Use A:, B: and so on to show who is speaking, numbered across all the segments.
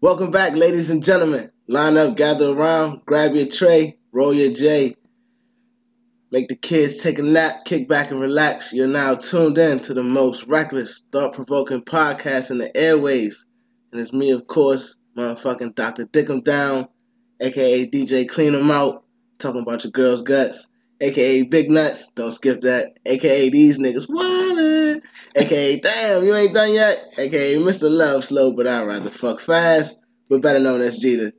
A: Welcome back, ladies and gentlemen. Line up, gather around, grab your tray, roll your J. Make the kids take a nap, kick back, and relax. You're now tuned in to the most reckless, thought provoking podcast in the airways. And it's me, of course, motherfucking Dr. Dick 'em Down, aka DJ Clean 'em Out, talking about your girl's guts, aka Big Nuts, don't skip that, aka These Niggas Wildin', aka Damn, You Ain't Done Yet, aka Mr. Love Slow, but I'd rather fuck fast, but better known as Jeter.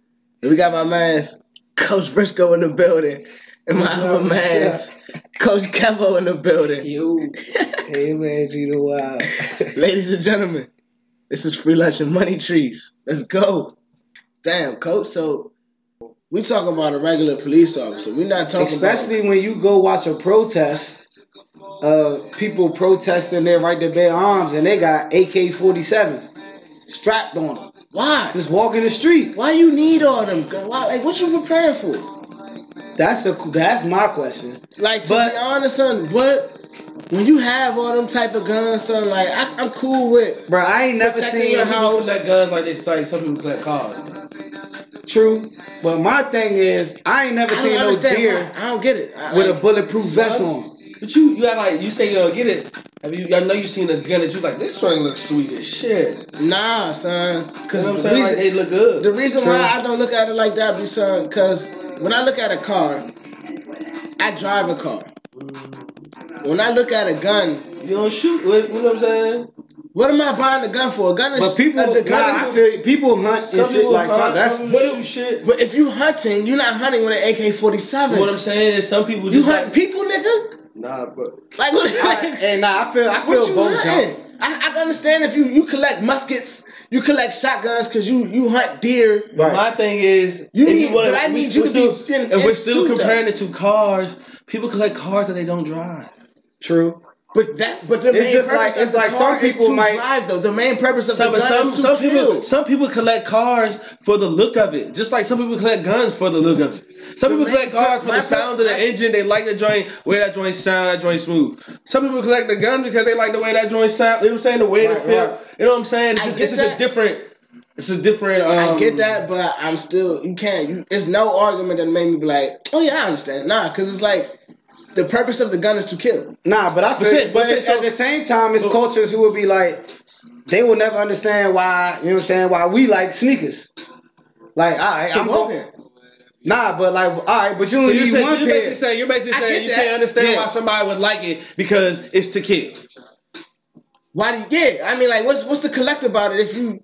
A: And we got my man's Coach Briscoe in the building, and my
B: What's up,
A: other
B: what's
A: man's Coach Kevo in the building.
B: You. hey man, you know why?
A: Ladies and gentlemen, this is free lunch and money trees. Let's go. Damn, coach. So we talking about a regular police officer. We're not talking
B: Especially when you go watch a protest of people protesting their right to bear arms and they got AK 47s strapped on them.
A: about why.
B: Just walking the street.
A: Why you need all them? gu- Why? Like, what you preparing for?
B: That's a that's my question.
A: Like, to
B: But-
A: be honest, son, what? When you have all them type of guns, son, like I, I'm cool with.
B: Bro, I ain't never
A: Protecting
B: seen
A: your
C: Some people
A: house.
C: collect guns like they like some people collect cars.
B: True. But my thing is, I ain't never
A: I
B: seen
A: don't
B: no
A: understand.
B: deer
A: why. I don't get it. I,
B: with a
A: like,
B: bulletproof vest on.
C: But you you act like you say you don't get it. Have you? I know you seen a gun that you like. This joint looks sweet as shit. You
A: nah, son.
C: know
A: Because
C: what I'm saying? Like they look
A: The
C: good.
A: reason why I don't look at it like that, be son, because when I look at a car, I drive a car. When I look at a gun,
C: You don't shoot. You know what I'm saying?
A: what am I buying a gun for? A gun is
B: But people,
A: uh, the gun
B: nah, I
A: is-
B: feel people hunt and
C: Some
B: shit
C: people
B: like
C: find-
B: so that's
C: some people shoot shit.
A: but if you hunting, you're not hunting with an AK-47.
C: You know what I'm saying is some people
A: you
C: just
A: hunting
C: like,
A: people, nigga?
C: nah, but
A: Like what? Like,
B: and nah, I feel I
A: what
B: feel
A: you
B: both jumps.
A: hunting? I, I can understand if you you collect muskets, you collect shotguns, cause you you hunt deer.
B: Right.
C: My thing is,
A: You
C: if
A: need-
C: wanna-
A: but I
C: we-
A: need you
C: we're
A: to be
C: still,
A: in-
C: and
A: in
C: we're still
A: suit, though.
C: comparing it to cars. People collect cars that they don't drive.
B: True.
A: But that but the
B: It's
A: main
B: just
A: purpose
B: like-
A: of
B: it's
A: the
B: like some
A: car is
B: people
A: to
B: might-
A: drive though. The main purpose of
C: Some,
A: the gun
C: some,
A: is to
C: some
A: kill.
C: people some people collect cars for the look of it, just like some people collect guns for the look of it. Some people
A: main
C: collect cars for
A: pur- my
C: the sound of
A: pur-
C: the engine. They like the joint, way that joint sound, that joint smooth. Some people collect the gun because they like the way that joint sound. You know what I'm saying? The way it
B: Right,
C: feel.
B: right.
C: You know what I'm saying? It's
A: I
C: just,
A: get
C: it's just
A: that.
C: a different. It's a different. Um,
A: I get that, but I'm still you can't. You, it's no argument that made me be like, oh yeah, I understand. Nah, because it's like the purpose of the gun is to kill.
B: Nah, but I feel.
C: it,
B: but
C: but it,
B: it's-
C: so-
B: at the same time, it's cultures who will be like, they will never understand why you know what I'm saying. Why we like sneakers. Like, all right,
A: So
B: I'm
A: walking.
B: going. Nah, but like, all right, but you
C: So
B: only
C: you're,
B: need
C: saying,
B: one
C: you're
B: pair.
C: basically saying you're basically
A: I get
C: saying you
A: that.
C: can't understand
B: Yeah.
C: why somebody would like it because it's to kill.
A: Why do you? Yeah, I mean, like, what's what's the collect about it if you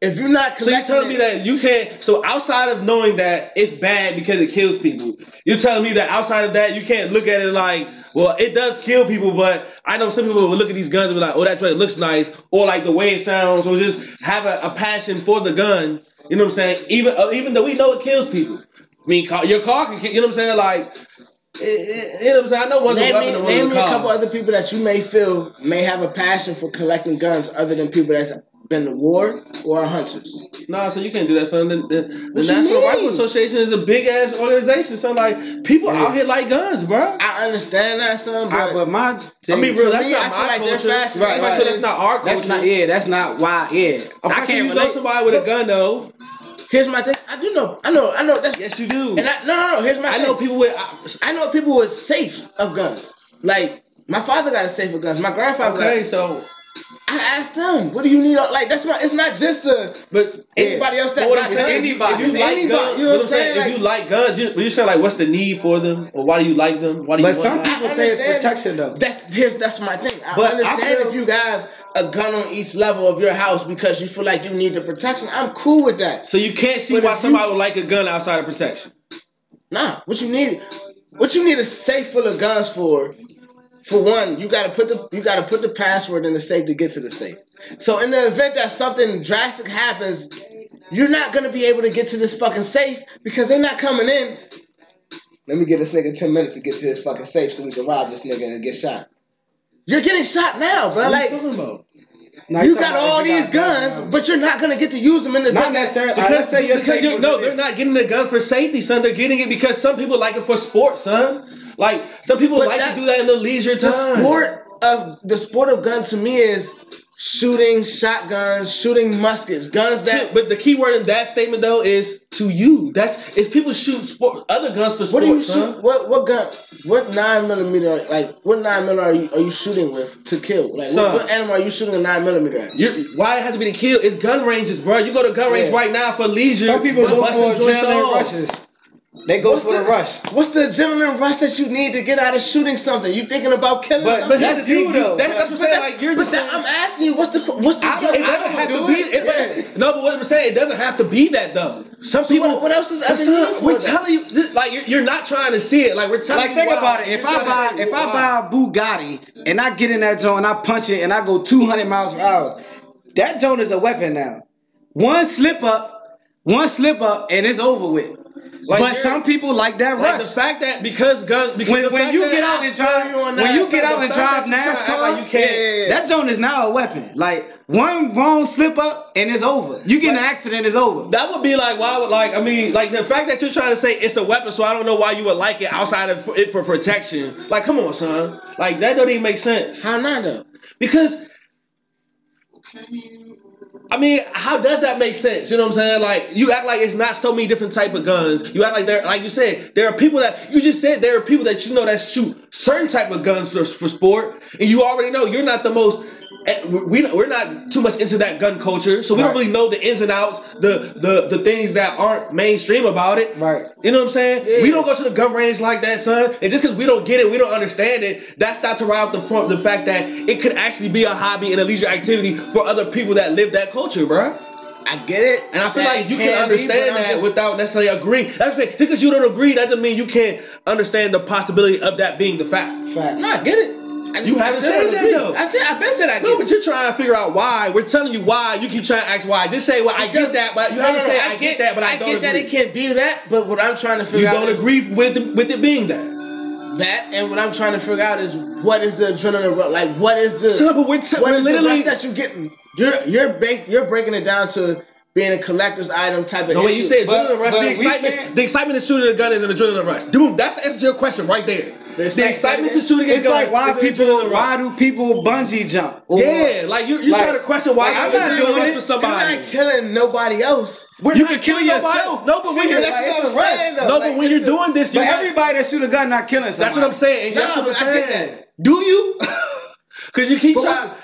A: if you're not
C: So you're
A: collecting?
C: telling me
A: it-
C: that you can't. So outside of knowing that it's bad because it kills people, you're telling me that outside of that you can't look at it like, well, it does kill people, but I know some people will look at these guns and be like, oh, that joint looks nice, or like the way it sounds, or just have a, a passion for the gun. You know what I'm saying? Even uh, even though we know it kills people, I mean, car, your car can. kill- You know what I'm saying? Like, it- it- you know what I'm saying? I know one's a
A: Name,
C: weapon and
A: me,
C: one's
A: name
C: a
A: me a couple
C: car.
A: other people that you may feel may have a passion for collecting guns other than people that's been to war or are hunters.
C: Nah, so you can't do that, son. The, the, the
A: you
C: National
A: mean?
C: Rifle Association is a big ass organization, son. Like, people out here like guns, bro.
A: I understand that, son,
B: All right,
A: but
B: but my.
C: I mean,
A: To
C: real. That's
A: me, I
C: not
A: feel
C: my
A: like they're
C: culture.
A: fascinated.
C: Right.
A: Right.
C: So that's not our culture.
B: that's not. Yeah, that's not why. Yeah, I
C: I'm pretty sure
B: can't
C: you know
B: relate.
C: somebody with a gun though.
A: here's my thing. I do know. I know. I know. That's
C: Yes, you do.
A: And I, no, no, no. Here's my.
C: I
A: thing.
C: know people with. I,
A: I know people with safes of guns. Like my father got a safe of guns. My grandfather. got-
C: okay, so
A: I asked them, "What do you need?" all-" Like that's my. It's not just a.
C: but
A: Anybody else that
C: But what
A: got
C: I'm
A: guns?
C: saying, if you-
B: anybody.
C: If you
A: It's
C: like
A: anybody,
C: guns,
A: you know what I'm
C: I'm saying?
A: saying?
C: If you like guns, you, but you're saying like, what's the need for them, or why do you like them? Why do you?
B: But
C: want
B: some
C: them?
B: people say it's
A: understand-
B: protection though.
A: That's here's that's my thing. I
B: But I
A: understand
B: feel-
A: if you have a gun on each level of your house because you feel like you need the protection. I'm cool with that.
C: So you can't see
A: But
C: why
A: if you-
C: somebody would like a gun outside of protection.
A: Nah, what you need, what you need a safe full of guns for? For one, you gotta put the you gotta put the password in the safe to get to the safe. So in the event that something drastic happens, you're not gonna be able to get to this fucking safe because they're not coming in. Let me get this nigga ten minutes to get to his fucking safe so we can rob this nigga and get shot. You're getting shot now, bro.
C: What
A: Like
C: are you talking about?
B: Now,
A: you
B: talking
A: got
B: about
A: all
B: if you
A: these
B: got
A: guns, but you're not gonna get to use them in the
B: Not
A: event that-
B: necessarily. All right, let's say you're
C: Because you- no, they're not getting the guns for safety, son. They're getting it because some people like it for sport, son. Like some people
A: But
C: like
A: that-
C: to do that in their leisure time.
A: The sport of the sport of gun to me is shooting shotguns, shooting muskets, guns that
C: That- but the key word in that statement though is to you. That's if people shoot sport, other guns for
A: What do
C: sports.
A: you
C: huh?
A: shoot? What what gun? What nine millimeter? are- Like what nine millimeter are you, are you shooting with to kill? Like
C: Son.
A: what, what animal are you shooting a nine millimeter at?
C: You're, why it has to be the kill? It's gun ranges, bro. You go to gun range
B: Yeah.
C: right now for leisure.
B: Some people
C: but
B: go
C: bust them
B: for
C: joints
B: adrenaline
C: off.
B: rushes. They go
A: What's
B: for the
A: the-
B: rush.
A: What's the adrenaline rush that you need to get out of shooting something? You thinking about killing
B: But-
A: something?
B: but that's you, though.
C: That's, that's what I'm
A: But
C: saying.
A: that's-
C: Like you're
A: but
C: just.
A: that- I'm asking you, what's the what's the?
B: I don't-
C: it
B: I
C: doesn't have to
B: do
C: be.
B: it.
C: It, doesn't- No, but what I'm saying, it doesn't have to be that though. Some people.
A: what- what else is
C: But
A: other
C: son,
A: need for
C: We're
A: that?
C: telling you, this- like you're, you're not trying to see it. Like we're telling
B: Like
C: you.
B: think
C: why.
B: about it. If
C: You're
B: I
C: trying
B: buy
C: to-
B: if
C: why.
B: I buy a Bugatti and I get in that joint and I punch it and I go 200 miles per hour, that joint is a weapon now. One slip up, one slip up, and it's over with.
C: Like
B: but
C: you're-
B: some people like that
C: Like
B: rush.
C: the fact that because guns because
B: when
C: the
B: when
C: fact
B: you
C: that-
B: get out and drive,
A: you on
B: when
A: that.
B: you
A: So
B: get
A: the
B: out and
C: fact that
B: drive
C: you trying to act
B: NASCAR,
C: like you can't-
A: Yeah, yeah, yeah.
B: that joint is now a weapon. Like one wrong slip up and it's over. You get in an accident, it's over.
C: That would be like why would like I mean like the fact that you're trying to say it's a weapon, so I don't know why you would like it outside of it for protection. Like, come on, son. Like that doesn't even make sense
A: How not though?
C: because. I mean, how does that make sense? You know what I'm saying? Like, you act like it's not so many different type of guns. You act like there, like you said, there are people that you just said there are people that you know that shoot certain type of guns for, for sport, and you already know you're not the most. eh, We we're not too much into that gun culture, so we don't
B: Right.
C: really know the ins and outs, the the the things that aren't mainstream about it.
B: Right.
C: You know what I'm saying? We don't go to the gun range like that, son. And just because we don't get it, we don't understand it. That's not to rob the front the fact that it could actually be a hobby and a leisure activity for other people that live that culture, bruh.
A: I get it,
C: And I feel
A: That
C: like you
A: it
C: can
A: be, but
C: understand
A: I'm
C: that
A: just-
C: without necessarily agreeing. That's the thing. Just because you don't agree doesn't mean you can't understand the possibility of that being the fact.
B: Fact.
A: No, I get it. I just,
C: You
A: I
C: haven't
A: still
C: said
A: don't
C: that,
A: agree.
C: though.
A: I said I've been said I get
C: No,
A: it.
C: but you're trying to figure out why. We're telling you why. You keep trying to ask why. Just say, well, I get that, but you
A: No, no,
C: have
A: no,
C: to say, I, get that, but I, don't
A: get
C: agree.
A: that it can't be that. But what I'm trying to figure
C: you
A: out
C: don't
A: is
C: agree with the, with it being that.
A: that, and what I'm trying to figure out is what is the adrenaline rush? Like what is the
C: Son, but we're t-
A: what
C: we're
A: is
C: literally-
A: the rush that you get? You're you're break, you're breaking it down to being a collector's item type of.
C: No, when
A: issue.
C: Oh, you say
B: But-
C: adrenaline rush,
B: but
C: the
B: we
C: excitement,
B: can't-
C: the excitement of shooting a gun is an adrenaline rush. Dude, that's the answer to your question right there. The,
A: excitement-
C: excitement to shooting a
B: It's
C: gun
B: like why
C: is an
B: people
C: adrenaline
B: why
C: rush.
B: do people bungee jump? Or-
C: Yeah, like you, you
B: Like-
C: trying to question why
B: like, I'm
C: you're
B: not
C: adrenaline
B: doing
C: rush
B: it.
C: for
A: you're
C: somebody.
A: not killing nobody else.
C: We're
B: You
C: not
B: can kill
C: killing nobody.
B: yourself.
C: No, but when
B: Shit,
C: you're
B: like,
C: that's
B: it's
C: what
B: a rush.
C: I'm saying. No, but
A: Like,
C: when you're
A: it's a-
C: doing this,
B: But
C: you're not-
B: everybody that shoot a gun not killing somebody.
C: That's what I'm saying. And
A: No,
C: that's what I'm
A: but I get
C: saying.
A: that.
C: Do you? Because you keep
A: But
C: trying.
A: what's,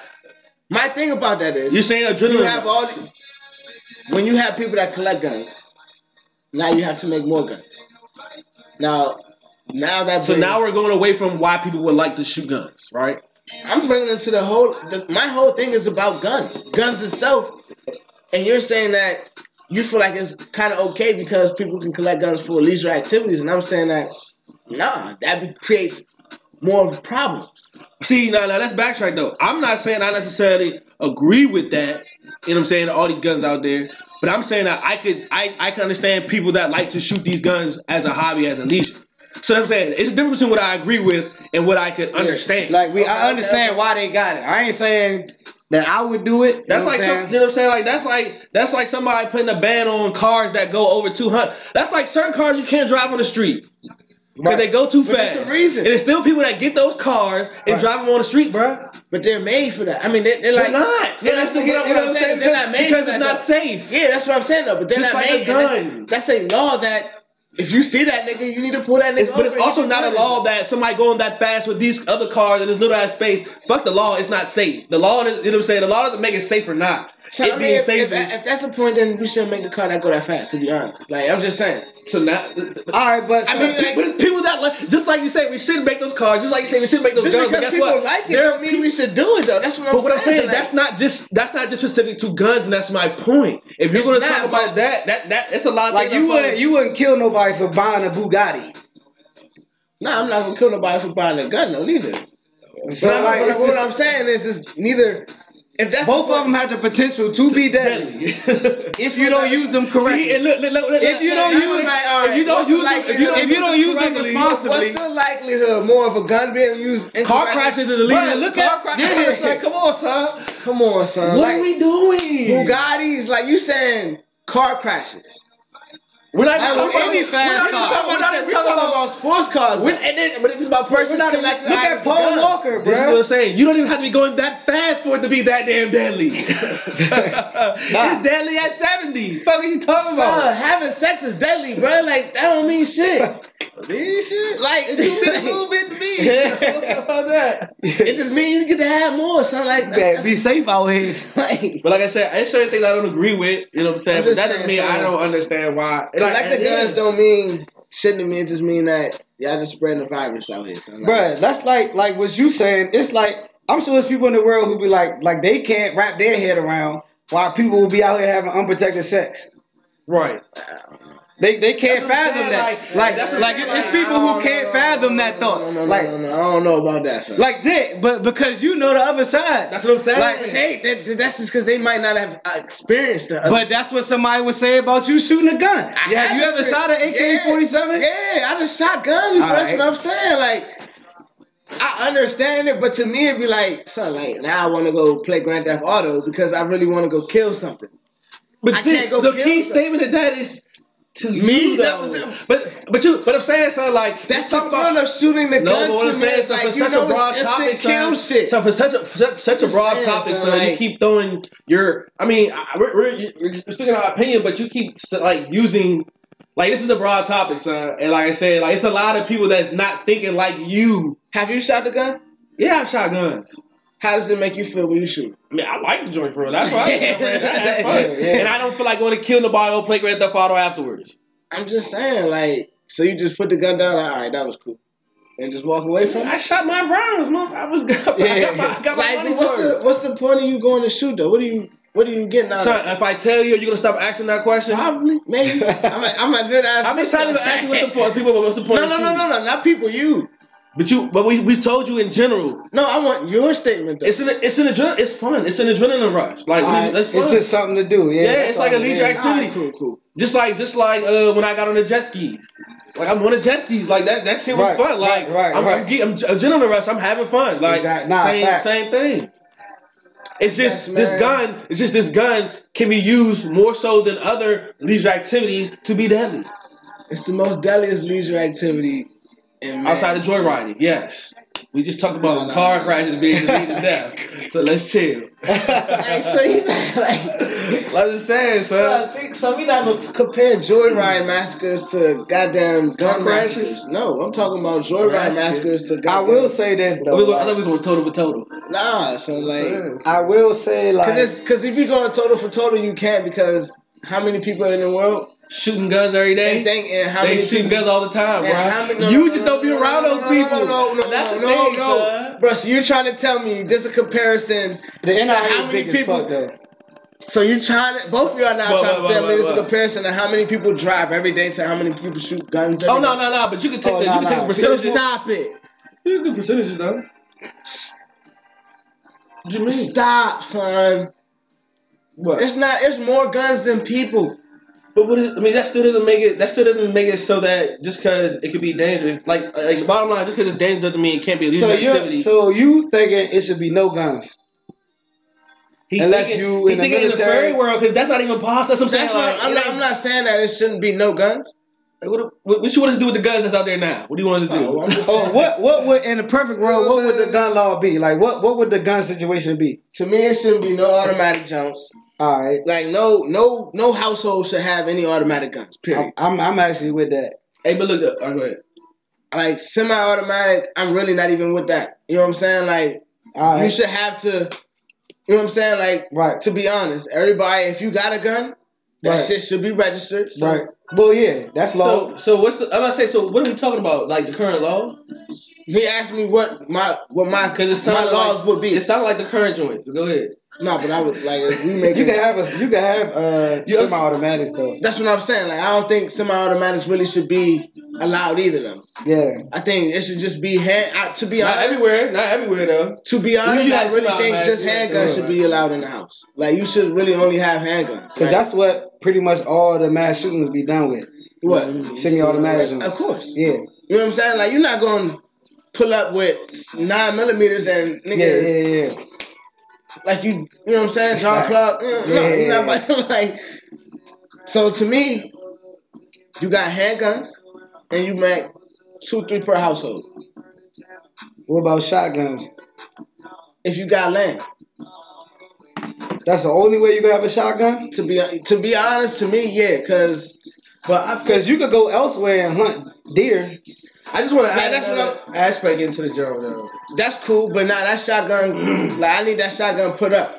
A: my thing about that is
C: You're saying adrenaline.
A: you have
C: rush.
A: all the- when you have people that collect guns now you have to make more guns now now that
C: so
A: brings-
C: now we're going away from why people would like to shoot guns, right?
A: i'm bringing into the whole the, my whole thing is about guns guns itself and you're saying that you feel like it's kind of okay because people can collect guns for leisure activities and i'm saying that nah that be- creates more problems
C: See, now, now let's backtrack though. I'm not saying I necessarily agree with that. You know what I'm saying? All these guns out there. But I'm saying that I could I, I can understand people that like to shoot these guns as a hobby, as a leisure. So I'm saying it's a difference between what I agree with and what I could understand.
B: Like we,
A: Okay,
B: I understand
A: okay.
B: why they got it. I ain't saying that I would do it.
C: that's
B: you know
C: like
B: what I'm
C: some, you know what I'm saying? Like that's like that's like somebody putting a ban on cars that go over 200. That's like certain cars you can't drive on the street. Because
B: Right.
C: they go too
A: But
C: fast.
A: there's a reason.
C: And it's still people that get those cars and
B: Right.
C: drive them on the street, bruh.
A: but they're made for that i mean they, they're like
C: they're not.
A: Yeah, that's what, you know what i'm saying they're not made
C: because
A: for that,
C: it's not
A: though.
C: safe.
A: Yeah, that's what I'm saying though. But then
C: Just
A: that
C: like
A: made,
C: a gun.
A: and That's, that's a law that if you see that nigga, you need to pull that nigga.
C: It's, but
A: over
C: it's
A: and
C: also
A: get your
C: not a
A: gun.
C: law that somebody going that fast with these other cars in this little ass space. Fuck the law. It's not safe. The law, is, you know what I'm saying? The law doesn't make it safe or not.
A: So,
C: it
A: I mean,
C: being
A: if,
C: safe
A: if,
C: is-
A: if that's the point, then we shouldn't make the car that go that fast. To be honest, like I'm just saying.
C: so now.
B: saying? All right, but
A: I mean,
B: so-
A: like-
C: but it's people that like, just like you say, we shouldn't make those cars. Just like you say, we shouldn't make those
A: Just
C: guns. But
A: because
C: guess
A: people
C: what?
A: like it,
C: There are
A: don't mean we should do it though. That's what I'm
C: But what I'm saying,
A: like,
C: that's not just that's not just specific to guns, and that's my point. If you're
A: It's
C: going to
A: not,
C: talk about
A: but-
C: that, that that it's a lot of
B: like
C: things
B: you
C: that fall-
B: wouldn't, you wouldn't kill nobody for buying a Bugatti.
A: Nah, I'm not gonna kill nobody for buying a gun though, neither.
B: So
A: But, I'm-
B: like,
A: but
B: it's
A: what
B: just-
A: I'm saying is, is neither. If that's
B: both
A: the
B: of them have the potential to be deadly if you don't use them correctly.
C: See, and look, look, look, look,
B: If you
C: look,
B: don't
C: look,
B: use-
C: look,
A: alright,
C: if you
A: what's
C: don't
A: the
C: use them, if you don't,
A: likelihout-
B: if you don't use them
C: correctly-
B: responsibly,
A: What's the likelihood more of a gun being used?
C: Car
A: incorrectly?
C: crashes is illegal.
B: Bruh,
C: look
B: look
C: car
B: at-
C: crashes.
B: yeah.
C: It's like, come on, son.
A: Come on, son.
C: What
A: like-
C: are we doing?
A: Bugattis, like you saying car crashes.
C: We're not
A: I
C: even
A: will
C: talking about
A: any
C: We're not
A: fast
C: even
A: car.
C: talking about that.
A: We talking about sports cars.
C: We-
A: now.
C: and then, but it's about persons
A: We're not even-
C: connected.
A: look
B: Look at Paul Walker,
C: This is what
B: bro.
C: I'm saying. You don't even have to be going that fast for it to be that damn deadly. It's deadly at 70. Fuck are you talking
A: Bruh,
C: about?
A: having sex is deadly, bro. Like that don't mean shit.
C: This shit.
A: Like it do mean a little bit to me. It just mean you get to have more. So like,
B: Better Be safe out here.
A: like
C: But like I said, it's certain things I don't agree with. You know what I'm saying?
A: I'm
C: but
A: just
C: that doesn't mean
A: saying,
C: I
A: son.
C: don't understand why. Like,
A: electric
C: and then-
A: guns don't mean shit to me. It just mean that y'all just spreading the virus out here. Son. Like,
B: Bruh, that's like like what you saying. It's like I'm sure there's people in the world who be like like they can't wrap their head around why people will be out here having unprotected sex.
C: Right.
B: They they can't
C: That's what I'm
B: fathom
C: saying,
B: that.
C: like-
B: Like
C: that's
B: like,
C: what I'm saying,
B: it's
C: like,
B: people
A: I
B: who
A: don't
B: can't
A: know,
B: fathom that
A: no,
B: thought.
A: no, no,
B: like
A: no, no, I don't know about that. Son.
B: like that, but because you know the other side.
C: That's what I'm saying.
A: Like, they, that- that- that's just because they might not have uh, experienced the.
B: But that's what somebody would say about you shooting a gun. have you ever shot an AK forty seven?
A: Yeah, I just shot guns.
B: All
A: That's
B: right.
A: what I'm saying. Like, I understand it, but to me, it'd be like, son, like now I want to go play Grand Theft Auto because I really want to go kill something.
C: But
A: I
C: the-
A: can't go
C: the
A: kill
C: key
A: them.
C: statement of that is to
A: Me?
C: you, though.
A: That- that-
C: but but you but I'm saying something like
A: That's
C: you
A: the
C: talk
A: thrill of shooting the
C: no,
A: gun
C: but what
A: to
C: I'm
A: me.
C: saying,
A: It's
C: so
A: like,
C: for
A: you
C: such
A: know,
C: a broad
A: it's instant
C: topic,
A: kill
C: son.
A: shit.
C: So for such a such, such a
A: Just
C: broad
A: saying,
C: topic,
A: son,
C: son, you
A: like-
C: keep throwing your. I mean, I- we're, we're, we're speaking our opinion, but you keep like using like this is a broad topic, son. And like I said, like it's a lot of people that's not thinking like you.
A: have you shot the gun?
C: Yeah, I shot guns.
A: How does it make you feel when you shoot?
C: I mean, I like the joint for real. That's why. I That's fun.
A: Yeah.
C: And I don't feel like going to kill nobody or play Grand Theft Auto afterwards.
A: I'm just saying, like, so you just put the gun down, like, all right, that was cool, and just walk away from
C: I
A: it.
C: shot my rounds, mom. I was I got my, I got my
A: Like,
C: money
A: what's
C: for
A: the
C: it.
A: what's the point of you going to shoot though? What are you what are you getting out of?
C: Son, if I tell you, are you gonna stop asking that question?
A: Probably, maybe. I'm a, I'm a good ass.
C: I've been trying to ask you what's the point, people, but what's the point?
A: No,
C: of
A: no, no,
C: shooting?
A: no, no, not people. You.
C: But you, but we, we told you in general.
A: No, I want your statement though.
C: It's an, it's an adrenaline. It's fun. It's an adrenaline rush. Like what is- that's
B: It's
C: fun.
B: just something to do. Yeah,
C: yeah,
B: that's
C: it's like a
B: all it
C: leisure
B: is.
C: activity.
A: cool, cool.
C: Just like, just like uh, when I got on the jet skis. Like I'm on the jet skis. Like that, that shit was
B: Right,
C: fun. Like
B: right, right,
C: I'm,
B: right.
C: I'm, ge- I'm, I'm adrenaline rush. I'm having fun. Like
B: Exact- nah,
C: same,
B: fact.
C: same thing. It's just
A: Yes,
C: this
A: man.
C: gun. It's just this gun can be used more so than other leisure activities to be deadly
A: It's the most deadliest leisure activity. In man.
C: outside of joyriding. Yes, we just talked about
A: no,
C: car
A: no.
C: crashes being the lead to death. So let's chill.
A: like, so you not, like.
C: Like I'm saying,
A: So, I
C: son.
A: think, so we not gonna compare joyride massacres to goddamn gun
C: Car crashes?
A: crashes. No, I'm talking about joyride
C: Massacres.
A: massacres to
B: I
A: goddamn.
B: will say this
C: We
B: though.
C: go, I thought
B: like,
C: we were going total for total.
A: nah. So like,
B: I will say like
A: because if you go total for total, you can't because how many people in the world?
C: Shooting guns every day.
A: And think and how
C: they
A: many
C: shooting
A: people-
C: guns all the time, bro.
A: And how many- no,
C: you
A: no,
C: just
A: no,
C: don't be
A: no,
C: around
A: no,
C: those
A: no, no,
C: people.
A: No, no, no,
C: That's
A: no,
C: the
A: no,
C: thing,
A: no,
C: son.
A: bro. So you're trying to tell me there's a comparison?
B: the
A: to
B: NIA big as fuck though.
A: So you're trying to both of you are now
C: Whoa,
A: trying
C: whoa,
A: to tell
C: whoa,
A: me there's
C: whoa,
A: a
C: whoa.
A: comparison to how many people drive every day to how many people shoot guns. every
C: Oh no,
A: day.
C: no, no! But you can take
B: Oh,
C: the
B: no,
C: you can take
B: no.
C: the
A: So
C: percentages.
A: stop it.
C: You can do percentages though. What you mean?
A: Stop, son.
C: What?
A: It's not. It's more guns than people.
C: But what is, I mean, that still doesn't make it. That still doesn't make it so that just because it could be dangerous, like like bottom line, just because it's dangerous doesn't mean it can't be a legal
B: So you
C: activity.
B: so you thinking it should be no guns?
C: he's
B: unless
C: thinking,
B: you
C: he's
B: in the
C: thinking in the
B: military-
C: fairy world because that's not even possible. That's what I'm
A: That's
C: saying.
A: not.
C: like,
A: I'm
C: it
A: not.
C: ain't-
A: I'm not saying that it shouldn't be no guns.
C: Like, what, what, what you want to do with the guns that's out there now? What do you want to do?
A: Oh, I'm just
B: Or
A: saying.
B: what what would in the perfect world what would the gun law be? Like what what would the gun situation be?
A: To me, it shouldn't be no automatic guns.
B: All right.
A: Like no, no, no household should have any automatic guns.
B: I'm
C: Oh.
A: Period.
B: I'm, I'm actually with that.
C: hey, but look, uh, go ahead.
A: Like semi-automatic, I'm really not even with that. You know what I'm saying? Like
B: All right.
A: you should have to. You know what I'm saying? Like
B: Right.
A: to be honest, everybody, if you got a gun, that
B: Right.
A: shit should be registered. So
B: right. Well, yeah, that's law.
C: So, so what's the? I'm about to say. So, what are we talking about? Like the current law?
A: He asked me what my what my
C: Because it
A: my
C: sounded
A: laws
C: like,
A: would be.
C: It sounded like the current joint. Go ahead.
A: No, but I was like, if we make
B: you can have a you can have uh
C: You also-
B: semi-automatics though.
A: That's what I'm saying. Like, I don't think semi-automatics really should be allowed either. Though
B: Yeah.
A: I think it should just be hand. I, to be
C: Not
A: honest,
C: everywhere. Not everywhere though.
A: To be honest,
C: You
A: I
C: got
A: really think
C: semi-automatic,
A: just
C: yeah,
A: handguns should be allowed in the house. Like, you should really only have handguns.
B: Because
A: Like,
B: that's what pretty much all the mass shootings be done with.
A: what.
B: Semi-automatics.
A: Of course.
B: Yeah.
A: You know what I'm saying? Like, you're not going to pull up with nine millimeters and nigga,
B: Yeah, yeah, yeah.
A: like you, you know what I'm saying? John
B: Facts.
A: Clark. You know, no,
B: Yeah,
A: you're
B: yeah,
A: not about- like. So to me, You got handguns, and you make two, three per household.
B: What about shotguns?
A: If you got land,
B: That's the only way you can have a shotgun.
A: to be to be honest, to me, yeah, because
C: But I feel,
B: Cause you could go elsewhere and hunt deer.
C: I just want to add
A: that's
C: that's another aspect into the general though.
A: that's cool. But nah, that shotgun, like I need that shotgun put up.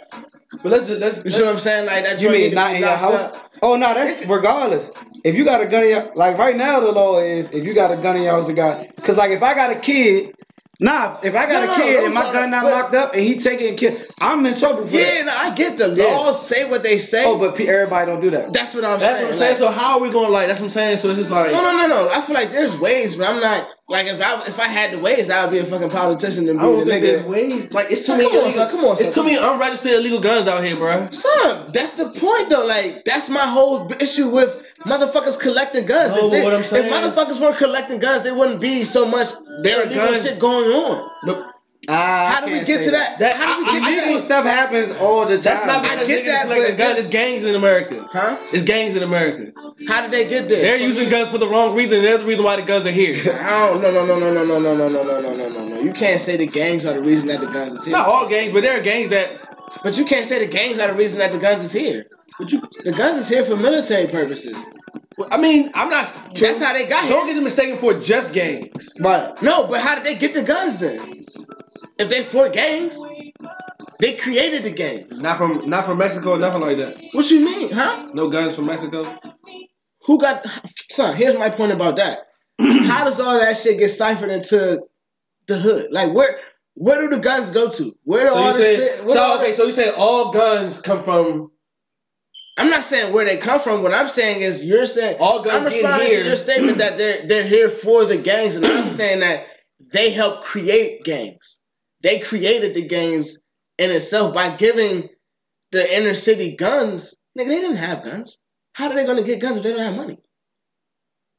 C: But let's let's, let's
A: You see what I'm saying? Like that.
B: You
A: joint need
B: mean
A: to
B: not
A: be
B: in your
A: locked
B: house?
A: up.
B: Oh no, that's regardless. If you got a gun in your like right now, the law is if you got a gun in your house, it got because like if I got a kid, nah, if I got
A: No,
B: a
A: no,
B: kid
A: no,
B: and my
A: no,
B: gun not
A: but-
B: locked up and he take it and kill, I'm in trouble for
A: Yeah,
B: that.
A: no, I get the laws say what they say.
B: Oh, but pe- everybody don't do that.
A: that's what I'm
C: That's
A: saying.
C: what I'm saying.
A: like-
C: So how are we going? to Like that's what I'm saying. So this is like
A: no, no, no, no. I feel like there's ways, but I'm not like if I if I had the ways, I would be a fucking politician and be
C: I don't
A: the
C: think there's
A: nigga.
C: ways. Like it's too
A: Son,
C: many.
A: come on,
C: illegal-
A: son, come on,
C: It's
A: son,
C: too
A: come
C: many unregistered illegal guns out here, bro.
A: Son, that's the point though. Like that's my whole b- issue with motherfuckers collecting guns.
C: No,
A: if, they-
C: but what I'm saying-
A: if motherfuckers weren't collecting guns, there wouldn't be so much
C: There are
A: illegal
C: guns-
A: shit going on.
C: No,
B: Ah,
A: How
B: I
A: do we
B: can't
A: get
B: say
A: to that?
C: That-
A: How do
C: I-
A: we
C: I-
A: get
B: Illegal
A: to that?
B: stuff happens all the time.
C: that's not
A: I
C: because
A: get
C: niggas
A: that,
C: collecting
A: but
C: guns.
A: just-
C: It's gangs in America.
A: Huh?
C: It's gangs in America.
A: How did they get there?
C: They're using guns for the wrong reason. They're the reason why the guns are here.
A: I don't. No, no, no, no, no, no, no, no, no, no, no, no, no, no. You can't say the gangs are the reason that the guns is here.
C: Not all gangs, but there are gangs that
A: But you can't say the gangs are the reason that the guns is here. But you, the guns is here for military purposes.
C: I mean, I'm not.
A: That's how they got here.
C: Don't get them mistaken for just gangs.
B: But
A: No, but how did they get the guns then? If they for gangs, they created the gangs.
C: Not from not from Mexico, nothing like that.
A: What you mean, huh?
C: No guns from Mexico.
A: Who got son? Here's my point about that. how does all that shit get ciphered into the hood? Like where? Where do the guns go to? Where do
C: So
A: all
C: you
A: the
C: say
A: shit? where do all
C: so
A: the-
C: okay, so you say all guns come from
A: I'm not saying where they come from. What I'm saying is you're saying
C: All guns
A: I'm
C: get
A: responding
C: here.
A: to your statement that they're they're here for the gangs, and I'm saying that they help create gangs. They created the gangs in itself by giving the inner city guns. Nigga, they didn't have guns. How are they gonna get guns if they don't have money?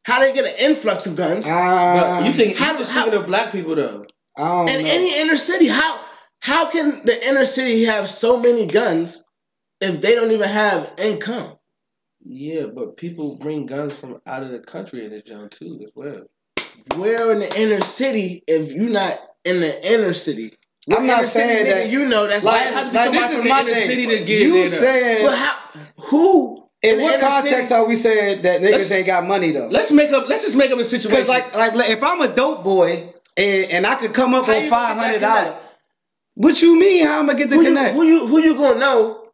A: How do they get an influx of guns?
B: uh,
C: but you think
A: how-
C: how, just
A: how-
C: thinking of black people though.
B: I don't
A: in
B: know.
A: any inner city, how how can the inner city have so many guns if they don't even have income?
C: Yeah, but people bring guns from out of the country in this zone too as well.
A: where in the inner city if you not in the inner city? What
B: I'm not
A: inner city
B: saying
A: nigga
B: that-
A: You know that's
C: Like,
A: like,
C: it had to be
B: Like,
C: somebody
B: this is
C: from the
B: my
C: inner
B: thing.
C: city to get
B: you
C: it there.
B: saying
A: well, how, who
B: in
A: the
B: what
A: inner
B: context
A: city-
B: are we saying that niggas
C: Let's-
B: ain't got money though?
C: Let's make up let's just make up a situation.
B: Because like like like, if I'm a dope boy and, and I could come up
A: How
B: on
A: you
B: five
A: gonna get
B: hundred
A: that
B: dollars, what you mean? How am I get the
A: who you,
B: connect?
A: who you who you gonna know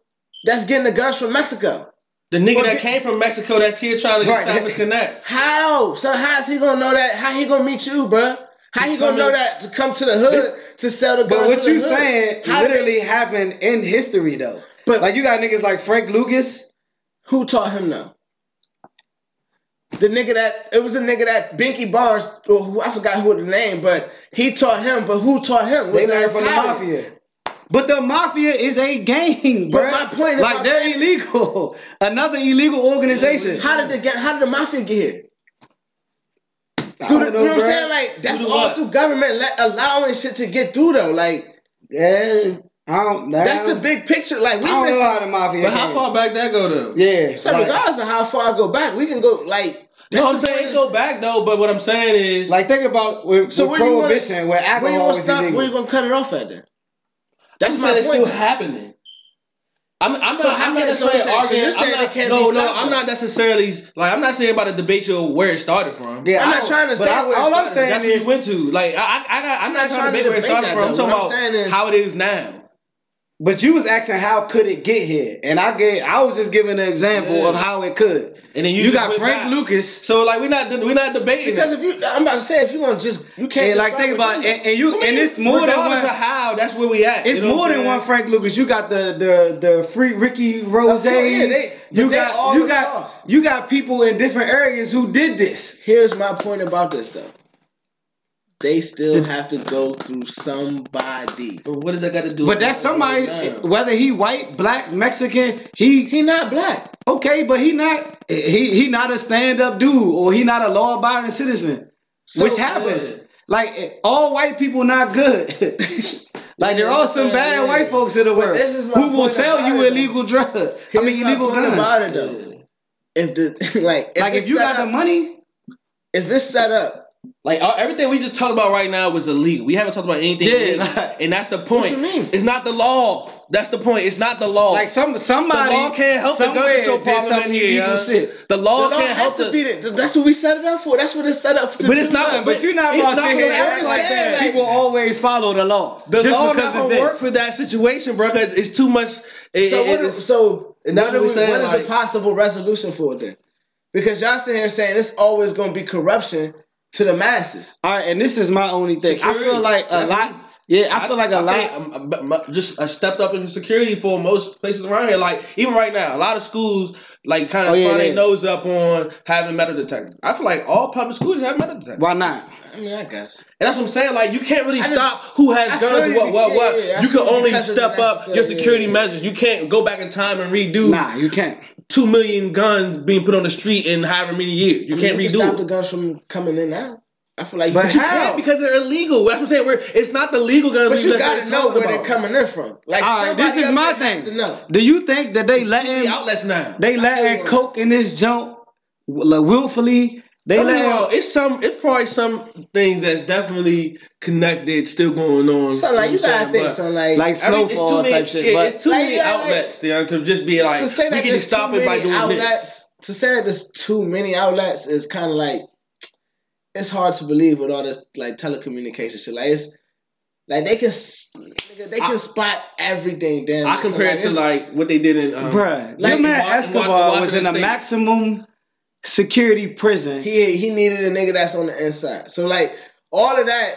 A: that's getting the guns from Mexico?
C: the nigga
A: Well,
C: that
A: get-
C: came from Mexico that's here trying to
B: Right.
C: establish connect.
A: How? So how's he gonna know that? How he gonna meet you, bruh? How he
C: He's
A: gonna know
C: coming-
A: that to come to the hood
B: This-
A: to sell the guns?
B: But
A: to
B: what
A: the
B: you
A: hood?
B: saying
A: How did-
B: literally happened in history though.
A: But-
B: like you got niggas like Frank Lucas.
A: Who taught him though? The nigga that it was a nigga that Binky Barnes, or who I forgot who the name, but he taught him. But who taught him?
B: They
A: Was
B: learned
A: that
B: from the
A: Italian?
B: mafia. But the mafia is a gang,
A: But
B: bro.
A: my point is
B: like
A: my
B: they're
A: point-
B: illegal. Another illegal organization.
A: How did they get? How did the mafia get here?
B: I
A: Through
B: don't
A: the, you know what I'm
B: bruh.
A: saying? Like that's
C: Through the
A: all
C: what?
A: through government let, allowing shit to get through though. Like
B: yeah, I don't.
A: that's the big picture. Like we
B: I don't
A: miss.
B: know how the mafia.
C: But how
B: came.
C: far back that go though?
B: Yeah.
A: So
B: like,
A: regardless of how far I go back, we can go like.
C: No,
A: that's
C: I'm
A: the
C: saying
A: point.
C: it go back though, but what I'm saying is
B: like think about with,
A: So
B: with
A: where you wanna-
B: prohibition, where
A: Where you
B: alcohol
A: gonna
B: was
A: stop?
B: illegal.
A: Where you gonna cut it off at then?
C: I'm
A: That's
C: saying
A: my
C: it's still
A: point.
C: happening. I'm, I'm
A: So
C: not.
A: how can
C: I'm not
A: it
C: necessarily
A: so- so
C: arguing.
A: you're
C: I'm
A: saying
C: not,
A: it can't
C: no,
A: be
C: no.
A: stopped,
C: I'm
A: though?
C: not necessarily like. I'm not saying about a debate you where it started from.
B: yeah,
A: I'm
B: I
A: not
B: don't-
A: trying to
B: but
A: say
B: I-
A: where it
B: all I'm
A: started.
B: saying
C: That's where
B: is
C: you went to. Like I, I, I got, I'm not trying to debate where it
A: debate
C: started
A: that,
C: from. I'm
A: though.
C: talking
A: What I'm
C: about
A: saying is-
C: how it is now.
B: But you was asking how could it get here, and I gave I was just giving an example
C: Yeah.
B: of how it could.
C: And then you just
B: got
C: went
B: Frank
C: back.
B: Lucas,
C: So like we're not, we're not debating.
A: Because
C: it.
A: if you, I'm about to say, if you're gonna just, you can't.
B: and
A: just
B: like
A: start
B: think
A: with
B: about
A: them.
B: and, and you and it's more than
C: Regardless of
B: one.
C: how, that's where we at.
B: It's
C: You know
B: more
C: what I'm
B: than
C: saying?
B: one Frank Lucas. You got the the the free Ricky Rose.
A: yeah, they- but
B: you
A: they all
B: got you got
A: across.
B: you got people in different areas who did this.
A: Here's my point about this though. They still have to go through somebody.
C: But what does that got to do?
B: But
C: with
B: that's
C: what we're
B: somebody,
C: doing now?
B: whether he white, black, Mexican, he
A: He not black.
B: okay, but he not he he not a stand up dude or he not a law abiding citizen, which happens.
C: yeah.
B: Like all white people not good. like there are some
C: yeah,
B: bad
C: yeah.
B: white folks in the world
A: this is my
B: who will
A: point
B: sell
A: about
B: you
A: it, though.
B: illegal drugs. I
A: Here's
B: mean
A: my
B: illegal
A: point
B: guns.
A: about it though. if the like if
B: like if
A: it's
B: you
A: set
B: got the
A: up-
B: money,
A: if it's set up,
C: Like uh, everything we just talked about right now was illegal. We haven't talked about anything,
B: Yeah,
C: illegal.
B: like-
C: and that's the point.
A: you mean?
C: It's not the law. That's the point. It's not the law.
B: like some somebody
C: the law can't help the gun
B: somewhere
C: control
B: did
C: problem in
B: some
C: here.
B: illegal
C: yo.
B: shit.
C: The law
A: the law
C: can't
A: has
C: help
A: to
C: the.
A: be the, that's what we set it up for. That's what it's set up for. to
C: But it's
A: do.
C: not-
B: But, you're not
C: It's
B: gonna
C: not
B: sit here
C: gonna
B: and act
A: happen.
B: like
A: Yeah,
B: that.
A: like-
B: People always follow the law.
C: the
B: Just
C: law
B: because
C: not gonna
B: it's there.
C: work for that situation, bro. Cause it's too much. It,
A: So
C: it-
A: what,
C: it
A: do-
C: is-
A: so
C: and that's
A: what, do
C: what
A: we,
C: we saying,
A: what is
C: like-
A: a possible resolution for it then? Because y'all sitting here saying it's always going to be corruption to the masses.
B: All right, and this is my only thing. I
C: Security.
B: feel like a
C: That's
B: lot.
C: what-
B: Yeah, I feel like a lot.
C: think, um, um, but mu- just uh, stepped up in security for most places around here. Like even right now, a lot of schools like kind of
B: Oh, yeah,
C: find
B: yeah.
C: their nose up on having metal detectors. I feel like all public schools have metal detectors.
B: why not?
A: I mean, I guess.
C: And that's what I'm saying. Like you can't really
A: just-
C: stop who has
A: I
C: guns,
A: feel
C: and
A: you.
C: what, what,
A: Yeah,
C: what.
A: yeah, yeah. I
C: you can
A: feel you
C: only
A: because of
C: step
A: the
C: up your
A: necessary,
C: security
A: yeah.
C: measures. You can't go back in time and redo
B: Nah, you can't.
C: two million guns being put on the street in however many years. You can't
A: You can
C: redo
A: stop
C: it.
A: the guns from coming in now. I feel like
B: But
A: you
B: how?
C: Yeah, because they're illegal. That's what I'm saying. We're, it's not the legal guns.
A: But
C: we
A: you
C: necessarily
A: gotta know
C: talking
A: where they're
C: about.
A: coming in from. Like
B: All right, this
A: somebody
B: is
A: up
B: my
A: there has To
B: thing.
A: know.
B: Do you think that they
C: The
B: letting
C: outlets now.
B: they
A: feel
B: letting
A: you.
B: coke in this junk like willfully? They
C: Don't get me wrong,
B: letting
C: it's some. It's probably some things that's definitely connected, still going on.
A: So like you
C: know what
A: gotta
C: I'm saying?
A: think.
C: But
A: So like,
B: like
C: I mean, it's
B: snowfall
C: too many,
B: type shit.
C: yeah,
B: but
C: it's too
A: Like,
C: many
A: yeah, like-
C: outlets. you know, to just be like,
A: to say
C: we
A: that
C: can
A: there's
C: stop
A: too
C: it by
A: many
C: doing this.
A: outlets. To say that there's too many outlets is kind of like it's hard to believe with all this like telecommunication shit. Like it's like they can s- nigga, they can spot everything. Damn,
C: I compare it to
A: it's-
C: like what they did in um,
B: bruh,
C: like
B: your man
C: Wa- Wa-
B: Escobar was
C: Washington
B: in a
C: State.
B: maximum security prison,
A: he he needed a nigga that's on the inside. So like all of that.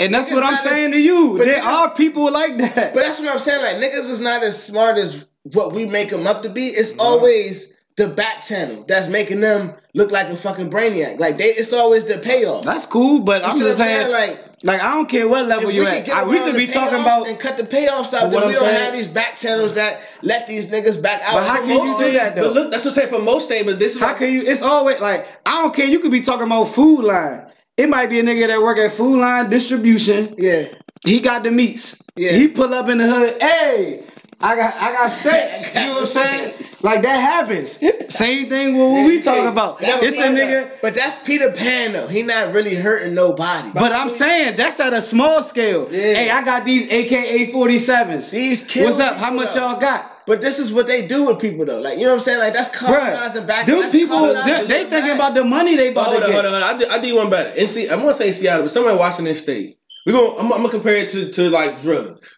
B: and that's
A: Niggas
B: what I'm
A: not as-
B: saying to you.
A: but
B: There
A: niggas-
B: are people like that.
A: But that's what I'm saying. Like niggas is not as smart as what we make them up to be. It's always the back channel that's making them look like a fucking brainiac. Like they, it's always the payoff.
B: that's cool, but
A: You
B: I'm
A: see what
B: just saying, like,
A: Like
B: I don't care what level
A: if
B: you
A: we
B: at.
A: could get
B: I- we
A: around
B: could
A: the
B: be talking
A: payoffs
B: about
A: and cut the payoffs out.
C: what
A: Then
C: I'm
A: we don't
C: saying-
A: have these back channels that let these niggas back out.
B: But how
A: for
B: can you
A: most
B: do
A: things.
B: that, though?
C: But look, that's what I'm saying. For most statements, this is
B: How
C: like-
B: can you? It's always like I don't care. You could be talking about food line. It might be a nigga that work at food line distribution.
A: Yeah,
B: He got the meats.
A: Yeah.
B: He pull up in the hood. Hey, I got I got steaks. you know what I'm saying? Like that happens. Same thing with what we talk about.
A: That's
B: It's a
A: Peter-
B: nigga.
A: But that's Peter Pan though. He not really hurting nobody.
B: But I'm saying that's at a small scale.
A: Yeah.
B: Hey, I got these AKA 47s.
A: These kill
B: What's up? How
A: people,
B: much
A: though.
B: y'all got?
A: But this is what they do with people though. Like you know what I'm saying? Like that's colonizing
B: Bruh,
A: back.
B: them
A: that's
B: people,
A: colonizing
B: they, they
A: back.
B: thinking about the money they about
C: Hold
B: to
C: on,
B: get.
C: hold on, hold on. I did, I did one better. And see, I'm gonna say Seattle, but somebody watching this state, we gonna I'm, I'm gonna compare it to, to like drugs.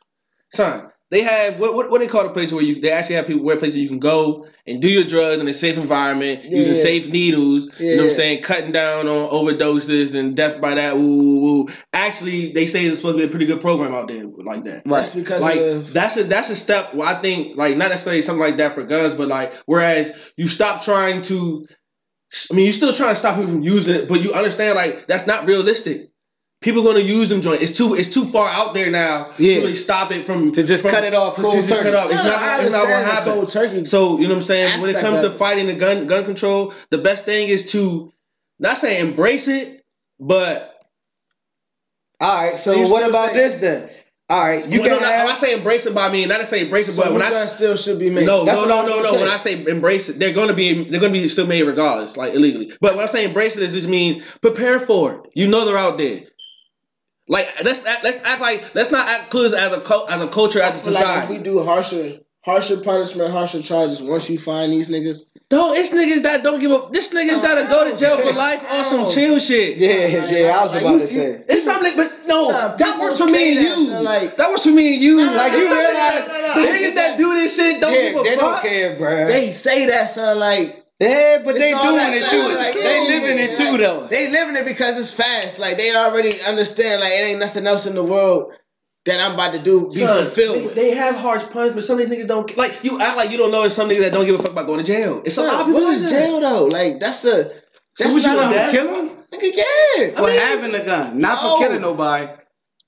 C: Son, they have what, what what they call the place where you they actually have people where places you can go and do your drugs in a safe environment
A: Yeah.
C: using safe needles. You know what
A: Yeah.
C: I'm saying? Cutting down on overdoses and death by that. Ooh, ooh, ooh. Actually, they say it's supposed to be a pretty good program out there like that.
A: That's because
C: Like
A: of
C: that's a that's a step where I think like not necessarily something like that for guns, but like whereas you stop trying to I mean, you're still trying to stop people from using it, but you understand like that's not realistic. People gonna use them joint. It's too it's too far out there now
B: Yeah.
C: to really stop it from
B: To just
C: from-
B: cut it off
C: to
B: cold
C: just cut
B: turkey.
C: off. It's
A: No,
C: not
A: I
C: it's not gonna
A: understand the
C: happen.
A: cold turkey
C: So you know what I'm saying. When it
A: aspect
C: comes to
A: of it.
C: fighting the gun gun control, the best thing is to not say embrace it, but
B: All right, so,
A: you
B: what
A: still
B: about
A: say-
B: this then? All right, you
C: you
B: can
C: know, not, when I
B: have.
C: say embrace it by me, not to say embrace it,
A: So
C: but when
A: new
C: I
A: guns still should be made.
C: No,
B: That's
C: no,
B: what I
C: no,
B: was gonna
C: no, no.
B: say.
C: When I say embrace it, they're going to be they're going to be still made regardless, like illegally. But when I say embrace it, it just mean prepare for it. You know they're out there. Like let's act, let's act like let's not act clueless as a cul- as a culture as a
A: So, like if
C: society.
A: we do harsher, harsher punishment, harsher charges. Once you find these niggas,
C: No, it's niggas that don't give up. This niggas that'll go to jail for life or some chill shit.
B: Yeah, yeah, I was
A: Like,
B: about
A: you-
B: to say.
C: It's something, but no,
A: Nah,
C: that
A: people
C: works for
A: say
C: me and
A: that,
C: you.
A: so, like-
C: that works for me and you.
A: no,
C: Like
A: no,
C: you
A: no, no,
C: realize
A: no, no, no,
C: the
A: no.
C: niggas that do this shit don't
B: Yeah,
C: give
B: they
C: a
B: don't
C: fuck.
B: care, bruh.
A: they say that son like
B: yeah, but they
A: It's all
B: doing
A: that
B: it
A: stuff,
B: too.
A: like,
B: they living it too, though.
A: They living it because it's fast. Like they already understand. Like it ain't nothing else in the world that I'm about to do be
C: Son,
A: fulfilled.
C: They,
A: with.
C: they have harsh punishment. Some of these niggas don't like you act like you don't know. There's some niggas that don't give a fuck about going to jail. It's a lot of
A: Son,
C: people.
A: what is
C: like that.
A: jail though? Like that's a
B: So
A: that's
B: what you
A: not
B: gonna
A: a
B: kill him
A: nigga. Yeah,
B: for
A: I mean,
B: having a gun, not
A: no.
B: for killing nobody.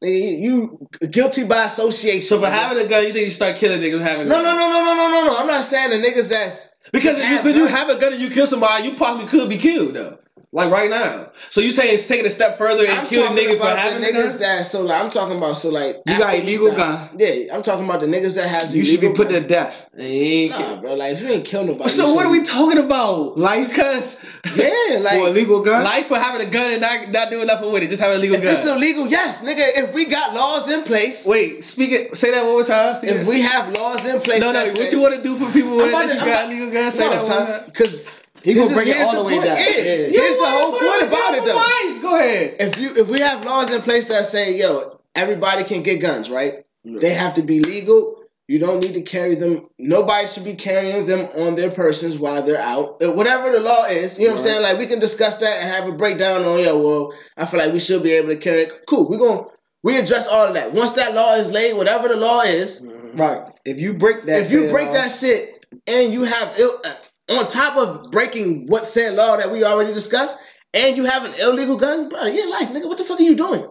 A: you you guilty by association.
C: So for having a gun, you think you start killing niggas having a
A: no
C: gun?
A: no no no no no no no. I'm not saying the niggas that's
C: Because if you
A: Have
C: could you
A: guns.
C: have a gun and you kill somebody, you possibly could be killed though. Like right now. So you saying it's taking a step further and
A: I'm
C: killing
A: talking
C: niggas for
A: about
C: having
A: the
C: a
A: niggas
C: gun?
A: that so like I'm talking about so like
B: You got
A: after we
B: illegal
A: stop- Yeah, I'm talking about the niggas that has
B: You should be
A: illegal
B: put to
A: guns.
B: death.
A: Nah, bro, like if you ain't kill nobody.
C: So
A: you
C: what are we
A: shouldn't-
C: talking about?
B: Life?
C: Because
A: Yeah, like
B: for a legal gun?
C: life for having a gun and not, not doing nothing with it, just having a legal
A: if it's
C: gun.
A: illegal, yes, nigga. If we got laws in place,
C: Wait, speak it. Say that one more time. Say
A: if
C: that.
A: we have laws in place,
C: no, no.
A: that
C: What
A: say-
C: you want to do for people with
A: I'm about
C: that
A: to-
C: you
A: I'm about-
C: got legal guns? Say
A: No,
C: that one more time.
A: son, because
B: He gonna bring it all the way
A: Yeah,
B: down. Yeah.
A: here's
B: You
A: the whole point about it though.
C: Go ahead.
A: If you if we have laws in place that say, yo, everybody can get guns, right? They have to be legal. You don't need to carry them. Nobody should be carrying them on their persons while they're out. Uh, Whatever the law is, you know what I'm saying? Like we can discuss that and have a breakdown on, yo, well, I feel like we should be able to carry it. Cool, we're gonna we address all of that. Once that law is laid, whatever the law is,
B: Right. If you break that,
A: if you
B: shit
A: break
B: off-
A: that shit and you have Ill, uh, on top of breaking what said law that we already discussed, and you have an illegal gun, bro, yeah, life, nigga. What the fuck are you doing?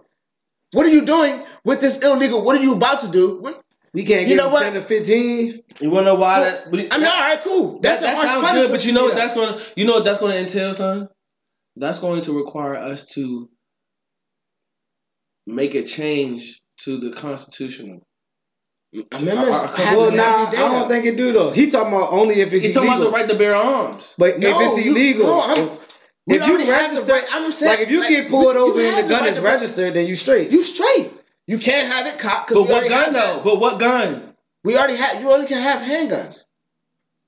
A: What are you doing with this illegal? What are you about to do? What-
B: we can't
A: you
B: get
A: know what?
B: ten to fifteen.
C: You wanna know why that? But
A: I mean, all right, cool. That's
C: that,
A: a
C: that
A: harsh
C: sounds good,
A: punishment.
C: but you know what
A: Yeah.
C: that's going to you know what that's going to entail, son. That's going to require us to make a change to the constitutional.
A: amendments.
C: I- I-
A: happen
B: Well,
A: every
B: nah, I
A: day
B: don't
A: now.
B: think it do though. He talking about only if it's
C: He talking
B: illegal.
C: about the right to bear arms.
B: But
A: No,
B: if it's
A: you-
B: illegal,
A: no, I'm- we
B: if you
A: already have the
B: register,
A: right- I'm saying,
B: like if you
A: like,
B: get pulled
A: you-
B: over
A: you have
B: and the
A: the
B: gun
A: right
B: is
A: to bear-
B: registered, then you straight.
A: you straight. You can't have it cocked. 'cause
C: But
A: we
C: what
A: already
C: gun
A: have that.
C: though? But what gun?
A: We already have. You only can have handguns.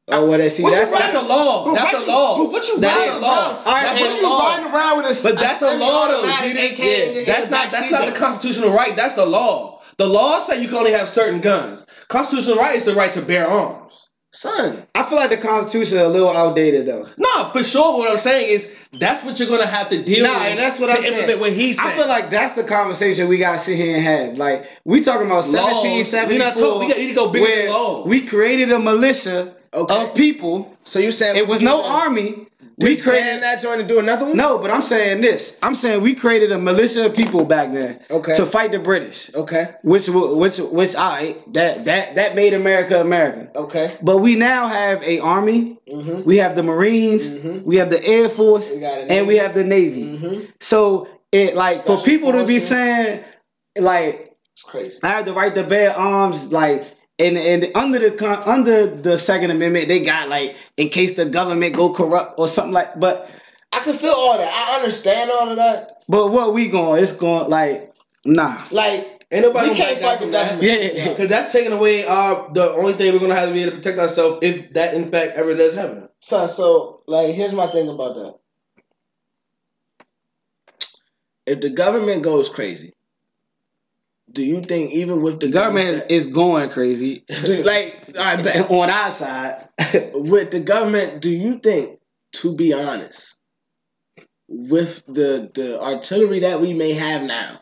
B: oh well, that see,
A: What you
B: that's
C: That's a law.
A: But
C: That's
A: what
C: a
A: you-
C: law.
A: But what you
C: That's
A: riding
C: a law.
A: around-
B: All right,
C: That's
A: what
C: a
A: you
C: law.
A: riding around with a
C: But that's a law though. You didn't- yeah, that's not that's not the constitutional right. That's the law. The law say you can only have certain guns. Constitutional right is the right to bear arms.
A: son.
B: I feel like the Constitution is a little outdated though.
C: No, for sure. What I'm saying is that's what you're gonna have to deal
B: Nah,
C: with.
B: and that's what
C: to
B: I'm
C: implement
B: saying.
C: what he's saying.
B: I feel like that's the conversation we gotta sit here and have. Like we talking about seventeen
C: We
B: seventy
C: not
B: four.
C: talk- we got- we need to go bigger than laws.
B: We created a militia
A: Okay.
B: of people.
A: So you saying
B: It was no
A: arm.
B: army. We
A: We
B: created
A: created that joint and do another one.
B: No, but I'm saying this. I'm saying we created a militia of people back then
A: Okay.
B: to fight the British,
A: Okay.
B: which wa- which which all right, that that that made America America.
A: Okay.
B: But we now have a army.
A: Mhm.
B: We have the Marines. We have the Air Force,
A: Mm-hmm. We got a
B: and we have the Navy. So it like for
A: Special
B: people to be
A: forces.
B: saying like
A: It's crazy.
B: I have the right to bear arms, like and and under the con- under the Second Amendment they got like in case the government go corrupt or something like. But
A: I can feel all that. I understand all of that.
B: but what we going? It's going like nah.
A: Like
C: Ain't nobody
A: we
C: gonna
A: can't
C: back
A: fight
C: down
A: the
C: from that.
A: government.
B: Yeah.
C: because that's taking away uh, the only thing we're gonna have to be able to protect ourselves if that in fact ever does happen.
A: Son, so like here's my thing about that. If the government goes crazy, do you think even with
B: The government is, is going crazy
A: do, like all right, bet.
B: on our side.
A: with the government, do you think, to be honest, with the the artillery that we may have now,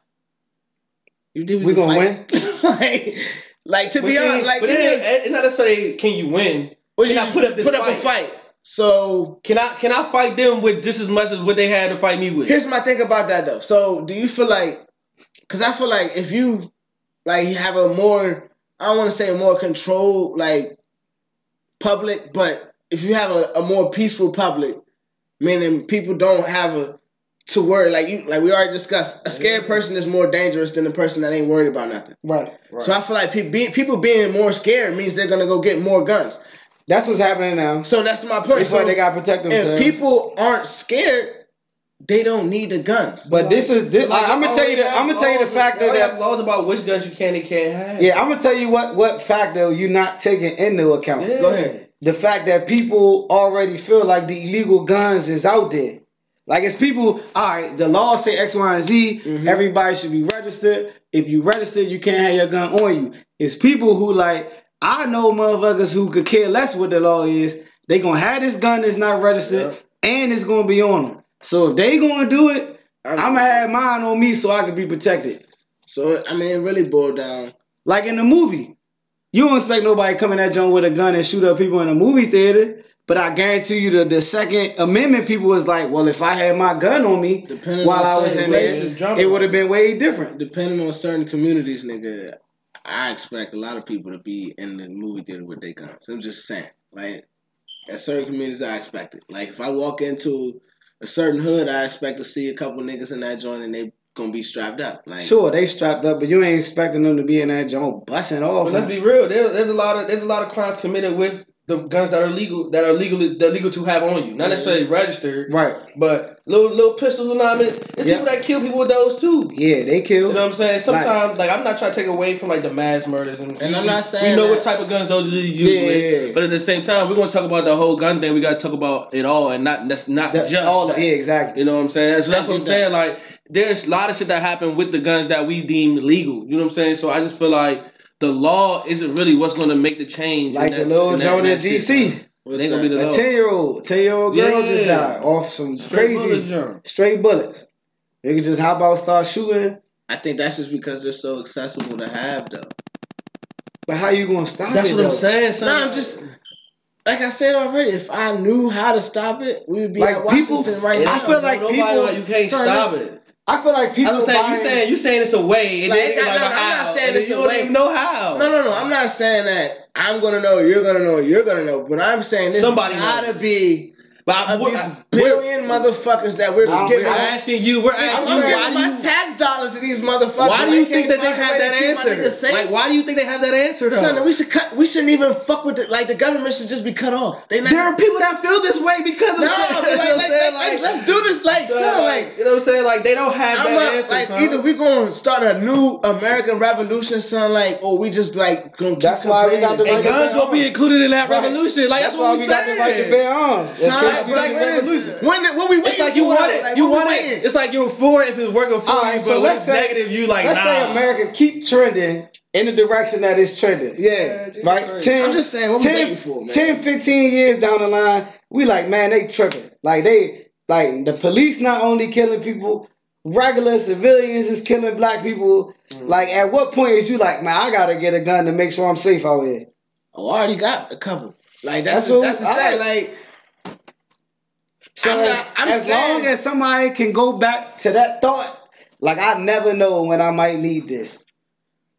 A: you think we,
B: We
A: can
B: gonna
A: fight? like, like to
C: But
A: be
C: see,
A: honest, like
C: but
A: you
C: it
A: know,
C: ain't, it's not necessarily can you win.
A: what
C: can I
A: you
C: put up this
A: put up a fight. So
C: Can I can I fight them with just as much as what they had to fight me with?
A: here's my thing about that though. So do you feel like? Because I feel like if you like you have a more I don't want to say more controlled like public, but if you have a, a more peaceful public, meaning people don't have a to worry like you like we already discussed, a scared person is more dangerous than the person that ain't worried about nothing.
B: Right.
A: So I feel like pe- be, people being more scared means they're gonna go get more guns.
B: That's what's happening now.
A: So that's my point.
B: That's why
A: So
B: they uh, gotta protect
A: if
B: themselves.
A: people aren't scared, they don't need the guns.
B: but this is this.
C: Like, oh,
B: I'm gonna tell you.
C: they
B: The,
C: have oh,
B: I'm gonna tell you the
C: laws- they
B: factor
C: already have
B: that.
C: laws about which guns you can and can't have.
B: Yeah, I'm gonna tell you what what factor you're not taking into account.
C: Yeah.
A: Go ahead.
B: The fact that people already feel like the illegal guns is out there. Like it's people. All right, the law say X, Y, and Z.
C: Mm-hmm.
B: Everybody should be registered. If you register, you can't have your gun on you. It's people who like I know motherfuckers who could care less what the law is. They gonna have this gun that's not registered, and it's gonna be on them. So if they gonna do it, I'm, gonna have mine on me so I can be protected.
A: So I mean, it really boiled down.
B: Like in the movie, you don't expect nobody coming at John with a gun and shoot up people in a movie theater. But I guarantee you, the, the Second Amendment people was like, well, if I had my gun on me
A: Depending
B: while
A: on
B: I was
A: certain
B: in
A: races,
B: there,
C: drama.
B: it would have been way different.
A: Depending on certain communities, nigga, I expect a lot of people to be in the movie theater with their guns. I'm just saying, like, at certain communities, I expect it. Like, if I walk into a a certain hood, I expect to see a couple niggas in that joint and they gonna be strapped up. Like
B: Sure, they strapped up, but you ain't expecting them to be in that joint busting off.
C: But let's be real. There, there's a lot of there's a lot of crimes committed with the guns that are legal that are legally that are legal to have on you, not necessarily registered,
B: right.
C: but little little pistols. You know what I mean? It's
B: Yeah.
C: people that kill people with those too.
B: Yeah, they
C: You
B: killed.
C: know what I'm saying? Sometimes, like, I'm not trying to take away from like the mass murders, and,
A: And I'm not
C: we
A: saying
C: know
A: that-
C: what type of guns those usually use.
B: Yeah,
C: with,
B: yeah, yeah.
C: But at the same time, we're gonna talk about the whole gun thing. We gotta talk about it all, and not that's not
B: That-
C: just
B: all
C: that.
B: yeah, exactly.
C: You know what I'm saying? So that's what I'm
A: get
C: saying. Like, there's a lot of shit that happened with the guns that we deem legal. You know what I'm saying? So I just feel like the law isn't really what's going to make the change. in
B: Like
C: that-
B: the little
C: in that- in
B: Jonah in
C: that shit.
B: DC.
A: what's
C: They gonna be
A: that?
C: the
B: A
C: law.
B: ten year old, ten year old girl
C: Yeah.
B: just died off some
C: Straight
B: crazy
C: bullet journal.
B: straight bullets. They could just hop out, start shooting.
A: I think that's just because they're so accessible to have though.
B: But how you gonna stop
C: That's
B: it?
C: what I'm
B: though?
C: saying. Son.
A: No, I'm just like I said already. If I knew how to stop it, we would be
B: Like,
A: at
B: people-
A: Washington right
B: I
A: now.
B: feel like
C: Nobody,
B: people-
C: like, you can't
A: Son,
C: stop
A: this-
C: it.
B: I feel like people.
C: I'm saying you
B: buying-
C: saying you saying it's a way, and
A: Like,
C: then
A: it's not-
C: like,
A: no, no, I'm not
C: how?
A: saying
C: And then
A: it's
C: you
A: a
C: don't
A: way.
C: even know how.
A: No, no, no. I'm not saying that I'm gonna know, you're gonna know, you're gonna know. But I'm saying this
C: Somebody
A: gotta
C: knows.
A: be
C: But I,
A: of
C: we're,
A: these billion motherfuckers that we're
B: Nah,
A: giving.
C: we're asking you. We're
A: I'm
C: asking you.
A: giving
C: Why do
A: my
C: you,
A: tax dollars to these motherfuckers.
C: why do you
A: I can't
C: think that
A: find
C: they
A: a
C: have
A: way to
C: that
A: keep my niggas
C: answer?
A: safe.
C: Like, why do you think they have that answer though?
A: Son, we should cut. We shouldn't even fuck with it. Like the government should just be cut off. They not.
C: There are people that feel this way because of
A: no,
C: shit.
A: but
C: You
A: like,
C: know what
A: like,
C: I'm saying?
A: like,
C: Like,
A: let's do this. Like,
C: so,
A: son, like
C: like, you know what I'm saying? Like, they don't have
A: I'm
C: that
A: not
C: answer.
A: like
C: son.
A: either we gonna start a new American Revolution, son, like or we just like gonna. keep
B: That's why we got
A: complaining.
B: the right
C: and
B: to
C: guns
B: bear
C: gonna be
B: arms.
C: included in that
B: Right.
C: revolution. Like,
B: That's
C: that's,
B: why
C: what
B: we
C: we
B: got the right to bear arms.
A: Son,
B: That's
A: like,
B: the Black
A: like, when
B: Revolution.
A: is- when what we waiting
C: It's like you
A: for?
C: want it.
A: Like,
C: you
A: what we
C: want
A: waiting?
C: it. It's like you're for it if it's working for
B: All
C: you.
B: right,
C: but
B: so
C: when
B: let's
C: it's
B: say
C: negative. You like
B: let's
C: nah.
B: say America keep trending in the direction that it's trending.
A: Yeah.
B: Right? 10,
A: I'm just saying, what we
B: 10,
A: waiting for, man?
B: 10, 15 years down the line, we like, man, they tripping. Like they like the police not only killing people, regular civilians is killing black people.
A: Mm.
B: Like at what point is you like, man, I gotta get a gun to make sure I'm safe out here?
A: Oh, I already got a couple. Like that's
B: That's
A: that's,
B: what-
A: that's the
B: all
A: sad.
B: right.
A: Like
B: So
A: I'm not- I'm
B: as
A: saying-
B: long as somebody can go back to that thought, like I never know when I might need this.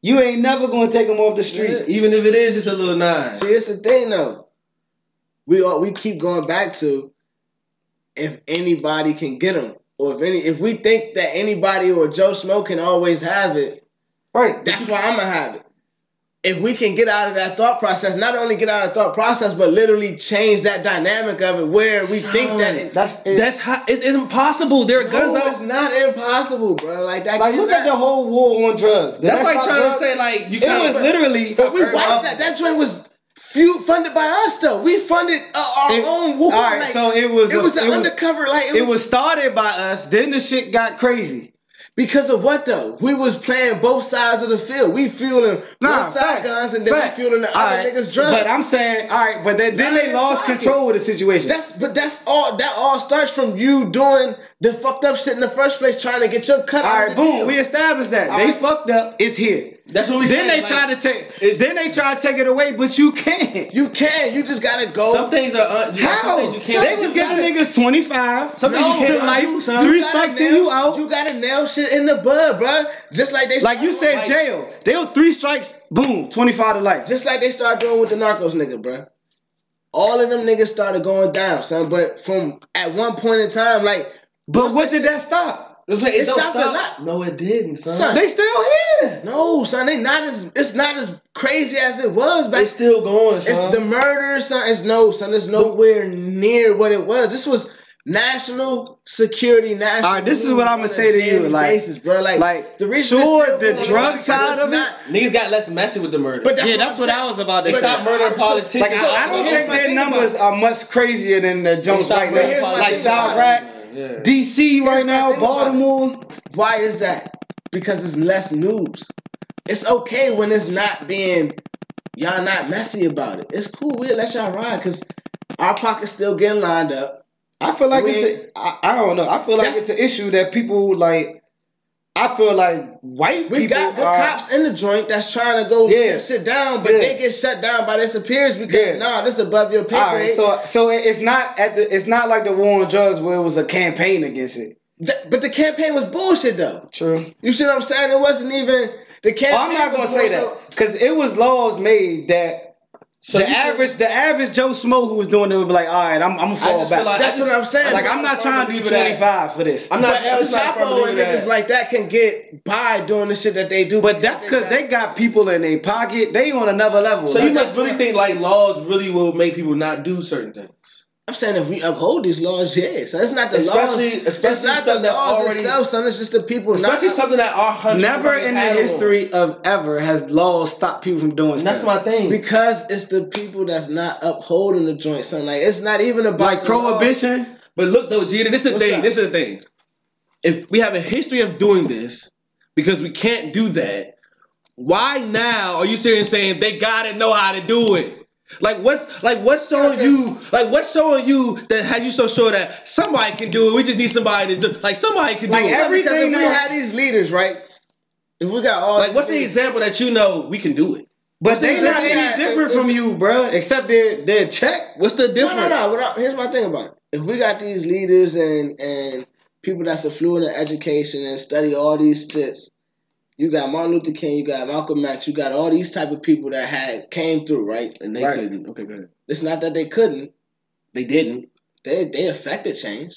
B: You ain't never gonna take them off the street.
C: even if it is just a little nine.
A: see, it's the thing though. We all, we keep going back to if anybody can get them, or if any if we think that anybody or Joe Smo can always have it,
B: Right.
A: That's why I'm gonna have it. If we can get out of that thought process, not only get out of the thought process, but literally change that dynamic of it, where we
C: Son,
A: think that it,
B: That's it.
C: That's how it's, it's impossible. There are guns
A: no,
C: out.
A: it's not impossible, bro. Like that.
B: like look at the whole war on drugs. Did
C: That's
B: that
C: like
B: stop
C: trying
B: drugs?
C: to say like you.
B: it was literally uh,
A: But we watched that. That joint was few funded by us, though. We funded uh, our
B: It-
A: own war.
B: all right,
A: like,
B: so it was
A: It
B: a-
A: was an
B: it was-
A: undercover. Like
B: It was started by us. Then the shit got crazy.
A: Because of what though? We was playing both sides of the field. We fueling
B: Nah,
A: one side
B: facts,
A: guns and then
B: facts.
A: we fueling the
B: All
A: other
B: right,
A: niggas drugs.
B: But I'm saying, all right, but then, then
A: Not
B: they
A: in
B: lost
A: pockets.
B: control of the situation.
A: That's but that's all that all starts from you doing the fucked up shit in the first place, trying to get your cut.
B: all
A: out of
B: right,
A: the
B: boom.
A: deal.
B: We established that they
A: right.
B: fucked up. It's here.
C: That's what we
B: Then
C: saying,
B: they
C: like,
B: try to take. Then they try to take it away, but you can't.
A: you can, you just gotta go.
C: Some things are un-
B: How?
C: Some things you can't.
B: they was giving niggas twenty five.
C: Some things you can't undo, son.
B: three
A: You gotta
B: strikes
A: nail,
B: and you out.
A: You gotta nail shit in the bud, bruh. Just like they
B: Like you said, jail. They was three strikes, boom, 25 to life.
A: just like they started doing with the narcos nigga, bruh. All of them niggas started going down, son. But from at one point in time, like
B: But what did
A: shit-
B: that stop?
C: It's like, it,
A: It
C: don't
A: stopped a
C: stop.
A: lot.
C: No, it didn't, son.
A: Son,
B: They still here.
A: no, son, they not as it's not as crazy as it was back
C: It's still going, son.
A: It's the murder, son. It's no, son. It's nowhere near what it was. This was national security, national.
B: All right, this is
A: news
B: what I'ma
A: on a
B: say to you,
A: daily
B: like-
A: basis, bro. Like,
B: like,
A: it's
B: sure,
A: still
B: the
A: going on
B: drug
A: is
B: side
A: it's
B: of it-
C: Niggas got less messy with the murder.
A: but that's I'm saying.
B: about
A: They
C: They stopped
A: but-
C: murdering
A: so-
C: politicians.
A: like,
B: I, I don't
A: But
B: think
A: here's my
B: their
A: thing about
B: numbers
A: it.
B: are much crazier than the Jones
C: stopped
B: right
C: murdering
B: now. Like
A: politicians.
B: Chirac,
C: Yeah.
B: DC right
A: my
B: now,
A: thing about it.
B: Baltimore.
A: Why is that? Because it's less news. It's okay when it's not being y'all not messy about it. It's cool. We let y'all ride because our pockets still getting lined up.
B: I feel like
A: We-
B: it's a, I, I don't know. I feel like
A: That's-
B: it's an issue that people like. I feel like white
A: We
B: people
A: got good
B: are-
A: cops in the joint that's trying to go
B: Yeah.
A: sit, sit down, but
B: Yeah.
A: they get shut down by their superiors because
B: Yeah.
A: nah, this above your pay
B: All right,
A: grade.
B: so so it- it's not at the it's not like the war on drugs where it was a campaign against it.
A: Th- but the campaign was bullshit though.
B: True.
A: You see what I'm saying? It wasn't even the campaign.
B: Well, I'm Oh, not gonna
A: was
B: say
A: more so-
B: that because it was laws made that
C: So
B: the
C: you-
B: average, the average Joe Smoke who was doing it would be like, all right, I'm, I'm gonna fall
C: just
B: back.
C: feel like-
A: That's
C: I just-
A: what I'm saying.
B: like I'm not trying to do 25 for this.
C: I'm
A: But
C: not
A: El
C: I'm not from
A: Chapo and
C: believing
A: niggas
C: that.
A: like that can get by doing the shit that they do.
B: but that's because they got people in their pocket. They on another level.
C: So
B: Like,
C: you must really think like laws really will make people not do certain things.
A: I'm saying if we uphold these laws, yes. That's not the
C: Especially-
A: laws.
C: especially
A: it's not the
C: stuff that
A: laws
C: already-
A: itself, son. It's just the people.
C: Especially
A: not,
C: something that our country
B: never
C: already
B: in the
C: had on.
B: history of ever has laws stopped people from doing
C: And that's
B: stuff.
C: my thing.
A: because it's the people that's not upholding the joint, son. Like it's not even about
B: like
A: the laws.
B: prohibition.
C: But look though, Jada, this is the
A: What's
C: thing.
A: that?
C: This is the thing. If we have a history of doing this, because we can't do that, why now are you serious saying they gotta know how to do it? Like what's like what's showing you like what's showing you that had you so sure that somebody can do it? We just need somebody to do like somebody can do
B: Like
C: it.
B: every-
A: Because if
B: Everything
A: we
B: now-
A: had these leaders, right? If we got all
C: like what's the
A: these-
C: example that you know we can do it?
B: But they
A: What's
B: not
A: the-
B: any different from you, bruh. Except their their check.
C: What's the difference?
A: No, no, no. What I, here's my thing about it. If we got these leaders and and people that's affluent in education and study all these shits, you got Martin Luther King, you got Malcolm X, you got all these type of people that had came through, right?
C: And they
A: Right.
C: couldn't. Okay, go ahead.
A: It's not that they couldn't.
C: They didn't.
A: They they affected change.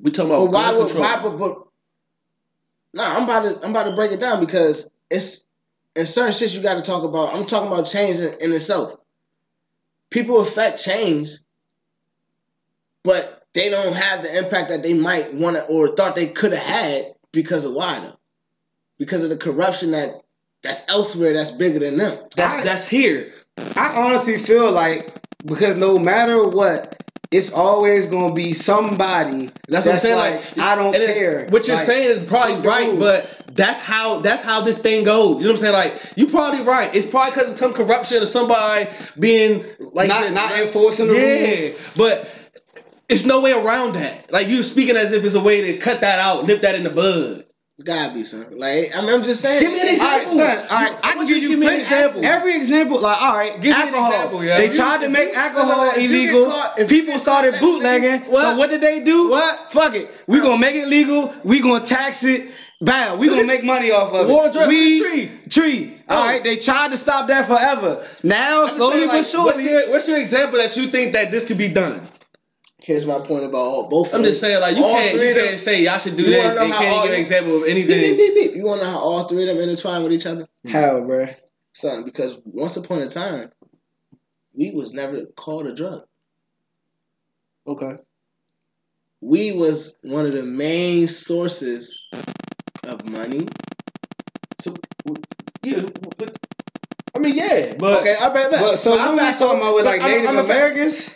C: We talking about
A: but why
C: Oh, gun
A: would
C: control.
A: why but, but nah, I'm about to I'm about to break it down because it's in certain shit you got to talk about. I'm talking about change in, in itself. People affect change, but they don't have the impact that they might want to or thought they could have had because of why though, because of the corruption that that's elsewhere that's bigger than them.
C: that's
B: I-
C: that's here.
B: I honestly feel like because no matter what, it's always gonna be somebody.
C: That's, what I'm saying. Like,
B: I don't
C: and it's-
B: care.
C: What you're
B: Like,
C: saying is
B: fuck
C: probably
B: the
C: right,
B: rules.
C: but that's how that's how this thing goes. You know what I'm saying? Like you probably right. It's probably because of some corruption or somebody being like
B: Not-
C: you said,
B: not enforcing the
C: yeah,
B: rules.
C: but. It's no way around that. Like you speaking as if it's a way to cut that out, nip that in the bud.
A: It's gotta be something. Like I mean, I'm just saying.
C: Give me an
B: All right,
C: example.
B: son. All right, I
C: Why
B: can
C: don't
B: give you,
C: give me an
B: plenty-
C: example.
B: Every example, like all right,
C: Give me an
B: alcohol.
C: example, yo.
B: They
C: If
B: tried to make alcohol
A: look, if you get
B: illegal.
A: caught- if you
B: People started bootlegging. So
A: What?
B: what did they do?
A: What?
B: Fuck it. We gonna make it legal. We gonna tax it. Bam. We gonna make money off of it.
C: War drugs,
B: we
C: tree.
B: Tree. All right. They tried to stop that forever. Now, slowly
C: Saying, like,
B: but
C: what's,
B: surely,
C: your, what's your example that you think that this could be done?
A: Here's my point about all both. of
C: I'm just
A: them.
C: saying, like you
A: All
C: can't,
A: three
C: you
A: of them-
C: can't say y'all should do
A: You wanna
C: that.
A: know
C: They
A: how all
C: can't give an
A: them-
C: example of
A: Beep, beep,
C: anything.
A: beep, beep. You want to know how all three of them intertwine with each other?
B: how, bruh?
A: Son, because once upon a time, we was never called a drug.
C: Okay.
A: We was one of the main sources of money.
C: So, yeah, but I mean, yeah, but
A: okay, I bet.
B: But so, what we talking about with like
A: I'm,
B: Native
A: I'm a fa-
B: Americans?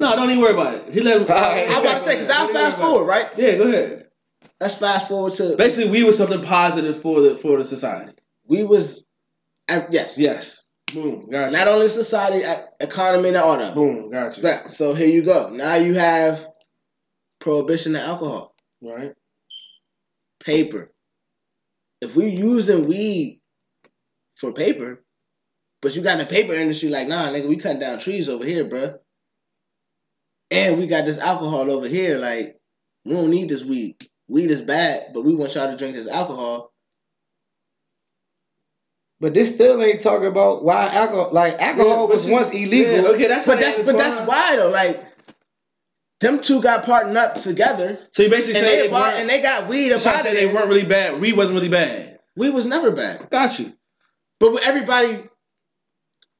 C: no, don't even worry about it. He let him.
B: Alright.
A: I'm about to say because I fast forward, right?
C: Yeah, go ahead.
A: Let's fast forward to
C: Basically, we were something positive for the for the society.
A: we was, uh, yes,
C: Yes. Boom. Got you.
A: not only society, uh, economy, and all that.
C: Boom. Got you.
A: Right, So here you go. Now you have prohibition to alcohol.
C: Right.
A: paper. If we using weed for paper, but you got in the paper industry like, nah, nigga, we cutting down trees over here, bruh. And we got this alcohol over here, like, we don't need this weed. Weed is bad, but we want y'all to drink this alcohol.
B: But this still ain't talking about why alcohol. Like alcohol
C: but
B: was
C: you-
B: once illegal.
C: Yeah, okay, that's
A: But that's but that's why though, like, them two got partnered up together,
C: So you basically
A: and
C: say
A: they,
C: they
A: bought,
C: weren't.
A: and they got weed
C: you trying
A: about
C: to say they
A: it.
C: weren't really bad. We wasn't really bad.
A: We was never bad,
C: Got you.
A: but everybody,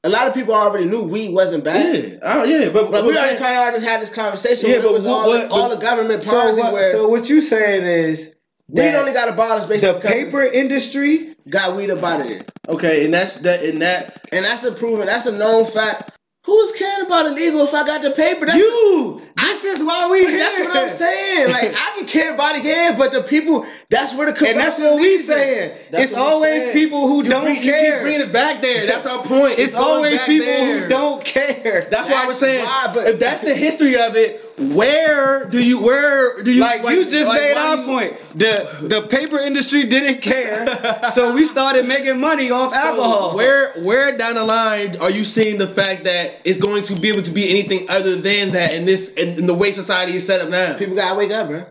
A: a lot of people already knew weed wasn't bad.
C: Yeah. Oh, yeah. But,
A: But
C: but
A: we
C: I'm
A: already
C: saying-
A: kind of already had this conversation.
C: Yeah,
A: Yeah, but
C: but
A: it was
C: what-
A: all,
C: what-
A: all the government
B: So
A: policy
B: what,
A: where
B: so what you saying is
A: we
B: that
A: only got abolished basically
B: the
A: because
B: paper industry
A: got weed about it,
C: okay, and that's that. And that.
A: and that's a proven, that's a known fact. Who was caring about illegal if I got the paper? That's
B: you this is why we
A: but
B: here.
A: that's what I'm saying. Like I can care about it here, but the people that's where the corruption
B: and that's what we
A: leads in.
B: saying
C: That's
B: it's
C: what I'm
B: always
C: saying.
B: people who
C: You
B: don't
C: bring- you keep
B: care
C: bringing it back there. That's our point.
B: it's
C: going
B: always
C: back
B: people
C: there.
B: who don't care
C: That's why I was saying
A: why, but-
C: if that's the history of it, where do you where do you
B: like you just
C: like,
B: made
C: why
B: our
C: do you-
B: point the the paper industry didn't care so we started making money off alcohol
C: Where where down the line are you seeing the fact that it's going to be able to be anything other than that in this in, in the way society is set up now?
A: People gotta wake up, bro.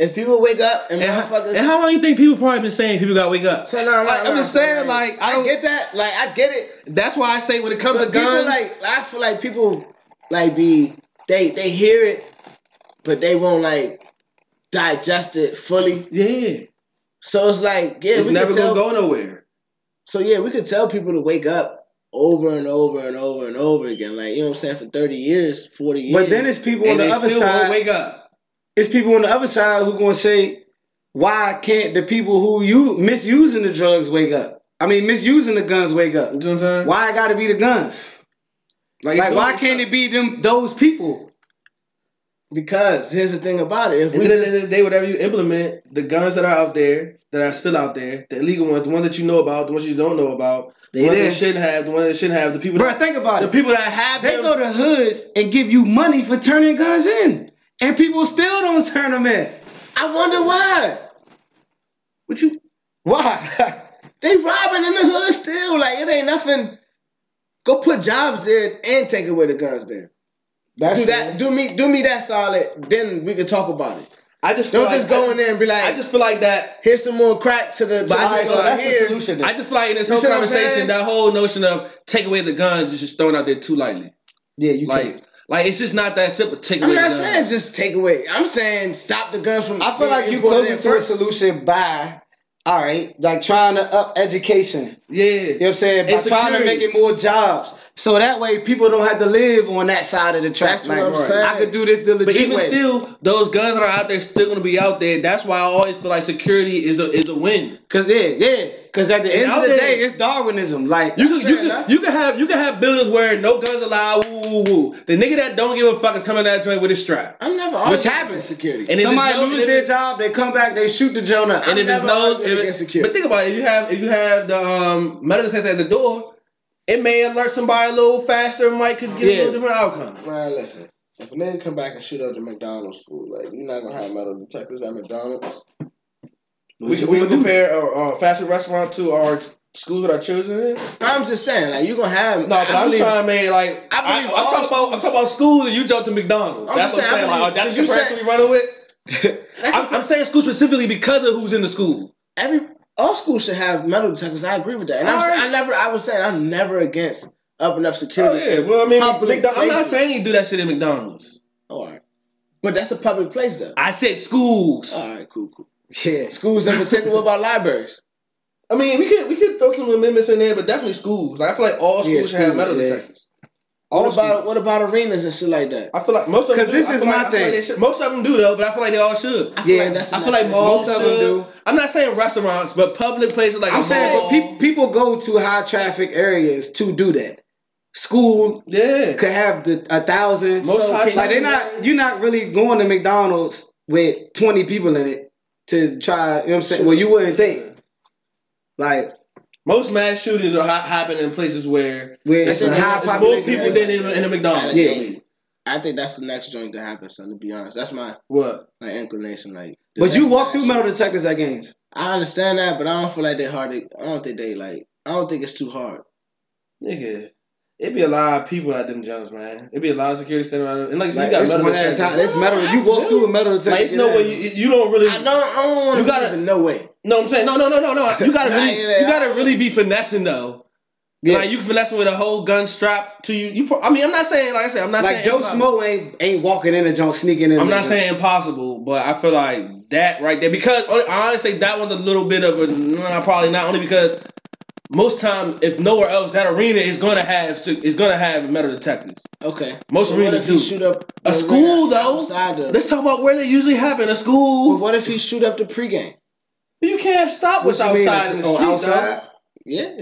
A: If people wake up and,
C: And how,
A: motherfuckers,
C: and how long you think people probably been saying people gotta wake up?
A: so no, no,
C: Like, I'm
A: no,
C: just
A: so,
C: saying, like, I don't-
A: get that. Like, I get it.
C: That's why I say when it comes
A: But
C: to
A: people
C: guns,
A: like I feel like people like be they they hear it, but they won't like digest it fully.
C: yeah,
A: So it's like yeah,
C: it's
A: we
C: never
A: could tell,
C: gonna go nowhere.
A: So yeah, we could tell people to wake up over and over and over and over again. Like you know what I'm saying for thirty years, forty years.
B: But then it's people on
C: And
B: the
C: they
B: other
C: still won't
B: side.
C: wake up.
B: It's people on the other side who gonna say, why can't the people who you misusing the drugs wake up? I mean, misusing the guns wake up.
C: You know what I'm saying?
B: Why it gotta be the guns?
C: Like,
B: Like, why can't it be them those people?
A: because here's the thing about it. If
C: At
A: we
C: the end of the day, whatever you implement, the guns that are out there, that are still out there, the illegal ones, the ones that you know about, the ones you don't know about, the
B: They
C: ones
B: there.
C: that shouldn't have, the ones that shouldn't have, the people,
B: Bruh,
C: that,
B: think about
C: the
B: it.
C: people that have
B: They
C: them,
B: go to hoods and give you money for turning guns in. And people still don't turn them in.
A: I wonder why
C: what you?
B: Why?
A: they robbing in the hood still. Like it ain't nothing. Go put jobs there and take away the guns there.
B: That's
A: Do that. Do me. Do me that solid. Then we can talk about it.
C: I just feel
A: Don't
C: like-
A: just go in there and be
C: I
A: like,
C: just feel like that
A: here's some more crack to the. To
C: But I
A: the
C: just-
A: people
C: so that's
A: out
B: the
A: here.
B: solution.
C: I just feel like in this whole
A: see what I'm saying?
C: conversation, that whole notion of take away the guns is just thrown out there too lightly.
B: Yeah, you
C: Like,
B: can't.
C: like it's just not that simple. Take
A: I'm
C: away
A: not
C: the
A: saying
C: guns.
A: just take away. I'm saying stop the guns from.
B: I feel like you
A: being imported
B: closer
A: in
B: to a
A: first.
B: solution by, all right, like trying to up education. You know
C: Yeah,
B: what I'm saying? By
C: And
B: trying to
C: security.
B: make it more jobs. So that way people don't have to live on that side of the track.
A: That's what I'm saying.
B: I could do this the legit
C: but even
B: way.
C: still, those guns that are out there still gonna be out there. That's why I always feel like security is a is a win.
B: Cause yeah, yeah. Cause at the end
C: out
B: of the
C: there-
B: day, it's Darwinism. Like
C: You can, you,
A: fair enough.
C: can, you can have you can have buildings where no guns allowed. Woo, woo, woo. The nigga that don't give a fuck is coming out that joint with his strap.
A: I'm never arguing
B: Which happens.
A: against security.
C: And if
B: somebody
C: it's no-
B: loses
C: and
B: their
C: if-
B: job, they come back, they shoot the joint up.
C: And if it's
A: never
C: no,
A: arguing
C: if
A: against
C: it,
A: security.
C: but think about it. If you have if you have the um, metal detector at the door, it may alert somebody a little faster. and Might could get
B: Yeah.
C: a little different outcome.
A: Man, listen. If a nigga come back and shoot up the McDonald's food, like you're not gonna have metal detectors at McDonald's.
C: We can, we can compare our, our fast food restaurant to our schools with our children in. No,
A: I'm just saying, like you gonna have.
C: but I am
A: believe-
C: trying, man. Like
A: I
C: I
A: believe
C: am
A: all
C: talking about I'm talking about schools and you jump to McDonald's.
A: I'm
C: that's
A: just
C: what I'm
A: saying,
C: saying.
A: I
C: Like,
A: believe-
C: that's the
A: you
C: comparison
A: said-
C: we running with.
A: That's
C: I'm, I'm saying school specifically because of who's in the school.
A: every all schools should have metal detectors. I agree with that. And I'm,
C: Alright.
A: I never, I was saying, I'm never against upping up security.
C: Oh, well, I mean,
A: Public
C: McDo- I'm not
A: places.
C: saying you do that shit at McDonald's.
A: All right, but that's a public place though.
C: I said schools.
A: All right, cool, cool.
B: yeah.
A: Schools in particular, what about libraries?
C: I mean, we could we could throw some amendments in there, but definitely schools. Like I feel like all schools
B: Yeah,
C: should have
B: schools,
C: metal
B: yeah.
C: detectors. All
A: What about
C: schools.
A: what about arenas and shit like that?
C: I feel like most of them.
B: 'Cause
C: do.
B: this
C: I
B: is
C: feel like-
B: my
C: I feel like
B: thing.
C: they should- most of them do though, but I feel like they all should.
A: I feel
B: Yeah,
A: like that's
C: I feel like
A: another-
C: malls
B: most of
C: should.
B: them do.
C: I'm not saying restaurants, but public places like
B: I'm
C: a
B: saying but
C: mall.
B: pe- people go to high traffic areas to do that. School
C: yeah.
B: could have the a thousand.
C: Most
B: so,
C: high
B: like
C: traffic
B: they're not you're not really going to McDonald's with twenty people in it to try, you know what I'm saying? Well you wouldn't think. Like
C: Most mass shootings are ha- happening in places where
B: where
A: That's
B: it's a
A: it.
B: high
A: It's
C: there's more
B: population.
C: people than in, in a McDonald's.
A: Yeah.
C: really.
A: I think that's the next joint to happen, son. To be honest, that's my
C: What?
A: my inclination. Like, the
B: But you
A: next
B: walk
A: match.
B: through metal detectors at games.
A: I understand that, but I don't feel like they hard. to- I don't think they like. I don't think it's too hard.
C: Nigga. It'd be a lot of people at them jobs, man. It'd be a lot of security standing around them. And like, you
B: Like,
C: got
B: it's
C: metal
B: one at a
C: detectors.
B: time. It's metal. You
A: I
B: walk
A: feel
B: through
A: you.
B: a metal detector.
C: Like, it's
B: get
C: no
B: out.
C: way you, you don't really.
A: I don't. I don't want
C: You gotta-
A: to. No way.
C: No, I'm saying no, no, no, no, no. You gotta
A: Nah,
C: really,
A: yeah,
C: you gotta really be finessing though.
B: Yeah.
C: Like you finessing with a whole gun strap to you. You, pro- I mean, I'm not saying like I said, I'm not
B: Like
C: saying
B: Joe
C: impossible.
B: Smo ain't ain't walking in and jump sneaking in.
C: I'm not
B: there.
C: saying impossible, but I feel like that right there because oh, I honestly that one's a little bit of a nah, probably not only because most time if nowhere else that arena is gonna have is gonna have metal detectors.
A: Okay.
C: Most
A: what
C: arenas
A: if he
C: do.
A: shoot up
C: A
A: the
C: school
A: arena
C: though,
A: outside the-
C: let's talk about where they usually happen. A
A: But
C: school,
A: what if he shoot up the pregame?
C: you can't stop what's
B: What you mean,
C: outside in the
B: oh,
C: street.
B: outside?
A: Yeah.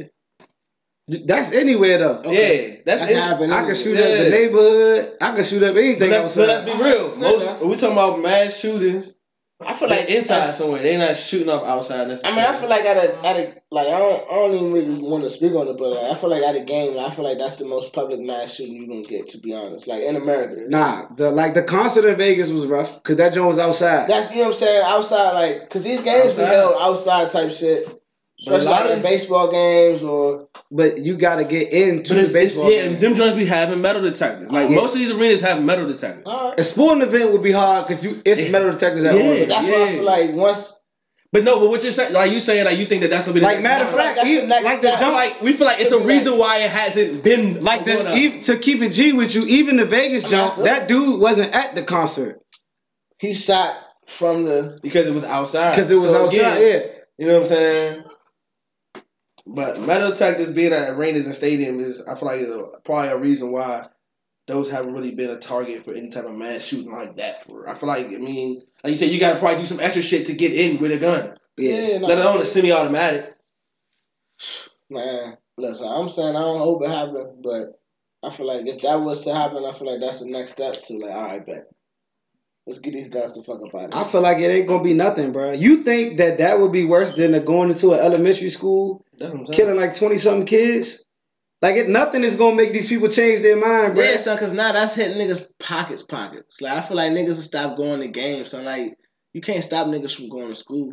B: Th- That's anywhere though.
C: Though.
A: Okay.
C: Oh, Yeah, that's
A: That can happen.
B: I can shoot
C: Yeah.
B: up the neighborhood. I can shoot up anything
C: Let's, but let's
B: outside.
C: be real.
A: Fair
C: Most
A: enough.
C: we talking about mass shootings. I feel
A: like
C: like inside
A: that's-
C: somewhere. They not shooting up outside.
A: I mean, I feel like at a at a like I don't I don't even really want to speak on it, but like, I feel like at a game, I feel like that's the most public mass shooting you're gonna get, to be honest. Like in America,
B: Nah, the like the concert in Vegas was rough because that joint was outside.
A: that's you know what I'm saying. Outside, like, cause these games be
C: Outside.
A: held outside type shit. But a lot of baseball games or
B: But you gotta get into
C: But
B: the
C: it's, it's,
B: baseball.
C: yeah,
B: game.
C: and them joints be having metal detectors. Like most of these arenas have metal detectors.
B: A sporting event would be hard because you it's metal detectors at
C: Yeah.
B: all.
A: but that's why I
C: Yeah.
A: feel like once
C: But no, but what you're saying, like you saying, like you think that that's gonna be the
B: Like
C: next-
B: matter of
A: Like,
B: fact,
A: that's
B: e-
A: the next
B: like the
A: step.
C: I feel
B: jump,
C: like we feel like it's a reason why it hasn't been
B: like
C: going
B: the
C: up.
B: e- to keep it G with you, even the Vegas jump, that dude wasn't at the concert
A: he shot from the
D: Because it was outside.
B: because it was
D: So,
B: outside.
D: again,
B: Yeah,
D: You know what I'm saying? But metal detectors being at arenas and stadiums is, I feel like, is a, probably a reason why those haven't really been a target for any type of mass shooting like that. For I feel like, I mean, like you said, you got to probably do some extra shit to get in with a gun,
B: yeah.
A: no,
D: let alone a semi-automatic.
A: man. Listen, I'm saying I don't hope it happen, but I feel like if that was to happen, I feel like that's the next step to like, all right, bet. Let's get these guys to fuck up out
B: I
A: of here.
B: feel like it ain't gonna be nothing, bro. You think that that would be worse than the going into an elementary school
D: That's what I'm saying.
B: killing like twenty something kids? Like it, nothing is gonna make these people change their mind, bro.
A: Yeah, son, cause now that's hitting niggas pockets, pockets. Like I feel like niggas will stop going to games. So like, you can't stop niggas from going to school.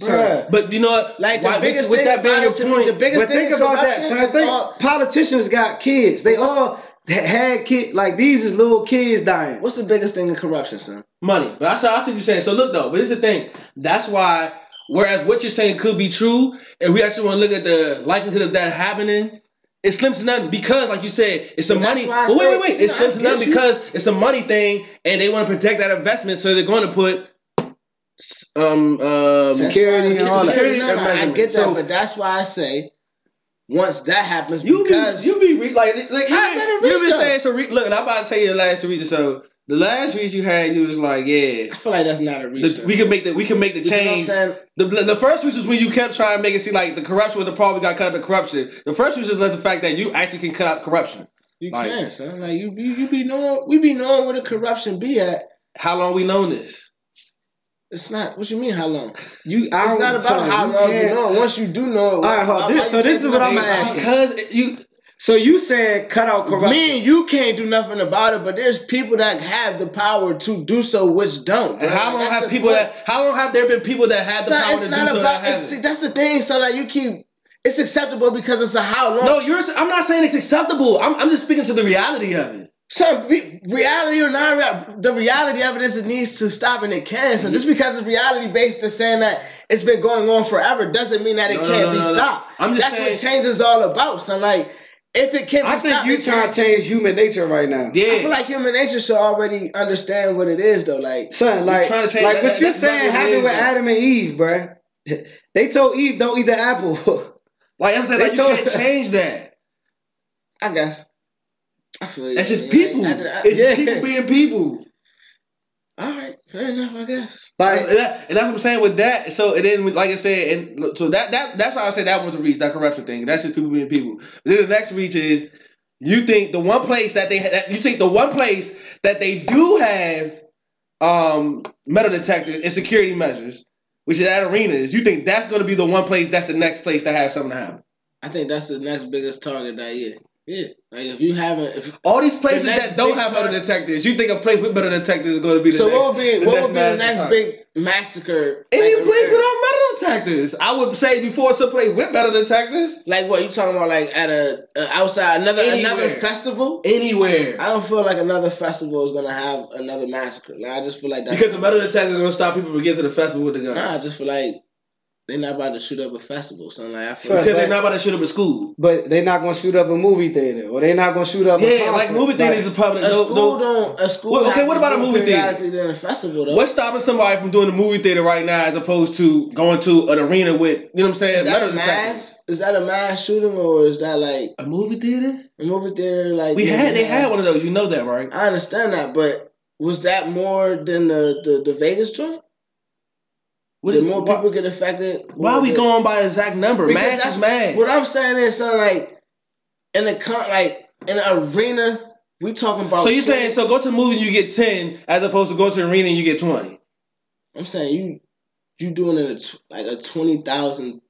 B: Bruh.
C: But you know what?
A: Like the
C: Why-
A: biggest
C: with
A: thing
C: that being
A: about
C: your
A: it to me,
C: point,
A: the biggest
B: But
A: thing
B: think
A: in
B: about that.
A: corruption
B: son. I
A: is
B: think
A: all-
B: politicians got kids. They all ha- had kids. Like these is little kids dying.
A: what's the biggest thing in corruption, son?
C: money. But I saw, I see what you're saying. So look though, but it's the thing. That's why. Whereas what you're saying could be true, and we actually want to look at the likelihood of that happening. It slims to none because, like you said, it's a
A: that's
C: money.
A: why I
C: But wait,
A: say,
C: wait, wait!
A: you
C: It
A: know, I
C: slims to
A: get
C: none
A: you.
C: because it's a money thing, and they want to protect that investment, so they're going to put s- um um
B: Security and all that.
C: Security
A: No, no, I
C: measurement.
A: get that,
C: So-
A: but that's why I say once that happens,
C: You
A: because
C: be you be re- like like you
A: I
C: been,
A: said it
C: you been
A: research.
C: saying so. Re- look, and I'm about to tell you the last reason. So the last reason you had, you was like, yeah,
A: I feel like that's not a
C: the,
A: reason.
C: we can make the we can make the
A: You know what I'm
C: change.
A: saying?
C: The, the first reason was when you kept trying to make it seem like the corruption was the problem. We got cut out the corruption. The first reason was the fact that you actually can cut out corruption.
A: You
C: Like-
A: can, son. Like you, you, you be knowing, we be knowing where the corruption be at.
C: How long we known this?
A: It's not. What you mean? How long?
B: You, I
A: It's not
B: don't-
A: about
B: son,
A: how
B: you
A: long you
B: can't-
A: know. it. Once you do know, it,
B: All right, hold
A: why-
B: this-
A: why
B: so
A: you
B: this
A: can't
B: is
A: do
B: what I'ma
A: nothing about
B: ask
A: it?
C: Because it- you
B: So you said cut out corruption.
A: Me and you can't do nothing about it, but there's people that have the power to do so, which don't.
C: and how
A: Like,
C: long
A: that's
C: have
A: the
C: people
A: point.
C: that how long have there been people that had the
A: It's not,
C: power
A: it's
C: to do
A: not
C: so
A: about.
C: that
A: It's, see,
C: haven't?
A: that's the thing. So like you keep, it's acceptable because it's a how long.
C: No, you're. I'm not saying it's acceptable. I'm, I'm just speaking to the reality of it.
A: So re- reality or non reality, the reality of it is it needs to stop and it can.
C: Mm-hmm.
A: So just because it's reality based and saying that it's been going on forever doesn't mean that it
C: No, no,
A: can't
C: no,
A: be
C: no, no.
A: stopped.
C: I'm just
A: that's what
C: saying-
A: change is all about. So like, if it can,
B: I
A: be
B: think
A: stopped,
B: you
A: it
B: trying
A: can.
B: to change human nature right now.
C: Yeah,
A: I feel like human nature should already understand what it is though. Like
B: Son, like,
C: trying to change
B: like
C: that-
B: what
C: that-
B: you're
C: that's not
B: saying
C: what it
B: happened
C: is,
B: with
C: though.
B: Adam and Eve, bruh. They told Eve, don't eat the apple.
C: like I'm saying,
B: They
C: like, you
B: told-
C: can't change that.
A: I guess. I feel you.
C: That's just
A: Like,
C: people.
A: I- I-
C: it's
B: Yeah.
C: people being people.
A: all right, fair enough. I guess.
C: And,
B: like,
C: that- and that's what I'm saying with that. So and then, like I said, and look, so that that that's why I said that was the reach, that corruption thing. That's just people being people. Then the next reach is you think the one place that they ha- that you think the one place that they do have um metal detectors and security measures, which is at arenas. You think that's going to be the one place that's the next place that has something to happen.
A: I think that's the next biggest target that year. Yeah, like if you haven't, if
C: All these places
A: The next
C: that don't
A: big
C: have metal
A: target-
C: detectors, you think a place with metal detectors is going to be the
A: so,
C: next?
A: what would be
C: the
A: what would be the
C: massive
A: next
C: target?
A: big massacre?
C: Any
A: like,
C: place without metal detectors, I would say before some place with metal detectors.
A: like what you talking about? Like at a, a outside another another
C: Anywhere.
A: festival?
C: anywhere.
A: I don't feel like another festival is gonna have another massacre. Like I just feel like that.
C: Because the metal detectors are gonna stop people from getting to the festival with the gun.
A: nah, I just feel like they're not about to shoot up a festival. So like I feel
B: So-
A: like,
C: Because they're not about to shoot up a school.
B: but they not gonna shoot up a movie theater, or they not gonna shoot up. a
C: Yeah,
B: concert.
C: like movie theaters are public.
A: a
C: No,
A: school
C: no-
A: don't a school.
C: Well, okay,
A: have
C: what
A: to
C: about a
A: do it
C: movie theater?
A: periodically during a festival though?
C: What's stopping somebody from doing the movie theater right now as opposed to going to an arena with you know what I'm saying?
A: Is that a
C: detectors?
A: mass? Is that a mass shooting or is that like
C: A movie theater?
A: a movie theater? Like
C: We
A: yeah,
C: had they
A: yeah.
C: had one of those. You know that, right?
A: I understand that, but was that more than the the, the Vegas joint?
C: What
A: Did
C: is-
A: more
C: why,
A: people get affected?
C: why are we
A: Did-
C: going by the exact number?
A: Because
C: Mass
A: that's-
C: is mass.
A: What I'm saying is, son, like in the con, like in the arena, we talking about.
C: so you
A: 20.
C: saying so go to the movie and you get ten as opposed to go to the arena and you get twenty.
A: I'm saying you you doing it a tw- like a twenty thousand.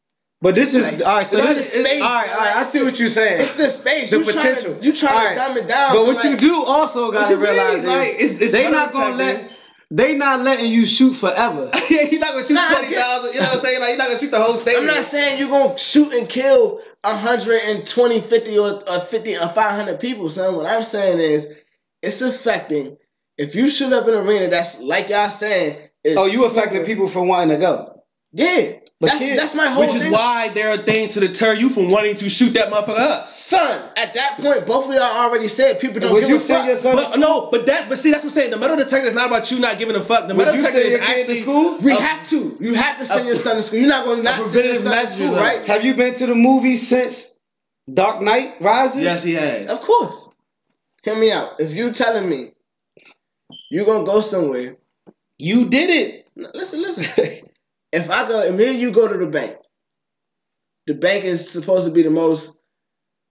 B: But this is all right. So
A: It's
B: this
A: the
B: is
A: space,
B: all right. All right I see what you're saying.
A: It's the space.
B: The
A: you
B: potential.
A: Trying to, you trying
B: All right.
A: to dumb it down.
B: but
A: so
B: what
A: like,
B: you do also gotta
C: you mean?
B: realize is
C: Like, it's- it's
B: they
C: metal
B: not gonna let.
C: detectors.
B: They not letting you shoot forever.
C: yeah, you're not gonna shoot
A: Nah, I get-
C: twenty thousand. You know what I'm saying? Like you're not gonna shoot the whole stadium.
A: I'm not saying you're gonna shoot and kill 120, 50, or, or 50 or 500 people, son. What I'm saying is, it's affecting. If you shoot up an arena, that's like y'all saying. It's
B: Oh, you affecting people from wanting to go.
A: Yeah,
B: But
A: that's,
B: kids-
A: that's my whole.
C: Which is
A: thing.
C: why there are things to deter you from wanting to shoot that motherfucker up.
A: son. At that point, both of y'all already said people don't
B: Would
A: give
B: you
A: a fuck.
B: send your son to
C: But uh,
B: school?
C: no, but that, but see, that's what I'm saying. The metal detector is not about you not giving a fuck. The
B: Would
C: metal
B: you
C: detector
B: send your
C: is
B: kid to
C: actually
B: school?
A: We have to. You have to send your son to school. You're not going to not send your
C: preventative
A: son to
C: measure,
A: school,
C: though.
A: right?
B: Have you been to the movie since Dark Knight Rises?
C: Yes, he has.
A: Of course. Hear me out. If you telling me you're gonna go somewhere,
B: You did it.
A: no, listen, listen. if I go, and me and you go to the bank, the bank is supposed to be the most.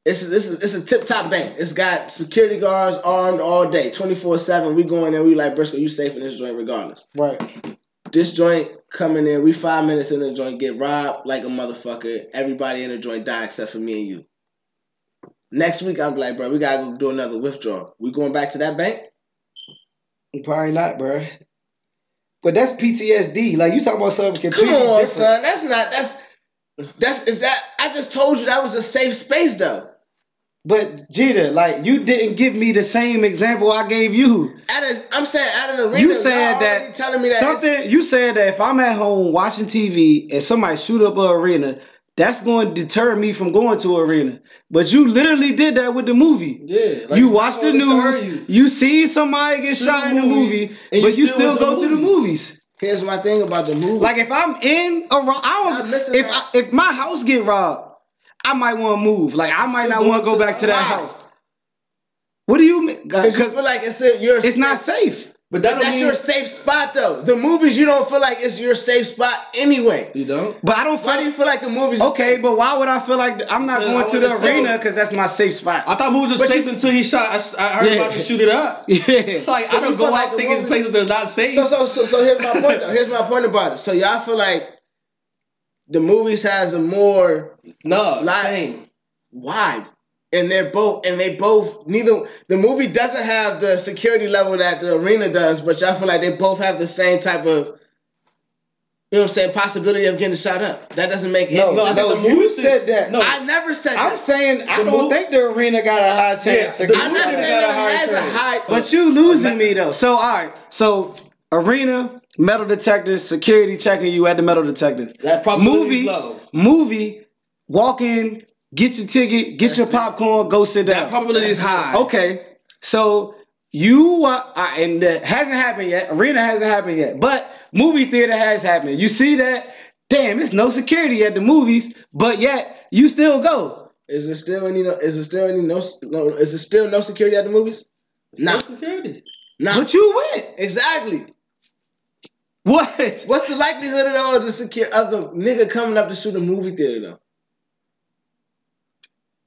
A: It's a, it's a, it's a tip top bank. It's got security guards armed all day, twenty four seven. We go in there. We like Briscoe. You safe in this joint, regardless.
B: Right.
A: This joint coming in. We five minutes in the joint get robbed like a motherfucker. Everybody in the joint die except for me and you. Next week I'm like, bro, we gotta go do another withdrawal. We going back to that bank?
B: Probably not, bruh. But that's PTSD. Like you talking about
A: Come
B: something completely
A: on,
B: different.
A: son. That's not. That's that's is that. I just told you that was a safe space, though.
B: But Jeter, like you didn't give me the same example I gave you.
A: At a, I'm saying at an arena.
B: You
A: y'all
B: said
A: already
B: that
A: telling me that it's-
B: something. You said that if I'm at home watching TV and somebody shoot up an arena, that's going to deter me from going to an arena. But you literally did that with the movie.
C: Yeah, like,
B: you
C: it's
B: watch the
C: not gonna
B: news.
C: deter
B: You.
C: you.
B: see somebody get
C: Shoot
B: shot
C: a
B: in the
C: movie,
B: movie,
C: and
B: but
C: you
B: you
C: still
B: still,
C: went
B: go
C: to
B: to
C: the
B: the movies.
A: Here's my thing about the movie.
B: Like if I'm in a ro- I
A: I'm
B: don't.
A: missing
B: If I,
A: that.
B: if my house get robbed, I might want to move. Like I might not want to go back to that
A: Why?
B: house. What do you mean?
A: Cause you
B: Because
A: feel like it's a, your.
B: it's not safe.
C: but that don't
A: That's
C: mean
A: your safe spot, though. The movies you don't feel like it's your safe spot anyway.
C: you don't.
B: But I don't
A: Why do
B: feel
A: you feel like the movies? are
B: okay.
A: safe?
B: But why would I feel like I'm not
C: Yeah, I
B: going to
C: wanna
B: the
C: say-
B: arena because that's my safe
C: I
B: spot?
C: thought moves were
A: But
C: safe
A: you-
C: until he shot. I, s- I heard
B: Yeah.
C: about to shoot it up.
B: Yeah.
C: Like
A: So
C: I
A: you
C: don't go
A: feel like
C: out
A: the
C: thinking
A: movie-
C: places that are not safe.
A: So so so so here's my point though. Here's my point about it. So y'all feel like the movies has a more
C: no,
A: Like-
C: same.
A: wide. And they're both and they both neither the movie doesn't have the security level that the arena does, but y'all feel like they both have the same type of you know what I'm saying, possibility of getting shot up. That doesn't make any
B: No,
C: No, I
A: sense.
C: think
B: no,
C: the
B: you
C: movies-
B: said that.
C: No,
A: I never said
B: I'm
A: that.
B: saying I
C: The
B: don't
C: move-
B: think the arena got a high chance.
C: Yeah,
B: of
C: the
B: getting
A: I'm not
C: movie
B: shot.
A: saying
C: got a high
A: that it has
C: chance.
A: a high
B: But you losing me though. So all right. So arena, metal detectors, security checking you at the metal detectors.
C: that probability
B: Movie,
C: is low.
B: movie, walk in, get your ticket, get your popcorn, go sit down.
C: That probability is high.
B: Okay, so you uh, I- and that hasn't happened yet. Arena hasn't happened yet, but movie theater has happened. You see that? Damn, it's no security at the movies, but yet you still go.
A: Is there still any no is there still any no no is there still no security at the movies? Nah.
C: What's security?
A: Nah.
B: But you went.
A: exactly.
B: What?
A: What's the likelihood at all of the secure of the nigga coming up to shoot a movie theater though?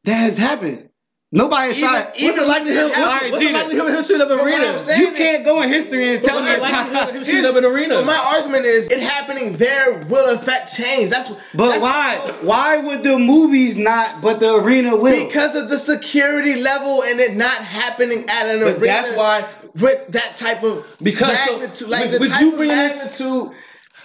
B: That has happened. Nobody shot.
A: Even-
C: What's the likelihood?
A: All
C: What's,
B: right,
C: what's the
B: Gina.
C: likelihood of him shooting up an
A: But what
C: arena?
A: I'm
C: What's
A: saying-
B: you can't go in history and tell me.
C: the
B: it's
C: likelihood
B: not-
C: of him shooting up an arena?
A: But my argument is it happening there will affect change. That's
B: But
A: that's-
B: why? Why would the movies not, but the arena will?
A: Because of the security level and it not happening at an
C: But
A: arena.
C: that's why-
A: with that type of
C: Because so-
A: magnitude, like
C: with-
A: the
C: with
A: type
C: you
A: of
C: bringing this-
A: magnitude.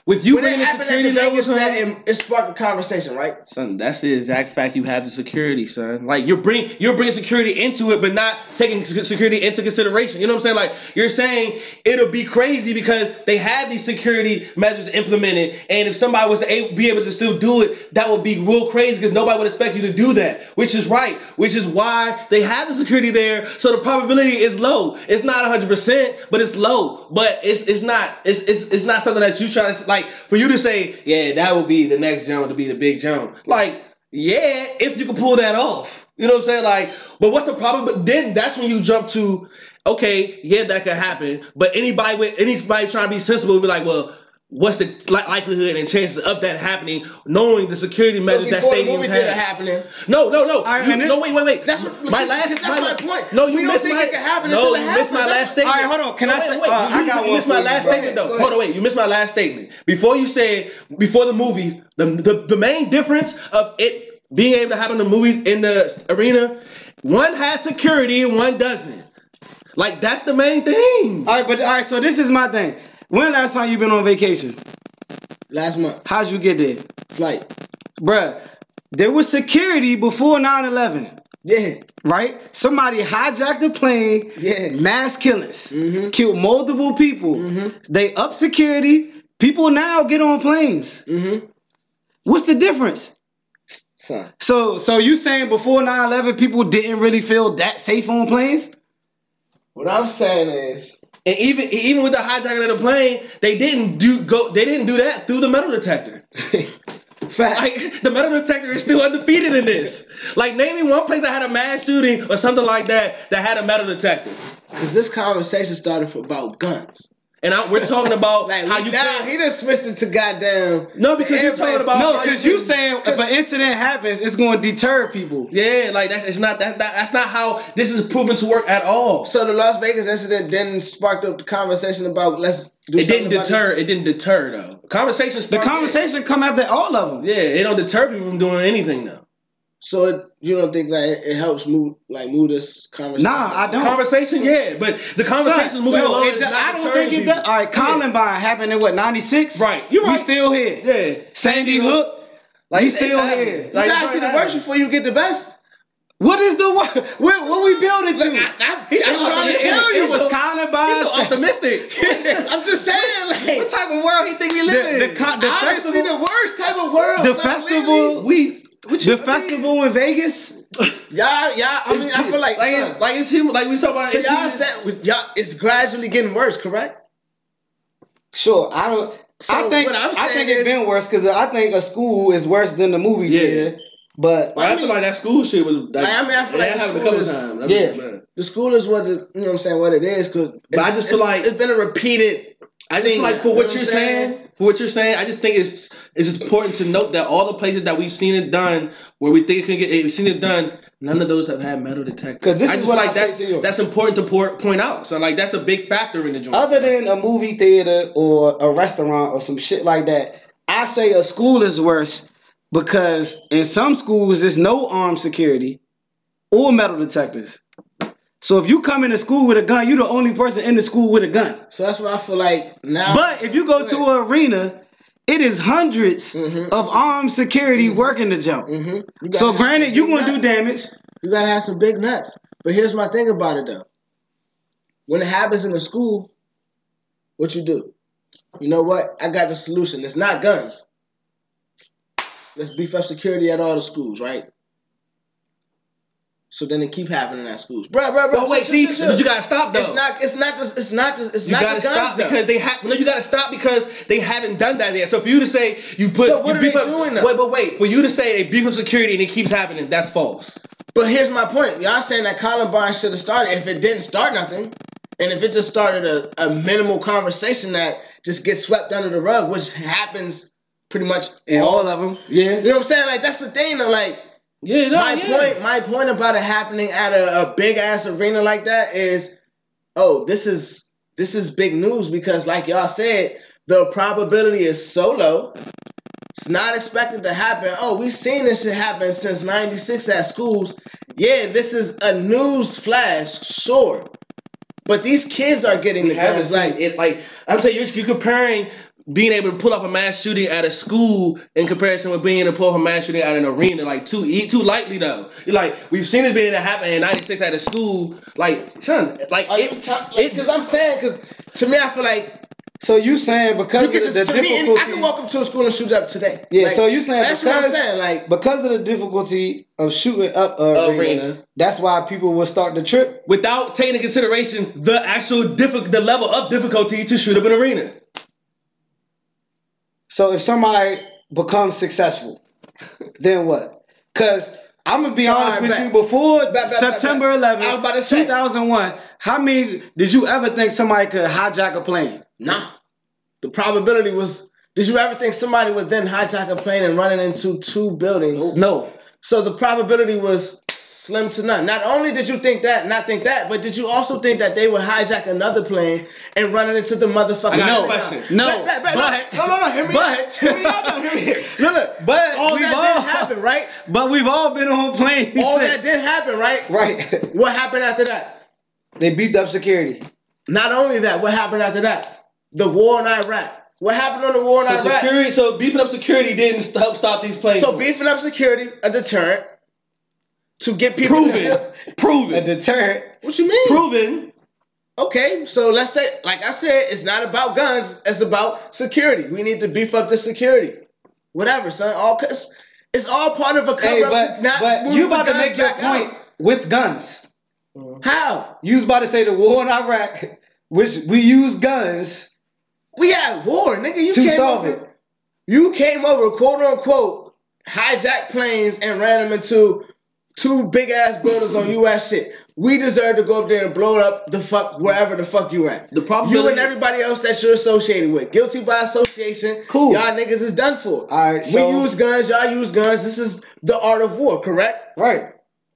C: With you
A: when it
C: bringing the
A: happened at the
C: security
A: Vegas,
C: levels,
A: that
C: huh?
A: it, it sparked a conversation, right?
C: Son, that's the exact fact you have the security, son. Like you're bring you're bringing security into it, but not taking sec- security into consideration. You know what I'm saying? Like you're saying it'll be crazy because they had these security measures implemented, and if somebody was to a- be able to still do it, that would be real crazy because nobody would expect you to do that. Which is right. Which is why they have the security there, so the probability is low. It's not 100, percent but it's low. But it's it's not it's it's, it's not something that you try to like for you to say, yeah, that would be the next jump to be the big jump. Like yeah, if you can pull that off. You know what I'm saying? Like, but what's the problem? But then that's when you jump to, okay, yeah, that could happen. But anybody with anybody trying to be sensible would be like, well, what's the li- likelihood and chances of that happening, knowing the security measures
A: So
C: that
A: before the
C: stadiums
A: movie
C: have?
A: theater happening,
C: No, no, no.
B: right,
C: You-
B: and it-
C: no, wait, wait, wait.
A: That's what-
C: my
A: see,
C: last.
A: that's my point.
C: No, you
A: We don't
C: missed
A: think
C: my,
A: it can happen
C: no,
A: until it
C: you missed my
A: happens.
C: last statement.
B: All right, hold on. Can
C: no,
B: I
C: wait,
B: say- uh,
C: wait. you,
B: I got
C: you
B: one
C: missed
B: for
C: my
B: you,
C: last
B: bro.
C: statement
A: Go
C: though.
A: ahead.
C: Hold on, wait. You missed my last statement before you said before the movie. The the, the main difference of it being able to happen in the movies in the arena, one has security and one doesn't. Like that's the main thing.
B: All right, but all right. So this is my thing. When last time you been on vacation?
A: Last month,
B: How'd you get there?
A: flight.
B: Bruh, there was security before 9-11,
A: Yeah,
B: right? Somebody hijacked the plane,
A: Yeah.
B: mass killings, killed multiple people. They up security. People now get on planes. What's the difference?
A: son.
B: So so you saying before 9-11 people didn't really feel that safe on planes?
A: What I'm saying is,
C: And even even with the hijacking of the plane, they didn't do go. They didn't do that through the metal detector.
B: Fact.
C: Like the metal detector is still undefeated in this. Like name me one place that had a mass shooting or something like that that had a metal detector.
A: because this conversation started for about guns.
C: And I, we're talking about
A: Like
C: how you
A: now,
C: can't.
A: he done switched it to goddamn.
C: no, because you're talking about
B: no,
C: how
B: because you saying if an incident happens, it's going to deter people.
C: Yeah, like that's it's not that, that that's not how this is proven to work at all.
A: So the Las Vegas incident then sparked up the conversation about let's do
C: It didn't
A: something about
C: deter. It didn't deter though. Conversations.
B: The conversation come after all of them.
C: Yeah, it don't deter people from doing anything though.
A: So it, you don't think that it, it helps move like move this conversation?
B: Nah, I don't.
C: Conversation, yeah, but the conversation's
B: Son,
C: moving
B: so
C: along.
B: it
C: It's
B: do-
C: not
B: I don't
C: deterring
B: think it
C: people.
B: does. All right, Columbine happened in what ninety six.
C: Right, you're
B: We
C: right.
B: still here.
C: Yeah.
B: Sandy Hook. Like
C: it's
B: still
C: happening.
B: here.
C: Like,
A: you gotta see the worst before you get the best.
B: What is the what? What, what we building to?
A: I- I- I'm trying to
B: it-
A: tell you.
B: It was Columbine.
C: He's so optimistic.
A: I'm just saying, like, what type of world he think we live
B: The-
A: in?
B: the con- the
A: Obviously,
B: festival-
A: the worst type of world.
B: the
A: son,
B: festival.
A: literally.
C: we, what you,
B: the festival in Vegas.
A: Y'all, y'all. I mean, I feel like,
C: like,
A: son,
C: it's, like it's human. Like we talk about.
A: so
C: it's
A: y'all
C: human-
A: said with- y'all. It's gradually getting worse, correct?
B: Sure, I don't. I
A: So
B: think
A: what I'm
B: I
A: saying
B: think it's
A: is-
B: been worse because I think a school is worse than the movie
C: Yeah.
B: theater. But
C: Like, I, feel like that school shit was. Like,
A: I mean, I feel
C: that
A: like
C: happened a
A: school
C: couple
A: is-
C: times. I
B: yeah.
C: mean, man.
A: The school is what the, you know. what I'm saying what it is, cause.
C: But I
A: it's-
C: just feel
A: it's-
C: like-
A: it's been a repeated.
C: I just feel
A: thing,
C: like for
A: you
C: what
A: know
C: you're
A: what I'm saying?
C: saying, for what you're saying, I just think it's it's just important to note that all the places that we've seen it done, where we think it can get, we've seen it done, none of those have had metal detectors.
B: 'Cause this
C: I
B: is
C: just
B: what
C: feel
B: I
C: like
B: say
C: that's
B: to you.
C: that's important to pour, point out. So like that's a big factor in the joint.
B: other than a movie theater or a restaurant or some shit like that, I say a school is worse because in some schools there's no armed security or metal detectors. So if you come into school with a gun, you're the only person in the school with a gun.
A: So that's why I feel like now.
B: But if you go to an arena, it is 100s of armed security working the job.
A: Mm-hmm. You
B: So
A: gotta-
B: granted, you're gonna do damage.
A: You gotta have some big nuts. But here's my thing about it though. When it happens in the school, what you do? You know what? I got the solution. It's not guns. Let's beef up security at all the schools, right? So then it keep happening at schools, bruh, bruh, bruh.
C: but Oh, wait,
A: shit,
C: see,
A: shit, shit.
C: but you gotta stop though.
A: It's not. It's not. This, it's not. This, it's
C: you
A: not.
C: gotta
A: the guns,
C: stop
A: though.
C: because they have no. You gotta stop because they haven't done that yet. So for you to say you put,
A: So what
C: you
A: are they
C: beef up-
A: doing, though?
C: Wait, but wait, for you to say they beef up security and it keeps happening, that's false.
A: But here's my point. Y'all saying that Columbine should have started. If it didn't start nothing, and if it just started a, a minimal conversation that just gets swept under the rug, which happens pretty much
B: And
A: all
B: all of them, yeah.
A: you know what I'm saying? Like that's the thing though, like
C: Yeah, no,
A: my
B: Oh,
C: yeah.
A: point my point about it happening at a, a big ass arena like that is oh, this is this is big news because like y'all said, the probability is so low. It's not expected to happen. Oh, we've seen this shit happen since 96 at schools. Yeah, this is a news flash, sure. But these kids are getting the
C: We haven't
A: guns.
C: seen
A: Like,
C: it. Like I'm telling you, you're comparing being able to pull off a mass shooting at a school in comparison with being able to pull off a mass shooting at an arena. Like too, eat too lightly though. You're like we've seen it being to happen in '96 at a school. Like son, like it, it,
A: because I'm saying, because to me, I feel like
B: So you saying because
A: You
B: of
A: could
B: the,
A: just,
B: the
A: to me, any-
B: difficulty?
A: I could walk up to a school and shoot it up today.
B: Yeah,
A: Like,
B: so you saying
A: that's
B: because,
A: what I'm saying. Like,
B: because of the difficulty of shooting up a arena,
C: Arena.
B: that's why people will start to trip.
C: without taking into consideration the actual diffi- the level of difficulty to shoot up an arena.
B: So if somebody becomes successful, then what? Because I'm gonna be honest
A: alright,
B: with
A: bet.
B: you. Before
A: Bet, bet, bet,
B: September
A: bet. I was
B: 11,
A: about to say.
B: 2001, how many did you ever think somebody could hijack a plane?
A: nah. The probability was. Did you ever think somebody would then hijack a plane and running into two buildings?
B: No.
A: So the probability was slim to none. Not only did you think that, not think that, but did you also think that they would hijack another plane and running into the motherfucking?
C: got
A: Pentagon?
C: a question.
B: No,
A: Bet, bet, bet,
B: but-
A: no, no, no, no. Hear me
B: but-
A: out. Hear me out. though, Hear me out. Look, look,
B: But
A: all
B: we've
A: that
B: all-
A: did happen, right?
B: But we've all been on planes.
A: All that
B: since-
A: did happen, right?
B: right.
A: What happened after that?
B: they beeped up security.
A: Not only that, what happened after that? the war in Iraq. What happened on the war in
C: So
A: Iraq?
C: security, so beefing up security didn't stop stop these planes.
A: So beefing up security, a deterrent to get people. to
C: proven,
A: help-
B: A
C: proven,
B: deterrent.
A: What you mean?
C: proven.
A: Okay, so let's say, like I said, it's not about guns. It's about security. We need to beef up the security. Whatever, son. All it's, it's all part of a cover
B: Hey,
A: up.
B: but,
A: to not
B: but
A: move the
B: you about to
A: guns
B: make your
A: back out.
B: point with guns.
A: How?
B: You was about to say the war in Iraq, which we use guns
A: We at war, nigga. You
B: to
A: came
B: solve
A: over,
B: it.
A: You came over, quote unquote, hijacked planes and ran them into two big ass buildings on U.S. shit. We deserve to go up there and blow it up the fuck wherever the fuck you at.
C: The problem
A: You and everybody else that you're associated with. Guilty by association.
B: Cool.
A: Y'all niggas is done for.
B: All right, so-
A: we use guns, y'all use guns. This is the art of war, correct?
B: Right.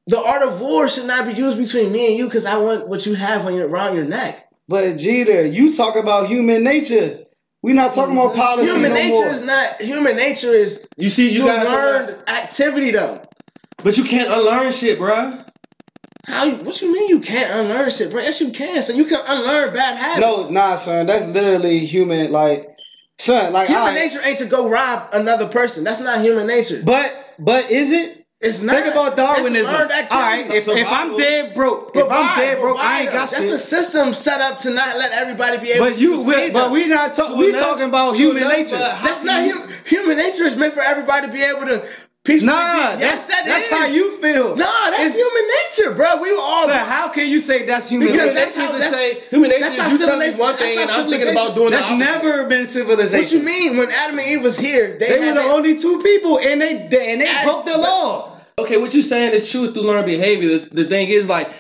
A: The art of war should not be used between me and you because I want what you have on your around your neck.
B: But Jeter, you talk about human nature. we not talking about policy
A: Human
B: no
A: nature
B: more.
A: is not human nature is
C: You see, you,
A: you,
C: gotta
A: learned activity though.
C: but you can't unlearn shit, bruh.
A: How what you mean you can't unlearn shit, bro? Yes you can. So you can unlearn bad habits.
B: no, nah, son. That's literally human. Like, son, like
A: Human
B: all right.
A: nature ain't to go rob another person. That's not human nature.
B: But but is it?
A: it's not.
B: Think about Darwinism.
A: It's
B: All
A: learned activity.
B: right, if, if I'm
C: Survival.
B: dead broke, if
A: But
B: I'm
A: why?
B: dead
A: But
B: broke,
A: why
B: I ain't got
A: though? That's a
B: shit.
A: system set up to not let everybody be able
B: But
A: to
B: you,
A: succeed
B: we, but
A: though.
B: we not talking. We talking about human nature.
A: That's not human. Human nature is meant for everybody to be able to peacefully.
B: Nah,
A: be- yes,
B: that's
A: that
B: that's
A: is.
B: how you feel.
A: Nah, that's
B: It's-
A: human nature, bro. We were all.
B: So how can you say that's human
A: Because
B: nature?
C: Human
A: that's how-
C: nature is to
A: that's-
C: say human nature
A: that's
C: is
A: how
C: you tell me
A: civilization-
C: one thing
A: that's
C: and
A: how
C: I'm thinking about
A: civilization-
C: doing the
B: That's
C: opposite.
B: never been civilization.
A: what you mean? When Adam and Eve was here, they,
B: They were
A: had
B: the
A: that-
B: only two people, and they they- and they
A: As-
B: broke the
A: but-
B: law.
C: Okay, what you're saying is true through learned behavior. The, the thing is, like,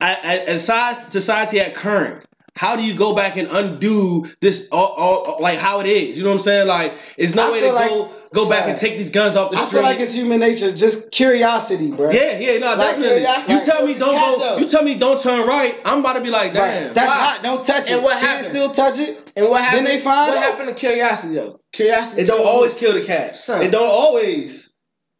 C: I, I, as size society at current, how do you go back and undo this? All, all, like how it is, you know what I'm saying? Like, it's no
B: I
C: way to
B: feel like-
C: go go back and
B: sorry.
C: take these guns off the
B: I
C: street.
B: feel like it's human nature, just curiosity, bro.
C: yeah, yeah, no,
B: Like,
C: definitely.
B: yeah, that's
C: you
B: like-
C: tell me don't
A: Yeah,
C: go.
A: though.
C: You tell me don't turn right. I'm about to be like, damn.
B: Right. That's
A: Why?
B: hot. Don't touch it.
A: And what
B: Kids
A: happened?
B: Still touch it.
A: And what happened?
B: Then they find
A: what
B: out.
A: happened to curiosity though? Curiosity.
C: it don't always kill the cat.
A: Son.
C: It don't always.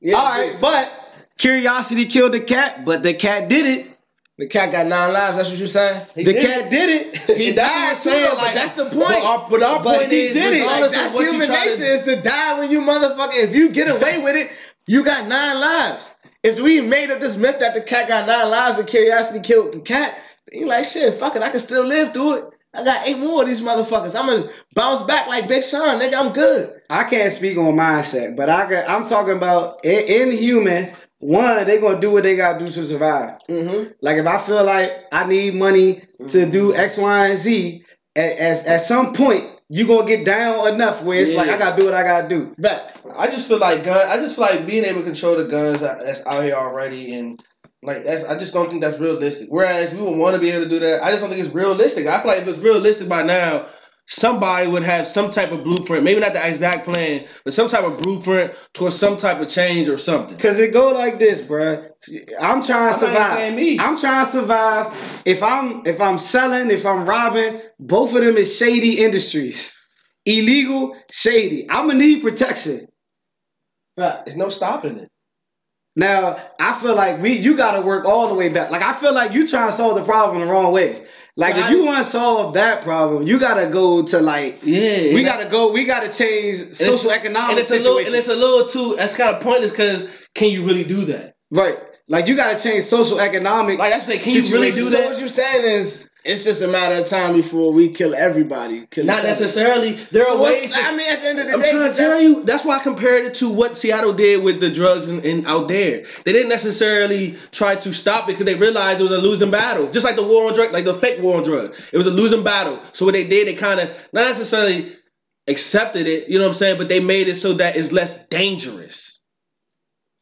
A: Yeah,
B: All right,
A: yes.
B: but curiosity killed the cat, but the cat did it.
A: the cat got nine lives. That's what you saying?
B: the
C: did
B: cat
C: it.
B: did it.
C: He
A: died
C: died
A: too,
C: saying,
A: though, but
C: like,
A: that's the point.
C: But our, but our
B: But
C: point
B: he
C: is,
B: did it.
C: regardless
A: That's
C: of what you
A: human
C: try
A: nature
C: to
A: is to die when you motherfucking. If you get away with it, you got nine lives. If we made up this myth that the cat got nine lives and curiosity killed the cat, you like shit. Fuck it, I can still live through it. I got eight more of these motherfuckers. I'm gonna bounce back like Big Sean, nigga. I'm good.
B: I can't speak on mindset, but I could, I'm talking about in, in human. One, they gonna do what they gotta do to survive.
A: Mm-hmm.
B: Like if I feel like I need money
C: Mm-hmm.
B: to do X, Y, and Z, at, as at some point you gonna get down enough where it's like
C: Yeah.
B: I gotta do what I gotta do.
A: Back.
C: I just feel like gun. I just feel like being able to control the guns that- that's out here already, and like that's. I just don't think that's realistic. Whereas we would want to be able to do that. I just don't think it's realistic. I feel like if it's realistic by now, somebody would have some type of blueprint. Maybe not the exact plan, but some type of blueprint towards some type of change or something.
B: Cause it go like this, bruh. I'm trying to
C: I'm not even
B: survive.
C: saying me.
B: I'm trying to survive. If I'm if I'm selling, if I'm robbing, both of them is shady industries. Illegal, shady. I'ma need protection.
A: Back.
C: There's no stopping it.
B: Now, I feel like we you gotta work all the way back. Like I feel like you trying to solve the problem the wrong way. Like if
A: I-
B: you want to solve that problem, you gotta go to like
C: Yeah,
B: we gotta go. We gotta change
C: and it's-
B: social economic
C: and it's
B: situation.
C: A little, and it's a little too. That's kind of pointless because can you really do that?
B: right, like you gotta change social economic.
C: Like that's like, can you really
A: So
C: do that?
A: what you saying is, it's just a matter of time before we kill everybody. Kill each
C: Not
A: other.
C: necessarily. There are
A: So
C: ways.
A: what's-
C: to-
A: I mean, at the end of the
C: I'm
A: day,
C: trying to
A: that's-
C: tell you. That's why I compared it to what Seattle did with the drugs and, and out there. They didn't necessarily try to stop it because they realized it was a losing battle. Just like the war on drug, like the fake war on drug. It was a losing battle. So what they did, they kind of not necessarily accepted it. You know what I'm saying? But they made it so that it's less dangerous.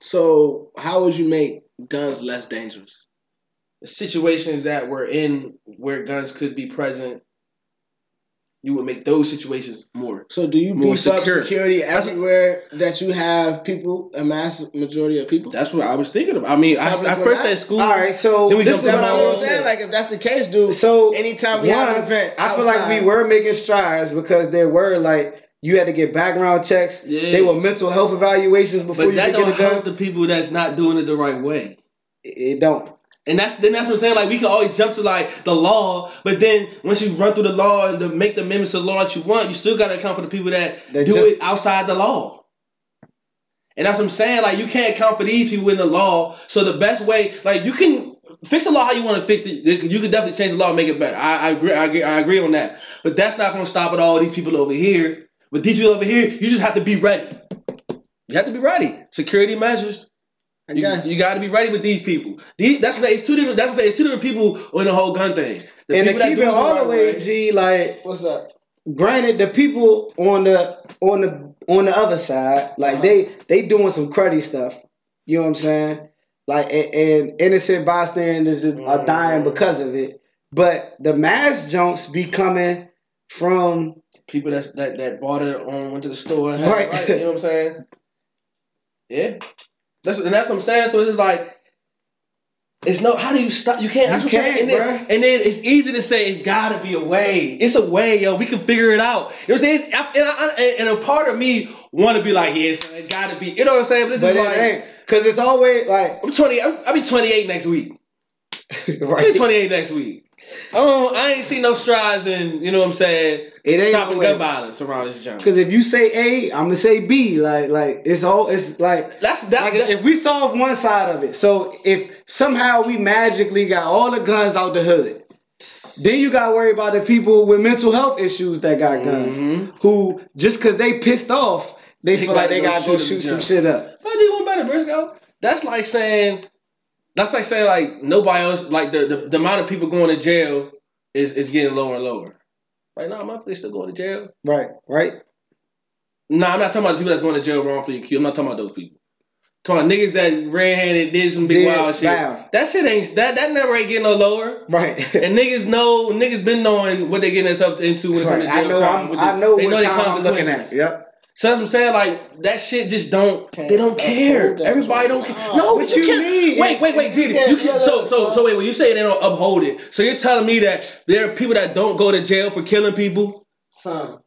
A: So how would you make guns less dangerous?
C: situations that we're in where guns could be present, you would make those situations more.
A: So do you
C: More
A: beef up
C: secure.
A: security everywhere that you have people, a mass majority of people?
C: That's what I was thinking about. I mean, I,
A: Public
C: I first said
A: relax.
C: school.
B: all right, so
C: Then we
B: this
C: jump
B: is
C: to
B: what
A: That's
B: I
C: my
A: what
B: want to
A: I'm
B: say.
C: own
A: saying. Like if that's the case, dude.
B: So
A: anytime we have an
B: one,
A: event,
B: I feel like we
A: outside-
B: were making strides because there were like you had to get background checks.
C: Yeah.
B: They were mental health evaluations before
C: But
B: you
C: that
B: could
C: don't
B: get a gun.
C: help the people that's not doing it the right way.
B: it don't.
C: And that's then that's what I'm saying. Like we can always jump to like the law, but then once you run through the law and the, make the amendments to the law that you want, you still gotta account for the people that
B: That
C: do
B: just-
C: it outside the law. And that's what I'm saying. Like you can't account for these people in the law. So the best way, like you can fix the law how you want to fix it. You can definitely change the law and make it better. I, I agree. I agree. I agree on that. But that's not gonna stop at all these people over here. But these people over here, you just have to be ready. You have to be ready. Security measures.
A: I
C: You,
A: guess.
C: you got to be ready with these people. These that's what it's two different. That's what it's two different people on the whole gun thing. The
B: and to
C: people that
B: keep
C: do
B: it all
C: right
B: the way,
C: way-
B: G, like what's up? Granted, the people on the on the on the other side, like they they doing some cruddy stuff. You know what I'm saying? Like and, and innocent bystanders is, are dying because of it. But the mass jumps be coming from
C: people that that that bought it on went to the store. and had
B: Right.
C: it right. You know what I'm saying? Yeah. That's and that's what I'm saying. So it's just like. It's no. How do you stop? You can't. That's
B: You
C: what I'm saying.
B: can't,
C: and, then, and then it's easy to say it gotta be a way. It's a way, yo. We can figure it out. You know what I'm saying? It's- I- and, I- I- and a part of me want to be like, yeah, son, it gotta be. You know what I'm saying? But this
B: but
C: is
B: it
C: like,
B: ain't. Cause it's always like
C: I'm 20. I'm- I'll be 28 next week. I'll
B: right.
C: be 28 next week. I don't. I ain't seen no strides in. You know what I'm saying?
B: It ain't
C: stopping
B: no way.
C: gun violence around this junk.
B: Cause if you say A, I'm gonna say B. Like like it's all it's like
C: That's that.
B: like
C: that-
B: if we solve one side of it, so if somehow we magically got all the guns out the hood, then you gotta worry about the people with mental health issues that got guns,
A: Mm-hmm.
B: who just cause they pissed off, they feel like
C: gotta
B: they
C: go
B: gotta go
C: shoot 'em
B: shoot some
C: down.
B: shit up.
C: But I did one better, Briscoe. That's like saying, that's like saying like nobody else, like the, the, the amount of people going to jail is, is getting lower and lower. Right now, motherfuckers still going to jail.
B: Right, right.
C: Nah, I'm not talking about the people that's going to jail wrongfully accused. I'm not talking about those people. I'm talking about niggas that red handed did some big
B: Did
C: wild shit.
B: foul.
C: That shit ain't that that never ain't getting no lower.
B: Right.
C: And niggas know niggas been knowing what they getting themselves into when it comes
B: right.
C: to
B: I
C: jail
B: know
C: time.
B: I'm,
C: with
B: I
C: the-
B: know
C: they
B: what
C: know their
B: time I'm looking at.
C: consequences.
B: Yep.
C: So that's what I'm saying. Like that shit just don't. They don't care.
A: uphold it.
C: Everybody don't care. No,
B: What
C: but you
B: you
C: can't.
B: mean?
C: Wait, wait, wait, Ziti.
A: Yeah,
C: You can
A: yeah,
C: So,
A: that's
C: so,
A: fine.
C: so wait. When you say they don't uphold it, so you're telling me that there are people that don't go to jail for killing people.
A: Son,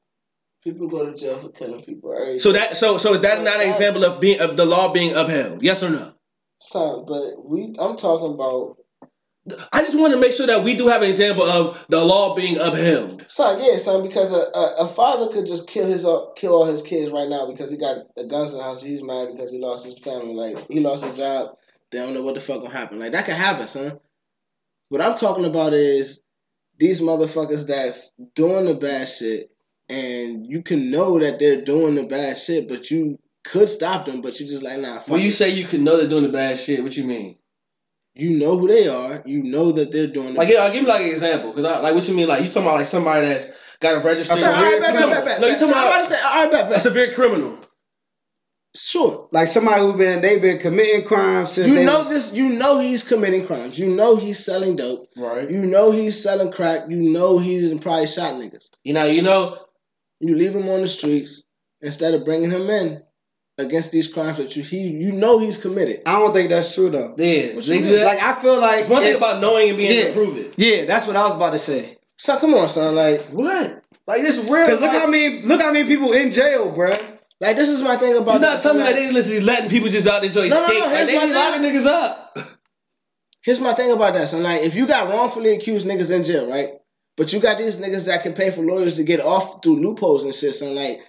A: people go to jail for killing people. Already.
C: So that, so, so is that not an example of being of the law being upheld? Yes or no?
A: Son, but we. I'm talking about.
C: I just want to make sure that we do have an example of the law being upheld.
A: Son, yeah, son, because a, a, a father could just kill his uh, kill all his kids right now because he got the guns in the house. He's mad because he lost his family. Like he lost his job. They don't know what the fuck gonna happen. Like that could happen, son. What I'm talking about is these motherfuckers that's doing the bad shit, and you can know that they're doing the bad shit, but you could stop them, but you just like nah. Fuck
C: When
A: it.
C: you say you can know they're doing the bad shit, what you mean?
A: you know who they are. You know that they're doing.
C: Like, yeah, I'll give me like an example. Cause I, like, what you mean? Like, you talking about like somebody that's got a registered.
B: I'm sorry,
C: severe-
B: all right, bet,
C: no,
B: bet, bet,
C: no, you talking
A: I'm about to
C: about
A: say, all right, bet,
C: a
A: bet.
C: severe criminal.
A: Sure.
B: Like somebody who been they've been committing crimes since
A: You
B: they
A: know
B: was-
A: this. You know he's committing crimes. You know he's selling dope.
C: Right.
A: You know he's selling crack. You know he's probably shot niggas.
C: You know, you know,
A: You leave him on the streets instead of bringing him in against these crimes that you he you know he's committed.
B: I don't think that's true though.
C: yeah.
A: What
C: They
A: you
C: do
A: mean?
C: that.
B: Like I feel like
C: one thing
B: if-
C: about knowing and being able
B: Yeah.
C: to prove it.
B: yeah, that's what I was about to say.
A: So come on, son. Like
C: What? Like this real.
B: Cause look
C: like,
B: how many look how many people in jail, bruh.
A: like this is my thing about.
C: you're not
A: this,
C: telling me
A: like-
C: that they literally letting people just out there to escape.
A: no, no,
C: like,
A: here's
C: they
A: my
C: be locking niggas up.
A: Here's my thing about that. So like, if you got wrongfully accused niggas in jail, right? But you got these niggas that can pay for lawyers to get off through loopholes and shit. So like,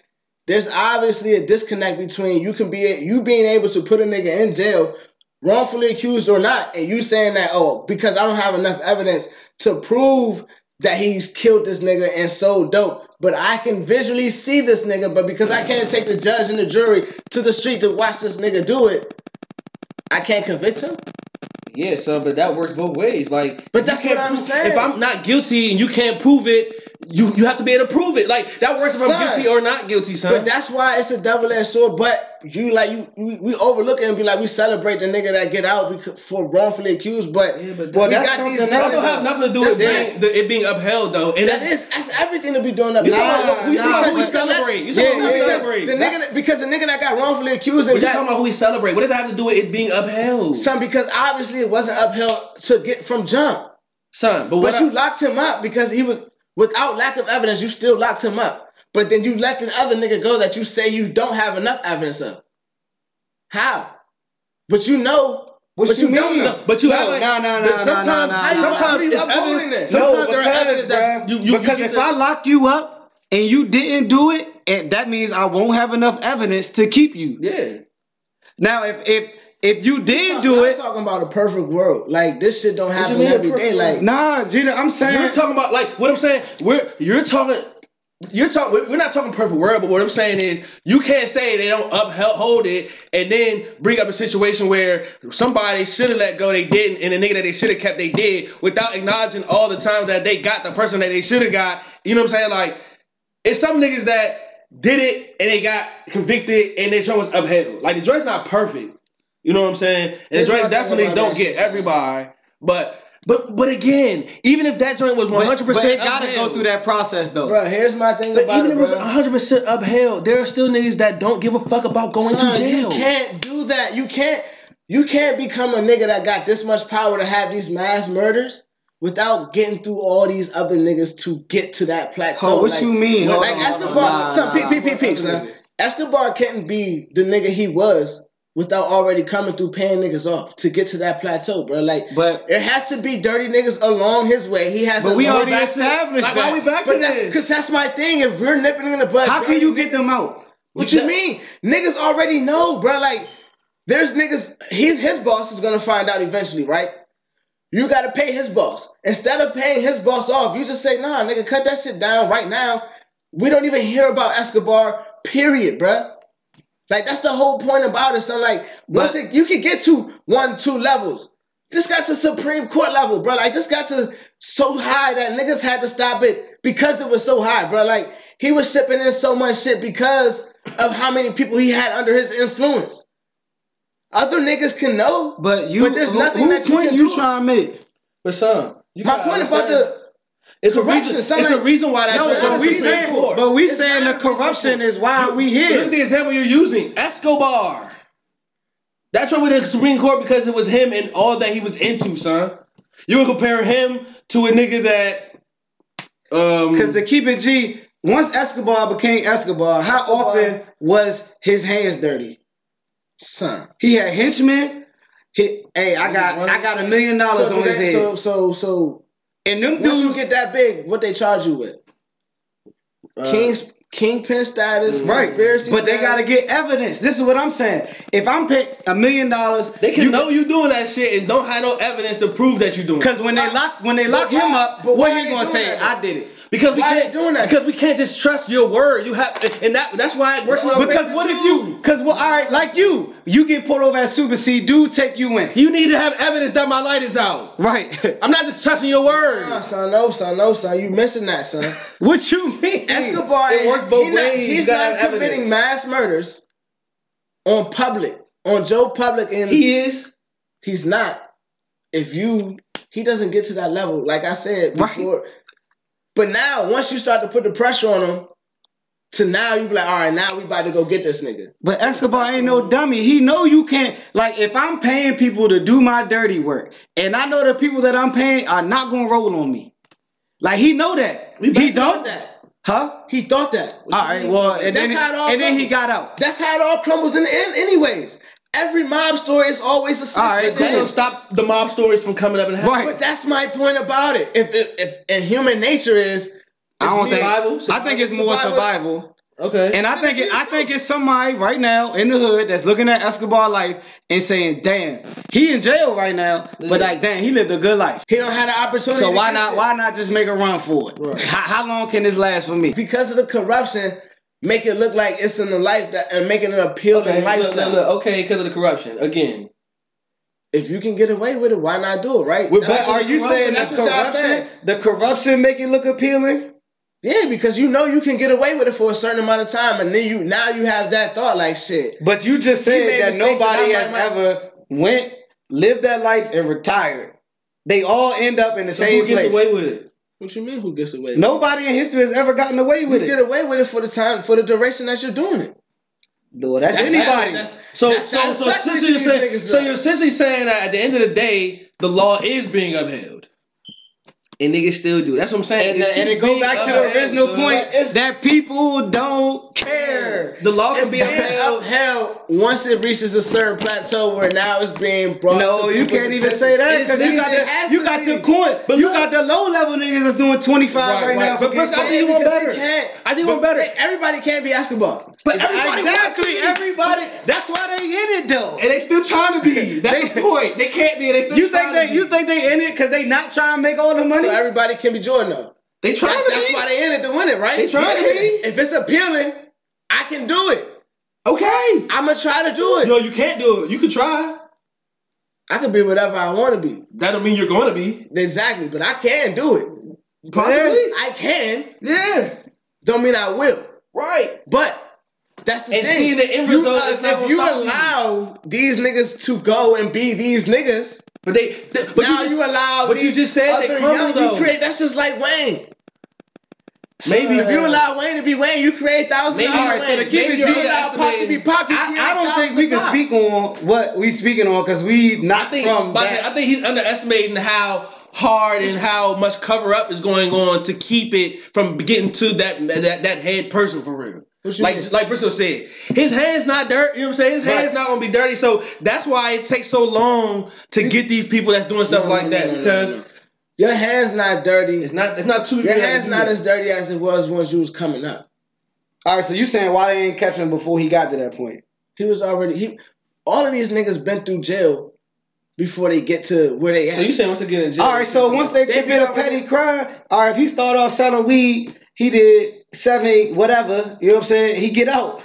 A: there's obviously a disconnect between you can be you being able to put a nigga in jail, wrongfully accused or not, and you saying that oh because I don't have enough evidence to prove that he's killed this nigga and sold dope. But I can visually see this nigga, but because I can't take the judge and the jury to the street to watch this nigga do it, I can't convict him.
C: Yeah, so but that works both ways. Like,
A: But
C: you
A: that's
C: can't
A: what I'm
C: prove-
A: saying.
C: If I'm not guilty and you can't prove it, you you have to be able to prove it. Like that works if I'm
A: Son.
C: guilty or not guilty, son.
A: But that's why it's a double edged sword. But you like you we, we overlook it and be like we celebrate the nigga that get out becau- for wrongfully accused. But
C: Yeah, but
B: Well,
A: we
B: that's
A: got these
B: something
C: that
B: else.
A: niggas
C: don't have nothing to do with
B: That's
C: being, the, it being upheld though. And
A: that
C: that's,
A: is that's everything to be doing up.
C: you
A: now.
C: talking about who- you
B: nah,
C: talking about who we
B: but-
C: celebrate. You
B: Yeah,
C: talking about who we
B: yeah, yeah.
C: celebrate.
A: the nigga that, because the nigga that got wrongfully accused and
C: But you talking
A: got
C: about who we celebrate. What does that have to do with it being upheld?
A: some because obviously it wasn't upheld to get from jump.
C: Son, but what
A: But
C: I-
A: you locked him up because he was without lack of evidence. You still locked him up. But then you let the other nigga go that you say you don't have enough evidence of. How? But you know
B: What
C: But you don't. so- But you
B: no,
C: have. like-
B: No, no, no,
C: but Sometimes,
B: no, no, no.
A: you-
C: sometimes
A: what
C: it's
A: I'm holding
C: evidence.
A: it.
B: No,
C: Sometimes there are
B: because,
C: evidence that
B: bruh,
C: you, you
B: because
C: you get
B: if
C: the-
B: I lock you up and you didn't do it, and that means I won't have enough evidence to keep you.
C: yeah.
B: Now, if if if you did
A: I'm
B: do it,
A: talking about a perfect world. Like this shit don't happen
C: mean a
A: every day.
C: perfect
A: Like
B: nah, Gina, I'm
C: You're
B: saying
C: talking about like what I'm saying. We're you're talking. You're talking. We're not talking perfect world, but what I'm saying is, you can't say they don't uphold it, and then bring up a situation where somebody should have let go, they didn't, and the nigga that they should have kept, they did, without acknowledging all the times that they got the person that they should have got. You know what I'm saying? Like, it's some niggas that did it and they got convicted, and their joint was upheld. Like the joint's not perfect. You know what I'm saying? And the
A: There's
C: joint
A: nothing
C: definitely
A: about
C: don't
A: that
C: get everybody, but. But but again, even if that joint was one
B: but,
C: hundred
B: but
C: percent,
B: it gotta go through that process though.
A: Bro, here's my thing
C: But
A: about
C: even
A: it,
C: if it was
A: bro.
C: one hundred percent upheld, there are still niggas that don't give a fuck about going
A: Son,
C: to jail.
A: You can't do that. You can't. You can't become a nigga that got this much power to have these mass murders without getting through all these other niggas to get to that plateau.
B: Ho, what
A: Like-
B: you mean? Hold
A: Like
B: on, hold
A: Escobar,
B: on. Nah,
A: son,
B: nah,
A: peep,
B: nah.
A: peep, peep, peep, son. Escobar couldn't be the nigga he was without already coming through paying niggas off to get to that plateau, bro. Like,
B: But
A: it has to be dirty niggas along his way. He has.
B: but
A: to
B: we
A: know
B: already
A: that-
B: established
C: Like, why we
B: that.
C: back to
A: But that's because
C: this?
A: that's my thing. If we're nipping in the bud,
B: How can
A: dirty
B: you get them out?
A: what you mean? Niggas already know, bro. Like, there's niggas. His his boss is gonna find out eventually, right? You gotta pay his boss. Instead of paying his boss off, you just say, "Nah, nigga, cut that shit down right now." We don't even hear about Escobar, period, bruh. Like that's the whole point about it. So like, once
B: But-
A: it, you can get to one, two levels. This got to Supreme Court level, bro. Like this got to so high that niggas had to stop it because it was so high, bro. Like he was shipping in so much shit because of how many people he had under his influence. Other niggas can know, but
B: But you,
A: there's
B: who-
A: nothing
B: who
A: that you
B: point
A: can
B: you
A: do.
B: trying to make.
C: But son, you
A: my
C: gotta
A: point about
C: understand,
A: the
C: it's a
A: corruption,
C: reason. It's
A: son,
C: a
A: like-
C: reason why that
A: No, but
C: joint goes
B: But
C: to
B: we
C: the Supreme
B: saying,
C: Court.
B: but we
A: It's
B: saying the
A: not a reason
B: corruption
A: for-
B: is why we
C: Look at
B: here.
C: the example you're using, Escobar. That joint with the Supreme Court because it was him and all that he was into, son. You would compare him to a nigga that. Um,
B: Because to keep it G, once Escobar became Escobar, how
A: Escobar.
B: often was his hands dirty?
A: son.
B: He had henchmen. He, hey, I got I got a million dollars
A: So,
B: on
A: do
B: his
A: that, so
B: head.
A: so so
B: And them
A: once you
B: dudes,
A: get that big, what they charge you with?
C: Uh,
A: King's kingpin status,
B: right?
A: Conspiracy
B: But they
A: status.
B: got to get evidence. This is what I'm saying. If I'm paying a million dollars,
C: They can know you doing that shit and don't have no evidence to prove that you're doing. it.
B: Because when they lock when they lock
A: why-
B: him up,
A: but
B: what
A: why
B: he
A: they
B: gonna
A: doing
B: say?
A: that?
B: I did it.
C: Because we
A: Why they
C: can't
A: doing that?
C: Because we can't just trust your word. You have, and that that's why it works. in our
B: Because
C: favor,
B: what if
C: too.
B: you? Because well, all right, like you, you get pulled over at Super C, dude, take you in.
C: You need to have evidence that my light is out.
B: Right.
C: I'm not just trusting your
A: Nah,
C: word.
A: son, no, son, no, son. You missing that, son.
B: what you mean?
A: Escobar,
C: It works both
A: he not-
C: ways. You
A: he's
C: gotta
A: not
C: have
A: committing
C: evidence.
A: mass murders on public, on Joe Public, and
C: He is.
A: he's not. If you, he doesn't get to that level. Like I said
B: Right.
A: before. But now, once you start to put the pressure on him, to now you be like, all right, now we about to go get this nigga.
B: But Escobar ain't no dummy. He know you can't. Like if I'm paying people to do my dirty work, and I know the people that I'm paying are not gonna roll on me. Like he know that. He
A: thought
B: don't.
A: that.
B: Huh?
A: He thought that.
B: All right. Well, and
A: That's
B: then
A: how it all
B: and then he
A: goes.
B: got out.
A: That's how it all crumbles in the end, anyways. Every mob story is always a snitch.
B: All right,
A: at the
C: That
B: cool.
A: end.
C: don't stop the mob stories from coming up and
B: Right.
C: happening.
A: But that's my point about it. If if, if and human nature is,
B: I don't think.
C: survival,
B: I think it's more
A: survival.
B: survival.
C: Okay.
B: And I think it, I think it's somebody right now in the hood that's looking at Escobar life and saying, "Damn, he in jail right now, but like, damn, he lived a good life.
A: he don't have the opportunity.
B: So why
A: to get
B: not
A: it.
B: why not just make a run for it? How, how long can this last for me?
A: Because of the corruption, make it look like it's in the life that and making an appeal to
C: okay, look,
A: lifestyle.
C: look, look, okay, because of the corruption again.
A: If you can get away with it, why not do it? Right?
C: We're
A: That's
C: back-
A: what
B: Are
A: the
B: you
A: corruption-
B: saying the
A: that's what y'all saying?
B: corruption? The corruption make it look appealing?
A: Yeah, because you know you can get away with it for a certain amount of time, and then you now you have that thought like shit.
B: But you just
A: made
B: said that
A: mistakes
B: nobody
A: and I
B: has
A: might- might-
B: ever went lived that life and retired. They all end up in the
C: So
B: same
C: who gets
B: place.
C: away with it?
A: What you mean? Who gets away? with it?
B: Nobody in history has ever gotten away with
A: you
B: it.
A: get away with it for the time for the duration that you're doing it.
B: Lord, that's,
A: That's-
B: anybody.
A: that's-
C: So
A: that's-
C: so
A: that's
C: so
A: exactly
C: essentially you're
A: these
C: saying,
A: niggas
C: so
A: do.
C: you're essentially saying that at the end of the day, the law is being upheld. And niggas still do. That's what I'm saying.
B: And,
C: This
B: the- and
C: shit
B: it go
C: being
B: back to
C: upheld,
B: the original
C: son.
B: point that people don't care.
A: where
C: The law can
A: it's
C: be
A: being
C: upheld.
A: upheld once it reaches a certain plateau where now it's being brought. to
B: No, you
A: people's
B: can't even
A: attention.
B: say that
A: It is-
B: because you
A: it
B: got
A: has
B: the you
A: to
B: got
A: be.
B: the coin, but
A: But
B: you
A: look,
B: got the low level niggas that's doing twenty five right,
C: Right, right.
B: now.
C: But
B: Briscoe, I
A: Yeah,
B: think you want
A: because
B: better.
A: he can't.
C: I think you want
A: But
C: better.
A: Everybody can't be basketball.
C: But everybody wants to
B: Exactly,
C: be.
B: everybody. That's why they in it though.
C: And they still trying to be. That's the point. They can't be. They still
B: You
C: trying
B: think
C: to
B: they
C: be.
B: you think they in it because they not trying to make all the money?
A: So everybody can be Jordan though.
C: they trying
A: That's,
C: to
A: that's
C: be.
A: why they in it to win it, right?
C: They trying to be.
A: If it's appealing, I can do it.
C: okay.
A: I'm gonna try to do it.
C: No, you can't do it. You can try.
A: I can be whatever I want to be.
C: That don't mean you're going to be.
A: Exactly, but I can do it.
C: Possibly.
A: I can.
C: Yeah.
A: Don't mean I will.
C: Right.
A: But that's the
C: And
A: thing.
C: seeing the end
A: You,
C: result
A: uh,
C: is not
A: if
C: gonna
A: you
C: stop you.
A: allow these niggas to go and be these niggas,
C: But they. th- but
A: now
C: you,
A: you,
C: just,
A: allow.
C: but you
A: these
C: just said they
A: other
C: crumble,
A: young-
C: though.
A: You create. That's just like Wayne.
C: Maybe-
A: if
B: uh,
A: you allow Wayne to be Wayne, you create thousands.
C: Maybe-
A: of
C: all right,
A: Wayne.
C: so to keep
A: If
C: it
A: you
C: G,
A: allow Pop to be Pop. You create
B: I, I don't think
A: thousands
B: we
A: of
B: can
A: Pops.
B: speak on what we speaking on because we not
C: I think.
B: from
C: but
B: that.
C: I think he's underestimating how hard and how much cover up is going on to keep it from getting to that that, that head person for real.
A: What you
C: Like
A: mean?
C: like Briscoe said, his hands not dirty. You know what I'm saying? His hands
A: Right.
C: not gonna be dirty. So that's why it takes so long to get these people that's doing stuff
A: No,
C: like
A: no,
C: that
A: no, no,
C: because
A: no, no. your hands not dirty.
C: it's not it's not too.
A: Your hands not as dirty as it was once you was coming up.
B: All right, so you saying why they ain't catch him before he got to that point?
A: He was already he. All of these niggas been through jail before they get to where they at.
C: So you saying once they get in jail?
B: All right, so once they
A: They
B: commit a
A: be
B: petty crime, all right, if he start off selling weed, he did seven, eight, whatever. You know what I'm saying? He get out.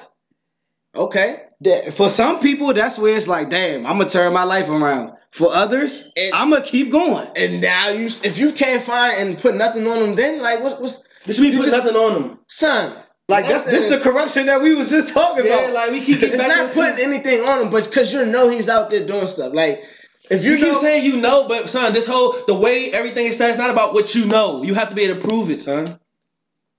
A: okay.
B: That- for some people, that's where it's like, damn, I'm gonna turn my life around. For others,
A: And-
B: I'm gonna keep going.
A: And now you, if you can't find and put nothing on them, then like what, what's
C: this we put
A: just-
C: nothing on them.
A: son?
B: Like that's this the corruption that we was just talking
C: Yeah,
B: about.
C: like we keep getting
A: It's
C: back. to
A: not
C: this-
A: putting anything on him, but because you know he's out there doing stuff. Like if you,
C: You keep
A: know,
C: saying you know, but son, this whole the way everything is said, it's not about what you know. You have to be able to prove it, son.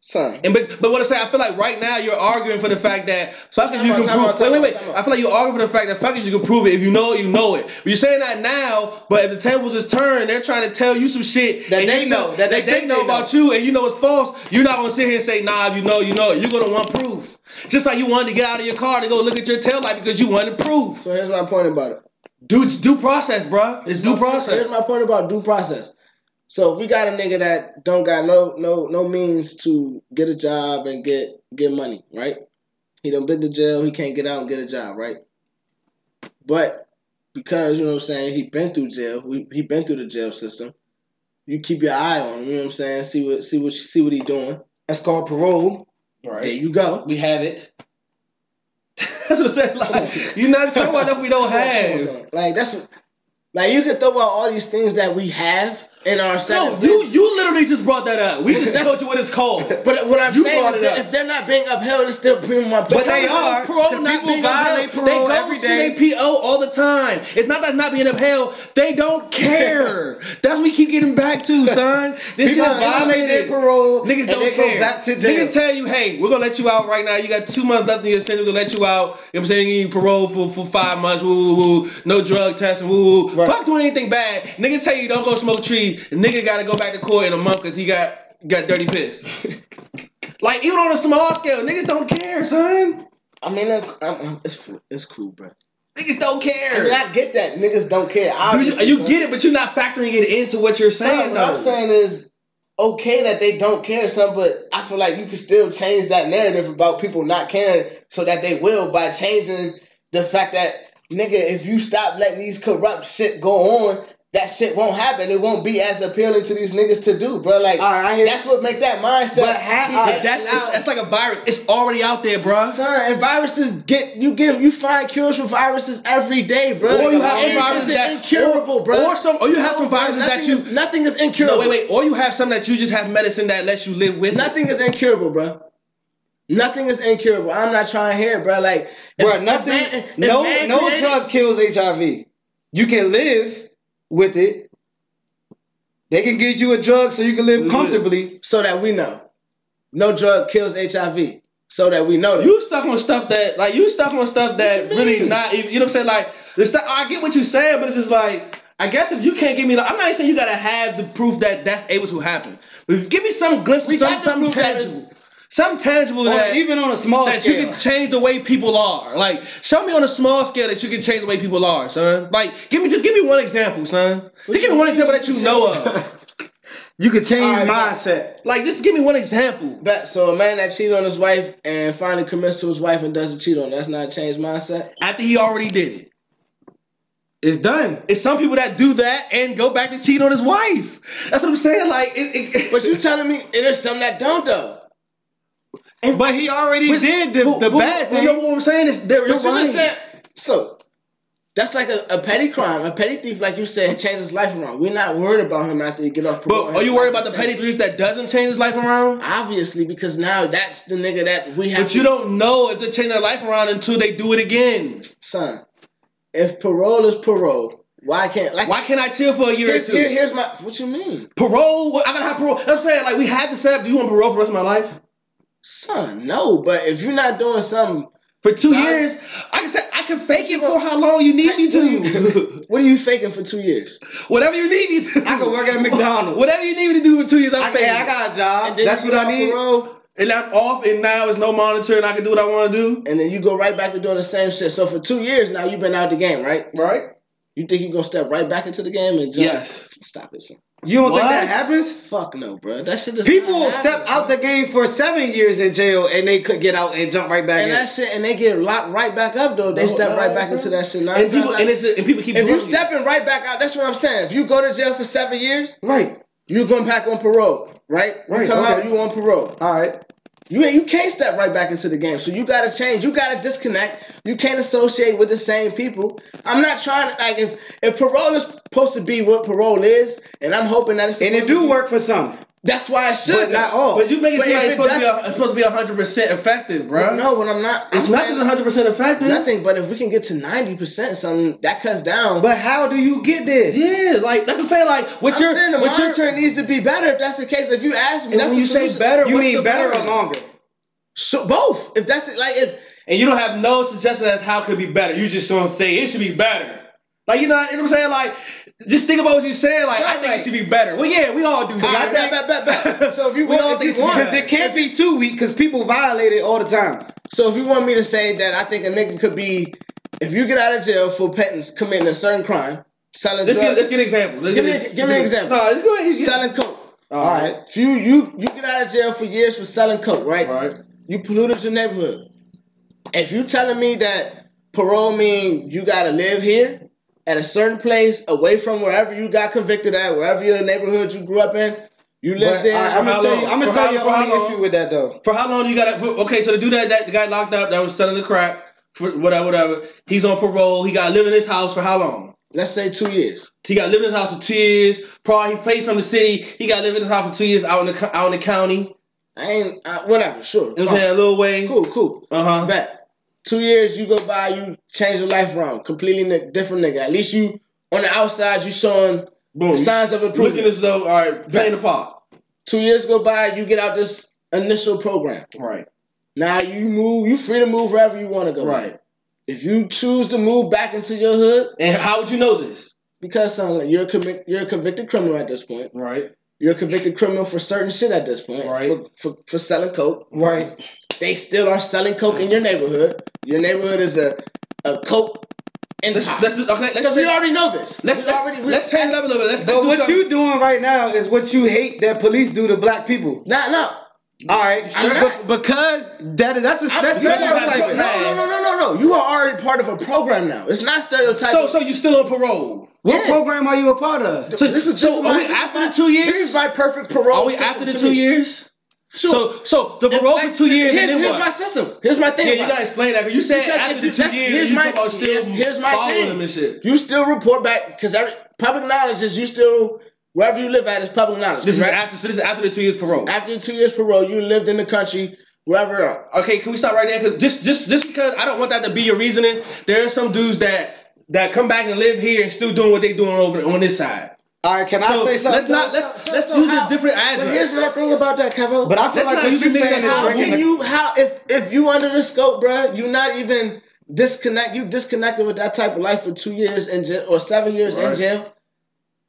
A: son,
C: And but but what I'm saying, I feel like right now you're arguing for the fact that something
A: Time
C: you
A: out,
C: can
A: time
C: prove.
A: out, time
C: wait,
A: out,
C: wait,
A: time
C: wait.
A: out.
C: I feel like you're arguing for the fact that fucking you can prove it. If you know it, you know it. But you're saying that now, but if the tables is turned, they're trying to tell you some shit
B: That
C: and
B: they
C: you
B: know, that they think
C: know
B: they know.
C: about you, and you know it's false. You're not gonna sit here and say, nah, if you know, you know. it. You're gonna want proof. Just like you wanted to get out of your car to go look at your taillight because you wanted proof.
A: so here's my point about it.
C: Due due process, bruh. It's due process.
A: Here's my point about due process. So if we got a nigga that don't got no no no means to get a job and get get money, right? He done been to jail, he can't get out and get a job, right? But because you know what I'm saying, he been through jail, we, he been through the jail system. You keep your eye on him, you know what I'm saying? See what see what see what he doing.
B: That's called parole.
C: Right.
A: There you go.
C: We have it. That's what I said. Like, you're not talking about that we don't have.
A: Like that's like you could throw out all these things that we have in our
C: No,
A: setup.
C: you you literally just brought that up. We just told you what it's called.
A: But what I'm
C: You
A: saying
C: brought
A: is
C: it
A: that
C: up.
A: if they're not being upheld, it's still premium my
B: But they are, 'cause
C: parole not
B: people
C: being
B: violate
C: upheld.
B: parole
C: they go
B: every
C: to
B: day.
C: their PO all the time. It's not that it's not being upheld. They don't care. That's what we keep getting back to, son. This
B: People
C: shit is
B: violate their
C: outdated.
B: parole,
C: Niggas
B: and
C: don't
B: they go
C: care.
B: back to jail.
C: Niggas tell you, hey, we're gonna let you out right now. You got two months left in your sentence. We're gonna let you out. You know what I'm saying? You parole for, for five months. Woo, woo, woo. No drug testing. Woo, woo.
B: Right.
C: Fuck doing anything bad. Nigga tell you don't go smoke trees. Nigga gotta go back to court in a month because he got got dirty piss. like even on a small scale, niggas don't care, son.
A: I mean, I'm, I'm, I'm- it's it's cool, bro.
C: Niggas don't
A: I,
C: care.
A: mean, I get that niggas don't care.
C: Do you,
A: obviously,
C: you
A: son.
C: get it, but you're not factoring it into what you're
A: Son,
C: saying,
A: what
C: though.
A: I'm saying is okay that they don't care, son. But I feel like you can still change that narrative about people not caring, so that they will by changing the fact that nigga, if you stop letting these corrupt shit go on. That shit won't happen. It won't be as appealing to these niggas to do, bro. Like
B: All right, I hear-
A: that's what make that mindset.
B: But how-
A: be
B: all right,
A: as
C: That's it's-
A: loud.
C: that's like a virus. It's already out there, bruh.
A: Son, and viruses get you give you find cures for viruses every day, bro.
C: Or you have some
A: AIDS
C: viruses
A: isn't
C: that
A: incurable,
C: or,
A: bro.
C: or some, or you have some
A: No,
C: viruses
A: nothing
C: that you
A: is, nothing is incurable.
C: no wait wait, or you have some that you just have medicine that lets you live with. it.
A: Nothing is incurable, bro. Nothing is incurable. I'm not trying here, bro. Like, if-
B: Bro,
A: if
B: nothing.
A: man- if
B: no,
A: man
B: no
A: created-
B: drug kills HIV. You can live with it. They can give you a drug so you can live comfortably.
A: So that we know, no drug kills HIV. So that we know. That.
C: You stuck on stuff that like you stuck on stuff that
A: you
C: really
A: mean?
C: not even you know what I'm saying like the stuff I get what you're saying but it's just like I guess if you can't give me the, I'm not even saying you gotta have the proof that that's able to happen but if, give me some glimpse
A: We
C: of some
A: got the
C: something
A: proof that
C: tangible
A: it's-
C: something tangible
B: Or
C: that
B: even on a small
C: that
B: scale.
C: you can change the way people are. Like, show me on a small scale that you can change the way people are, son. Like, give me just give me one example, son. Just give me one example that you know of.
B: you could change
A: All right,
B: mindset.
C: Like, just give me one example.
A: But so a man that cheated on his wife and finally commits to his wife and doesn't cheat on her, that's not a changed mindset.
C: After he already did it.
B: It's done.
C: It's some people that do that and go back to cheat on his wife. That's what I'm saying. Like, it, it,
A: But you telling me and there's some that don't though.
B: But he already did the,
C: But-
B: the
C: but-
B: bad
C: but
B: thing.
C: You know what I'm saying? Is there, you're
A: But you just
C: right.
A: said- so that's like a, a petty crime. A petty thief, like you said, changed his life around. We're not worried about him after he get off parole.
C: But are you worried about the petty thieves that doesn't change his life around?
A: Obviously, because now that's the nigga that we have.
C: But you
A: to-
C: don't know if they change their life around until they do it again.
A: son. If parole is parole, why can't like?
C: Why can't I chill for a year or
A: Here's,
C: two?
A: here, here's my. What you mean,
C: Parole? What- I gotta have parole. I'm saying, like, we had to set up. Do you want parole for the rest of my life?
A: son? No, but if you're not doing something,
C: For two
A: Sorry.
C: years, I can say I can fake it for how long you need me to.
A: what are you faking for two years?
C: Whatever you need me to.
B: I could work at McDonald's.
C: Whatever you need me to do for two years, I'm
B: I,
C: faking.
B: I got a job.
A: And then
B: That's
A: you
B: what
A: get
B: I
A: off
B: need.
A: Parole,
C: and I'm off, and now it's no monitor, and I can do what I want to do.
A: and then you go right back to doing the same shit. So for two years now, you've been out the game, right?
C: Right?
A: You think you're gonna step right back into the game and just
C: Yes.
A: stop it, son?
B: You don't think that
C: What?
B: happens?
A: Fuck no, bro. That shit is
B: People step out the game for seven years in jail and they could get out and jump right back
A: and
B: in.
A: that shit, and they get locked right back up though. They
C: No,
A: step
C: no,
A: right back
C: son.
A: into that shit. Nine
C: And
A: times
C: people,
A: out-
C: and, it's, and people keep.
A: if you
C: doing it.
A: stepping right back out, that's what I'm saying. If you go to jail for seven years,
B: Right.
A: you going back on parole, right?
B: Right,
A: You come
B: okay.
A: out, you on parole.
B: All right.
A: You you can't step right back into the game. So you gotta change. You gotta disconnect. You can't associate with the same people. I'm not trying to like if if parole is supposed to be what parole is, and I'm hoping that it's
B: And it
A: supposed to
B: do
A: be-
B: work for some.
A: That's why it should,
B: But not all.
C: But you make it
A: But
C: seem
A: if
C: like it's
A: it
C: supposed to, be
A: does-
C: a, it's supposed to be hundred percent effective, bro.
A: No, when I'm not,
C: it's
A: I'm
C: nothing
A: saying-
C: hundred percent effective.
A: Nothing, but if we can get to ninety percent, something that cuts down.
B: But how do you get there?
C: Yeah, like that's what I'm saying. Like with
A: I'm
C: your,
A: saying the
C: with your,
A: monitoring needs to be better. If that's the case, if you ask me,
C: And
A: that's
C: when
A: the
C: you say
A: solution.
C: better,
B: You
C: what's
B: mean
C: the
B: better
C: better?
B: or longer?
A: So both. If that's it, like if
C: and you don't have no suggestion as how it could be better. You just don't say it should be better. Like you know, you know what I'm saying. Like just think about what you said. Like I
A: Right,
C: think it
A: right.
C: should be better. Well, yeah, we all do
A: I
C: that.
A: bet, bet, bet, bet. So if you
C: We all
A: want,
C: think
A: if you want,
B: Because it can't be too weak because people violate it all the time.
A: so if you want me to say that, I think a nigga could be, if you get out of jail for pettance, committing a certain crime, selling
C: Let's get,
A: drugs,
C: let's get an example. Let's
A: Give
C: get
A: me-
C: this-
A: give me an example.
C: No, just go ahead. Just,
A: selling coke.
C: all right,
A: If you you you get out of jail for years for selling coke, right?
C: all right.
A: You polluted your neighborhood. If you telling me that parole mean you gotta live here at a certain place away from wherever you got convicted at, wherever your neighborhood you grew up in, you live
B: But
A: there.
B: I, am
C: For
B: gonna
C: how
B: tell
C: long?
B: you, I'm gonna
C: For
B: tell
C: how-
B: you
C: for how
B: the only
C: long?
B: issue with that though.
C: For how long you got? to Okay, so the dude that that the guy locked up that was selling the crack for whatever, whatever. He's on parole. He got to live in his house for how long?
A: Let's say two years.
C: He got to live in his house for two years. Probably he pays from the city. He got to live in his house for two years out in the co- out in the county.
A: I ain't I, whatever. Sure,
C: You know what I'm
A: fine.
C: saying? A little way.
A: cool, cool.
C: Uh huh.
A: Bet two years you go by, you change your life around, completely ni- different nigga. At least you on the outside, you showing
C: Boom.
A: signs of improvement.
C: Oh, Looking as though all right, playing the part.
A: two years go by, you get out this initial program.
C: Right.
A: Now you move, you free to move wherever you want to go.
C: Right.
A: If you choose to move back into your hood,
C: And how would you know this?
A: because um, you're a convic- you're a convicted criminal at this point.
C: Right.
A: You're a convicted criminal for certain shit at this point.
C: Right.
A: For, for, for selling coke,
B: Right.
A: they still are selling coke in your neighborhood. Your neighborhood is a a coke
C: Let's,
A: empire.
C: let's okay. Let's
A: Because we already know this.
C: let's
A: We
C: let's,
A: already- we-
C: let's change it up a little bit. Let's, let's
B: But
C: do
B: what
C: something.
B: you doing right now is what you hate that police do to black people.
A: Nah, no.
B: All right,
A: I'm not-
B: Be- because that is that's a, that's
C: you don't have
A: No,
C: Like
A: no,
C: it.
B: stereotyping.
A: no, no, no, no, no. You are already part of a program now. It's not stereotyping.
C: So so you still on parole?
B: What
A: Yeah.
B: program are you a part of?
C: So
A: this is
C: so
A: this is
C: are
A: my-
C: we
A: this is
C: after
A: my-
C: the two years?
A: This is my perfect parole.
C: Are we
A: system
C: after the
A: to
C: two
A: me.
C: years?
A: Sure.
C: So, so the parole
A: Like,
C: for two years
A: Here's,
C: and then
A: here's
C: what?
A: my system. Here's my thing.
C: yeah, you
A: about it.
C: gotta explain that. 'cause You said
A: Because
C: after
A: if
C: the
A: you-
C: two
A: that's-
C: years, you talk about still
A: here's, here's my
C: following
A: thing.
C: them and shit.
A: You still report back because every public knowledge is you still wherever you live at is public knowledge.
C: This is
A: correct?
C: after. So this is after the two years parole.
A: after two years parole, you lived in the country wherever.
C: Okay, can we stop right there? 'Cause just, just, just because I don't want that to be your reasoning. There are some dudes that that come back and live here and still doing what they doing over on this side.
B: All right, can I
C: So
B: say
C: let's
B: something?
C: not
B: though?
C: let's let's use a different
A: But here's
C: address.
A: my thing about that, Kevo.
B: but I feel
C: let's
B: like
C: not
B: what
C: use
B: you're
C: niggas
B: saying
C: as
B: is
A: how
C: Bring
B: bringing
A: can
B: the
A: you how if if you under the scope, bruh, you not even disconnect. You disconnected with that type of life for two years in jail or seven years in
C: Right.
A: jail.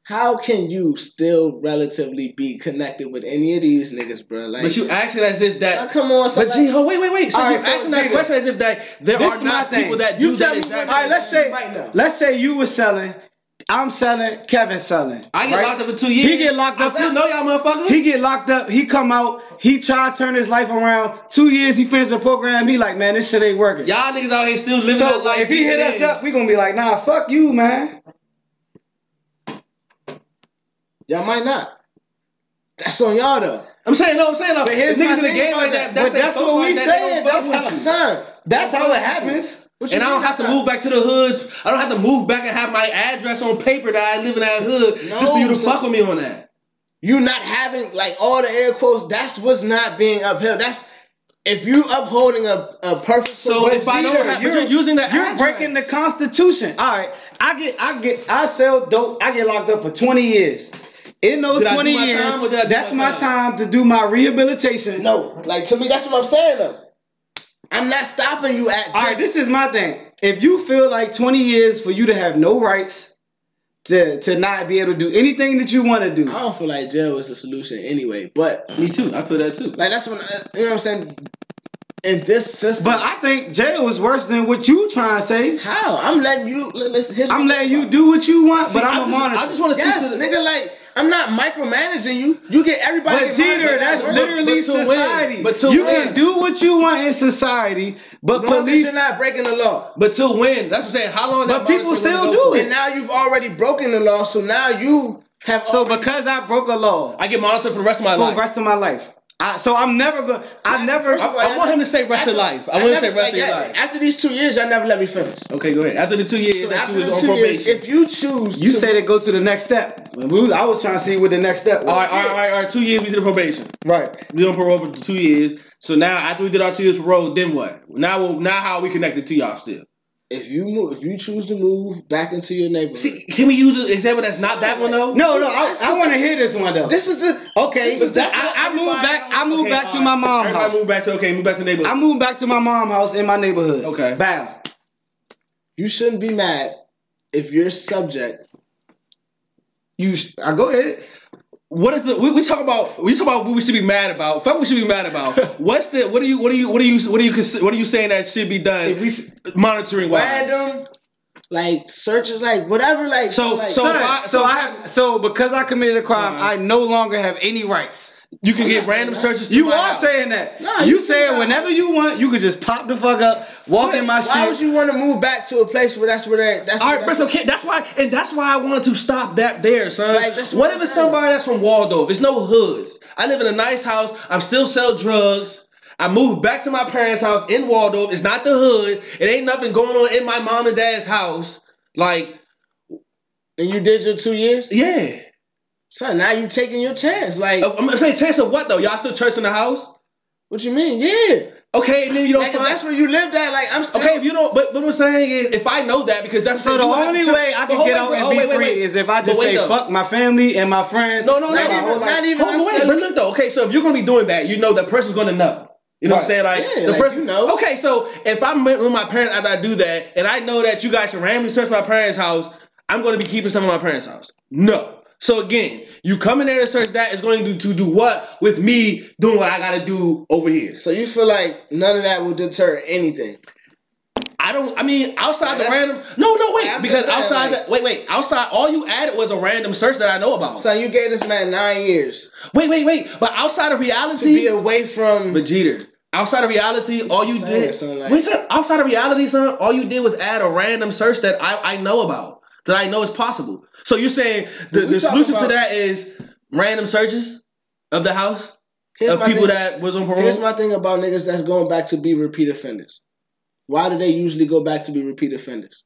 A: How can you still relatively be connected with any of these niggas, bro? Like,
C: But you asking as if
A: uh,
C: that.
A: come on,
C: But
A: somebody.
C: G Ho, wait, wait, wait. So
B: All
C: you
B: right, so
C: asking that
B: Jada,
C: question as if that there
B: this is
C: are
B: my
C: not
B: thing.
C: people that
B: You
C: do
B: tell
C: that
B: me
C: exact
B: what- all right, let's say,
A: right now.
B: let's say you were selling, I'm selling, Kevin selling.
C: I get
B: right?
C: locked up for two years.
B: He get locked up.
C: I still know y'all motherfuckers.
B: He get locked up. He come out. He try to turn his life around. Two years he finished the program. He like, man, this shit ain't working.
C: y'all niggas out here still living
B: so
C: that life.
B: if he hit us up, we gonna be like, nah, fuck you, man.
A: Y'all might not. That's on y'all though.
C: I'm saying no. I'm saying no.
A: But here's my
C: niggas in the
A: thing
C: game
A: about
C: like
A: that.
C: that.
B: But
C: that
B: that's
C: folks
B: what we
C: like that, they
B: saying.
C: don't fuck
B: That's
C: with
B: how-
C: you.
A: Son,
B: That's how it happens.
A: what you
C: And I
A: mean
C: don't have to
A: that's not-
C: move back to the hoods. I don't have to move back and have my address on paper that I live in that hood
A: No,
C: just for you to
A: son.
C: fuck with me on that.
A: you not having like all the air quotes. That's what's not being upheld. That's if you upholding a, a perfect.
C: So if I don't
B: Peter,
C: have, but you're using that.
B: You're
C: address.
B: breaking the Constitution. All right, I get, I get, I sell dope. I get locked up for 20 years. In those
C: Did I do
B: 20
C: my
B: years,
C: time or did I do
B: that's
C: my
B: my
C: time?
B: time to do my rehabilitation.
A: no, like to me, that's what I'm saying though. I'm not stopping you at.
B: All right, this is my thing. If you feel like 20 years for you to have no rights, to to not be able to do anything that you want to do,
A: I don't feel like jail is a solution anyway. But
C: Me too. I feel that too.
A: like that's when I, you know what I'm saying. In this system,
B: but I think jail is worse than what you trying to say.
A: how I'm letting you. li- Listen, here's
B: I'm
A: what-
B: letting you do what you want, but
C: I
B: I'm a
C: just,
B: monitor.
C: I just want to speak
A: Yes,
C: to the
A: nigga, like I'm not micromanaging you. You get everybody.
B: But
A: get
B: Jeter,
A: monitored
B: that's
A: at work.
B: literally
C: but to win.
B: society.
C: But to
B: you
C: win.
B: can do what you want in society, but
A: As long as
B: police.
A: you're not breaking the law.
C: But to win, that's what I'm saying. How long?
B: But
C: that
B: people
C: monitor gonna
B: still
C: go
B: do
C: for?
B: it.
A: And now you've already broken the law, so now you have.
B: so
A: already-
B: because I broke a law
C: I get monitored for the rest of my
B: for the
C: life.
B: rest of my life, I, so I'm never gonna. I never.
A: First of all,
C: I
A: y'all
C: want him
A: never-
C: to say rest of
A: after-
C: life. I want him to
A: never-
C: say rest of
A: like,
C: his
A: yeah,
C: life.
A: After these two years, y'all never let me finish.
C: Okay, go ahead. After the two years that
A: after
C: you was
A: the
C: on
A: two years,
C: probation.
A: if you choose,
B: You
A: to,
B: say to go to the next step. We was- I was trying to see what the next step was.
C: All right, all right, all right, all right. Two years we did the probation.
B: right.
C: We on parole for two years. So now after we did our two years parole, then what? Now, now how are we connected to y'all still?
A: if you move, if you choose to move back into your neighborhood,
C: See, can we use an example that's not that one though?
B: No, no, I,
A: That's-
B: I want to hear this one though.
A: this is the oh,
B: okay,
A: This is, that's what
B: I, I moved
A: everybody-
B: back. I moved
C: Okay,
B: back
C: all
B: to
C: right.
B: my mom's
C: Everybody
B: house.
C: move back to okay. Move back to neighborhood.
B: I moved back to my mom's house in my neighborhood.
C: Okay.
B: bow.
A: You shouldn't be mad if you're subject.
B: You, sh- I go ahead.
C: what is the we, we talk about we talk about what we should be mad about fuck what we should be mad about what's the what are you what are you what are you what are you consi- what are you saying that should be done
B: If we s-
C: monitoring wise
A: Random, like searches, like whatever, like
C: So-
A: like,
C: so-
B: Son,
C: why-
B: so,
C: so-
B: I Uh-huh. have, so because I committed a crime, I no longer have any rights.
C: you can get random searches to
B: You
C: my
B: are
C: house.
B: saying that.
A: Nah,
B: you
A: you
B: saying
A: think I-
B: whenever you want, you could just pop the fuck up, walk in my
A: why
B: shit.
A: would you want to move back to a place where that's where they? That's
C: all
A: where
C: right,
A: that's
C: that's okay. That's why, and that's why I wanted to stop that there, son.
A: Like, that's
C: what
A: what
C: if
A: I'm
C: it's
A: saying.
C: somebody that's from Waldorf? It's no hoods. I live in a nice house. I'm still sell drugs. I moved back to my parents' house in Waldorf. It's not the hood. It ain't nothing going on in my mom and dad's house. Like,
A: And you did your two years,
C: yeah.
A: son. Now you taking your chance. Like
C: I'm I'm saying chance of what though? Y'all still church in the house?
A: what you mean? Yeah,
C: Okay, and then you don't
A: like if
C: find.
A: that's where you lived at. Like I'm still.
C: okay, if you don't, but, but what I'm saying is, if I know that because that's
B: so the only way I can get out and be free is if I just say fuck my family and my friends.
C: No, no,
B: and
C: no,
B: my
C: no,
B: whole
A: not
B: life.
A: even
C: Hold on, wait,
A: necessarily-
C: but look though. Okay, so if you're gonna be doing that, you know that person's gonna know. You know what I'm saying? Like
A: Yeah,
C: the
A: like,
C: person.
A: you know.
C: Okay, so if I'm with with my parents after I do that, and I know that you guys should randomly search my parents' house, I'm gonna be keeping stuff in my parents' house. No. So again, you come in there to search that is going to do, to do what with me doing what I gotta do over here.
A: so you feel like none of that will deter anything.
C: I don't. I mean, outside the
A: That's-
C: random. No, no, wait.
A: I'm
C: because
A: just saying,
C: outside.
A: like-
C: the, wait, wait. Outside, all you added was a random search that I know about.
A: Son, you gave this man nine years
C: wait, wait, wait. But outside of
A: to be
C: reality,
A: away from.
C: but Jeter. Outside of reality, all you
A: saying,
C: did.
A: son, like-
C: wait, sir, outside of reality, son, all you did was add a random search that I, I know about that I know is possible. So you're saying the,
A: But we
C: the
A: talking
C: solution to
A: about-
C: that is random searches of the house
A: Here's
C: of
A: my
C: people
A: thing-
C: that was on parole.
A: Here's my thing about niggas that's going back to be repeat offenders. Why do they usually go back to be repeat offenders?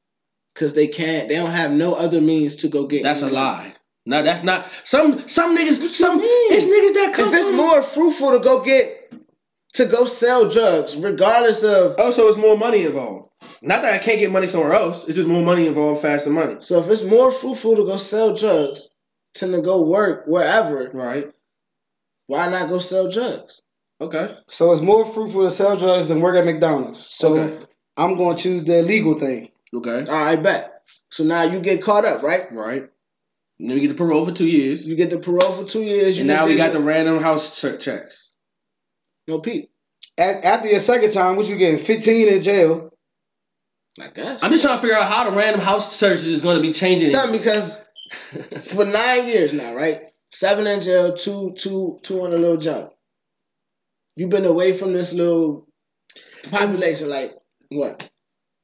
A: Because they can't. They don't have no other means to go get.
C: That's a lie. No, that's not some some niggas. Some
A: mean?
C: it's niggas that come.
A: If it's
C: from-
A: more fruitful to go get to go sell drugs, regardless of.
C: Oh, so it's more money involved. Not that I can't get money somewhere else. It's just more money involved, faster money.
A: So if it's more fruitful to go sell drugs than to go work wherever,
C: Right.
A: why not go sell drugs?
C: Okay.
B: So it's more fruitful to sell drugs than work at McDonald's. So
C: Okay.
B: I'm going to choose the illegal thing.
C: Okay.
A: All right, bet. So now you get caught up, right?
C: Right. And then we get the parole for two years.
A: You get the parole for two years. You
C: and now
A: get
C: we got the
A: digital-
C: random house search checks.
A: no peep.
B: A- after your second time, what you getting? Fifteen in jail.
A: I guess
C: I'm just trying to figure out how the random house search is going to be changing.
A: something because for nine years now, right? Seven in jail, two, two, two on a little jump. You've been away from this little population, like what?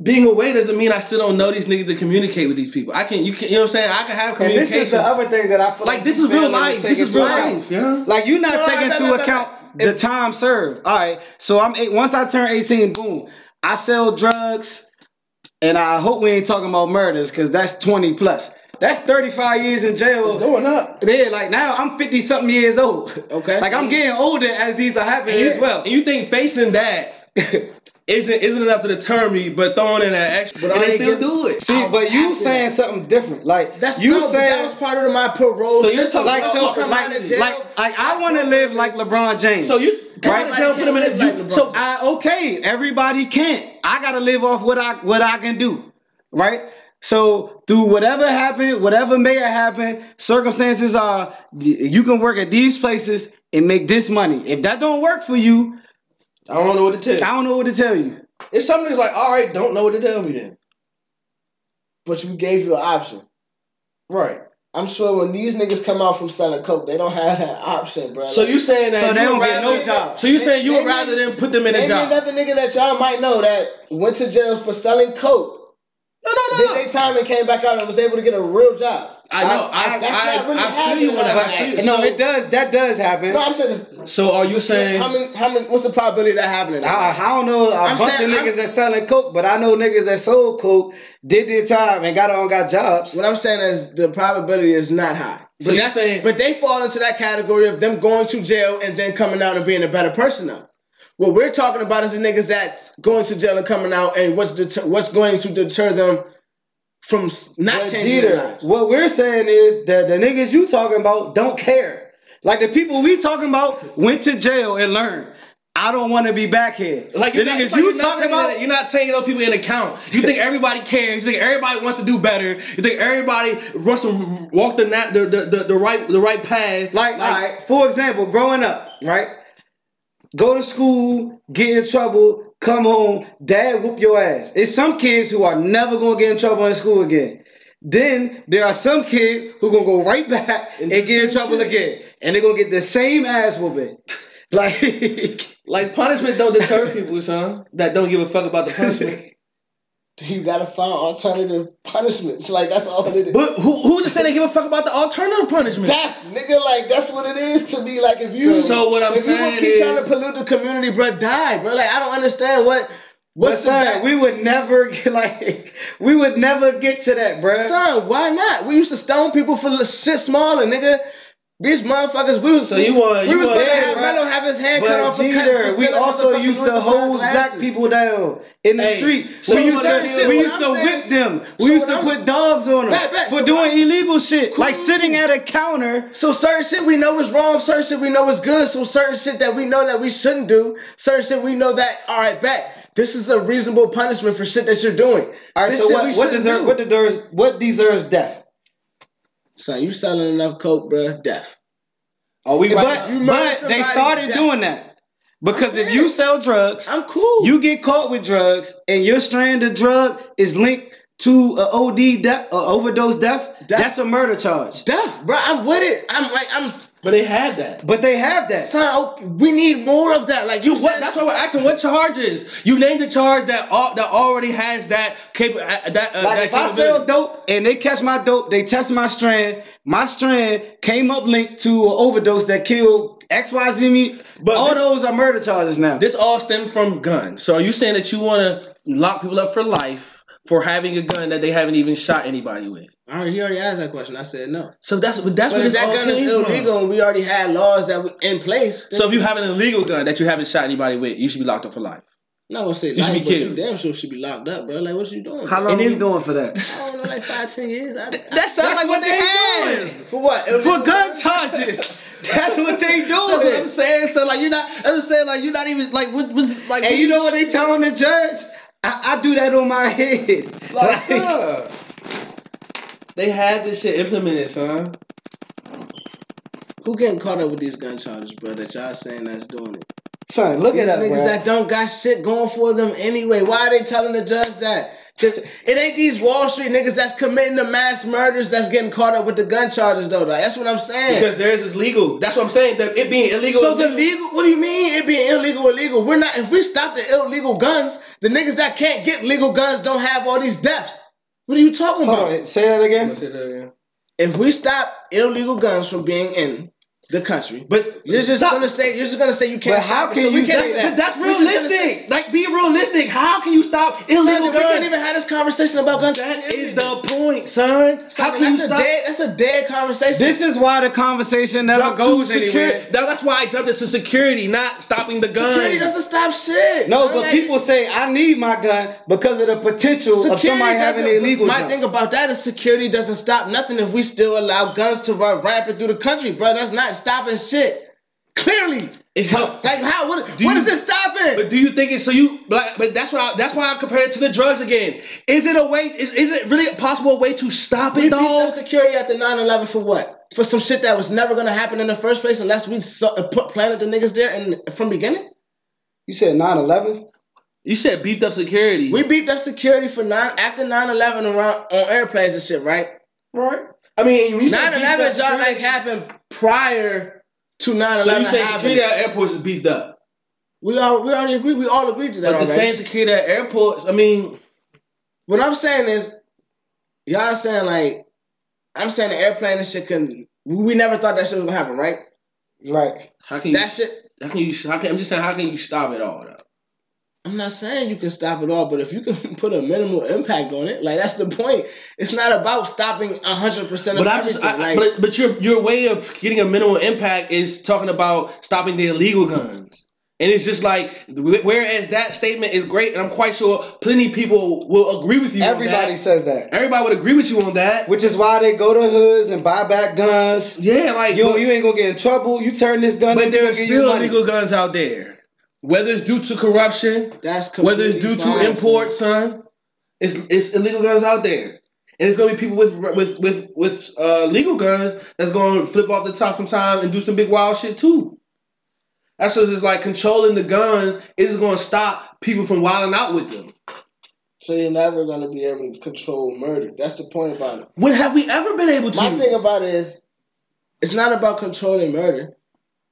C: Being away doesn't mean I still don't know these niggas to communicate with these people. I can, you can, you know what I'm saying? I can have
B: And this
C: communication.
B: is the other thing that I feel like,
C: like this
B: you
C: is real
B: failing to
C: life.
B: take
C: This is
B: into
C: real
B: account.
C: life. Yeah.
B: Like you're not
A: No,
B: taking
A: no,
B: into
A: no, no, no.
B: account the time served. All right. So I'm eight, once I turn 18, boom. I sell drugs, and I hope we ain't talking about murders because that's 20 plus. That's 35 years in jail.
A: Going up.
B: Yeah, like now I'm 50 something years old.
A: Okay.
B: Like I'm getting older as these are happening as well.
C: And you think facing that isn't isn't enough to deter me, but throwing in that extra,
A: But I
C: and they
A: ain't
C: still
A: get-
C: do it.
B: See, but you
A: after
B: saying something different. Like
A: That's
B: you
A: no, but
B: saying
A: that was part of my parole.
C: So you're
A: system.
B: like
C: talking about
B: so
A: Don't
B: like
A: come out of jail.
B: like, like I want to live like LeBron James.
C: So you come
B: Right.
C: out of jail, put them in a- you-
A: Like LeBron.
C: so I-
B: I okay, everybody can't. I gotta live off what I what I can do, right? So through whatever happened, whatever may have happened, circumstances are y- you can work at these places and make this money. If that don't work for you,
C: I don't know what to tell.
B: I
C: you.
B: don't know what to tell you.
C: It's something that's like, all right, don't know what to tell me then.
A: but you gave you an option.
C: Right.
A: I'm sure when these niggas come out from selling coke, they don't have that option, bro.
C: So you saying that
B: So
C: you
B: they don't
C: would
B: get
C: rather,
B: no job.
C: So you saying you
A: They-
C: would rather than put them in a
A: Name
C: job?
A: another nigga that y'all might know that went to jail for selling coke,
C: No, no, no,
A: did
C: no.
A: they time and came back out and was able to get a real job.
C: I know.
B: I-
C: I, I,
A: that's not really
C: I, feel
A: happening
C: you when I,
A: like
C: I feel you.
A: that.
B: no,
C: so,
B: it does. That does happen.
A: No, I'm saying this.
C: so are you saying?
A: How many? How many? What's the probability of that happening?
B: I, I don't know a
A: I'm
B: bunch
A: saying-
B: of niggas
A: I'm-
B: that selling coke, but I know niggas that sold coke did their time and got on got jobs.
A: what I'm saying is the probability is not high. But
C: So you're
A: that's-
C: saying-
A: but they fall into that category of them going to jail and then coming out and being a better person now. What we're talking about is the niggas that's going to jail and coming out, and what's deter, what's going to deter them from s- not
B: But
A: changing their
B: Jeter,
A: lives.
B: what we're saying is that the niggas you talking about don't care. Like the people we talking about went to jail and learned. I don't want to be back here.
C: Like
B: the
C: you're not,
B: niggas
C: it's like
B: you
C: you're not
B: talking
C: taking
B: about.
C: that- you're not taking those people in account. You think everybody cares. You think everybody wants to do better. You think everybody wants to walk the na- the, the, the, the right the right path.
B: like, all right, for example, growing up, right? Go to school, get in trouble, come home, dad whoop your ass. It's some kids who are never gonna get in trouble in school again. Then there are some kids who gonna go right back and, get in trouble again, and they're gonna get the same ass whooping. Like.
C: like punishment don't deter people, son. That don't give a fuck about the punishment.
A: You gotta find alternative punishments. Like that's all it is.
C: but who who just said they give a fuck about the alternative punishment?
A: death, nigga. Like that's what it is to me. Like if you,
C: So what I'm
A: if you
C: saying
A: gonna keep
C: is-
A: trying to pollute the community, bruh, die, bruh. Like I don't understand what what's
B: But son,
A: the
B: we would never get like we would never get to that, bro.
A: son? Why not? We used to stone people for little shit smaller, nigga. These motherfuckers, we was
C: So you want-
A: we
C: you
A: was
C: want-
A: gonna
B: yeah,
A: have
B: bruh.
A: Melo have his hand cut
B: But
A: off. for cutting for
B: Jeter, we
A: stealing
B: also
A: motherfucking
B: used to
A: Louis
B: hose
A: Vuitton
B: black
A: glasses.
B: people down in the
C: Hey,
B: street.
C: so
B: we used
C: what I'm
B: to
C: saying-
B: we
C: what
B: used
A: I'm
B: to
A: saying
B: whip
A: is-
B: them. We
A: so
B: used
A: what
B: to
A: I'm
B: put
A: s-
B: dogs on them
A: Bet, bet,
B: for
A: so
B: doing
A: what I'm-
B: illegal shit, like sitting at a counter.
A: So certain shit we know is wrong, certain shit we know is good. So certain shit that we know that we shouldn't do, certain shit we know that all right, bet this is a reasonable punishment for shit that you're doing.
B: All right,
A: This
B: so
A: shit
B: what
A: we
B: what
A: shouldn't
B: deserves
A: do.
B: what deserves what deserves death?
A: Son, you selling enough coke, bruh? Death.
C: Are we
B: But
C: right?
A: You murder
B: but they
A: somebody,
B: started
A: death.
B: doing that because if
A: dead.
B: you sell drugs,
A: I'm cool.
B: you get caught with drugs and your strand of drug is linked to a OD death, a overdose death, that's a murder charge.
A: death, bruh. I'm with it. I'm like, I'm
C: But they had that.
B: But they have that.
A: son. oh. Okay, we need more of that. Like you,
C: What? That's why we're asking. What charges? You named a charge that al- that already has that cap- uh, that uh,
B: like
C: that
B: if I
C: capability.
B: sell dope and they catch my dope, they test my strand. My strand came up linked to an overdose that killed XYZ me. But
C: But
B: all
C: this-
B: those are murder charges now.
C: This all stemmed from guns. So are you saying that you want to lock people up for life for having a gun that they haven't even shot anybody with?
A: All right, you already asked that question. I said no.
C: So that's but that's
A: But
C: what
A: if
C: it's
A: that
C: all
A: gun is
C: came from.
A: illegal and we already had laws that were in place, then
C: So if you have an illegal gun that you haven't shot anybody with, you should be locked up for life.
A: I'm not gonna say
C: should
A: life,
C: be
A: but you
C: killed.
A: damn sure should be locked up, bro. Like, what you doing?
B: How
A: bruh?
B: long
C: and
B: are you
C: then-
B: going for that?
A: I don't know, like five, ten years. I, I,
C: That sounds
B: That's
C: like
B: what
C: what,
B: they
C: they had.
B: doing.
A: for what?
B: For gun charges. That's what they doing.
C: That's what I'm saying. So like you're not. I'm saying like you're not even like what was like.
B: And you know what they telling the judge? I, I do that on my head. Like,
C: Like, They had this shit implemented, son.
A: Who getting caught up with these gun charges, bro? That y'all saying that's doing it.
B: Son, look
A: These
B: at that.
A: niggas
B: bruh.
A: that don't got shit going for them anyway. Why are they telling the judge that? Cause it ain't these Wall Street niggas that's committing the mass murders that's getting caught up with the gun charges though. Like, that's what I'm saying.
C: Because theirs is legal. That's what I'm saying. That it being illegal.
A: So the legal, what do you mean it being illegal? Illegal? We're not. If we stop the illegal guns, the niggas that can't get legal guns don't have all these deaths. What are you talking
B: Hold
A: about?
B: on, say that again.
C: Let's say that again.
A: If we stop illegal guns from being in the country,
C: But
A: you're just gonna say you're just gonna say you can't.
B: But how
A: stop it,
B: can
A: so
B: you
A: we can't-
B: say that?
C: But that's
A: We're just gonna say-
C: realistic. Like, be realistic. How can you stop
A: Son,
C: illegal
A: we can't
C: guns?
A: even have this conversation about guns.
C: That is the point, son.
A: Son,
C: How can you
A: that's a
C: stop?
A: Dead, that's a dead conversation.
B: This is why the conversation never
C: Jump to
B: goes
C: security.
B: anywhere.
C: That's why I jumped into security, not stopping the gun.
A: security doesn't stop shit.
B: No,
A: son.
B: but
A: Like,
B: people say I need my gun because of the potential of
A: Security
B: somebody having
A: doesn't-
B: illegal
A: My
B: guns.
A: thing about that is security doesn't stop nothing if we still allow guns to run rampant through the country, bro. That's not stopping shit. Clearly,
C: It's help.
A: like how? What,
C: Do
A: what
C: you-
A: is it stopping?
C: But do you think it's so you? But, but that's why that's why I compare it to the drugs again. Is it a way? Is, is it really a possible way to stop
A: we
C: it,
A: beat up
C: dog?
A: security after 9-11 for what? For some shit that was never gonna happen in the first place unless we so, uh, put planted the niggas there and from beginning.
B: you said 9-11?
C: You said beefed up security.
A: We beat up security for nine after 9-11 around on airplanes and shit, right?
B: Right.
C: I mean, when you say
A: 9
C: beefed
A: 11
C: up
A: y'all
C: security-
A: like happened prior to 9
C: So
A: 11.
C: you say security at airports is beefed up,
A: we, all, we already agreed. We all agreed to that.
C: but the
A: already.
C: same security at airports. I mean,
A: What I'm saying is, y'all saying like, I'm saying the airplane and shit couldn't. We we never thought that shit was gonna happen, right?
B: Right.
C: how can you?
A: That shit-
C: How can you? How can, I'm just saying, how can you stop it all though?
A: I'm not saying you can stop it all, but if you can put a minimal impact on it, like that's the point. It's not about stopping 100 percent of
C: But I'm
A: everything.
C: just, I,
A: like,
C: but but your your way of getting a minimal impact is talking about stopping the illegal guns, and it's just like wh- whereas that statement is great, and I'm quite sure plenty people will agree with you. on
B: Everybody
C: that.
B: says that.
C: everybody would agree with you on that.
B: Which is why they go to hoods and buy back guns.
C: Yeah, like
B: You,
C: but,
B: you ain't gonna get in trouble. You turn this gun.
C: but
B: in,
C: there
B: we'll
C: are
B: give you
C: still
B: money.
C: illegal guns out there, whether it's due to corruption,
A: that's completely
C: whether it's due
A: fine,
C: to import, son. It's it's illegal guns out there, and it's gonna be people with with with with uh, legal guns that's gonna flip off the top sometime and do some big wild shit too. That's what's just like controlling the guns is gonna stop people from wilding out with them.
A: So you're never gonna be able to control murder. That's the point about it.
C: When have we ever been able to?
A: My thing about it is, it's not about controlling murder.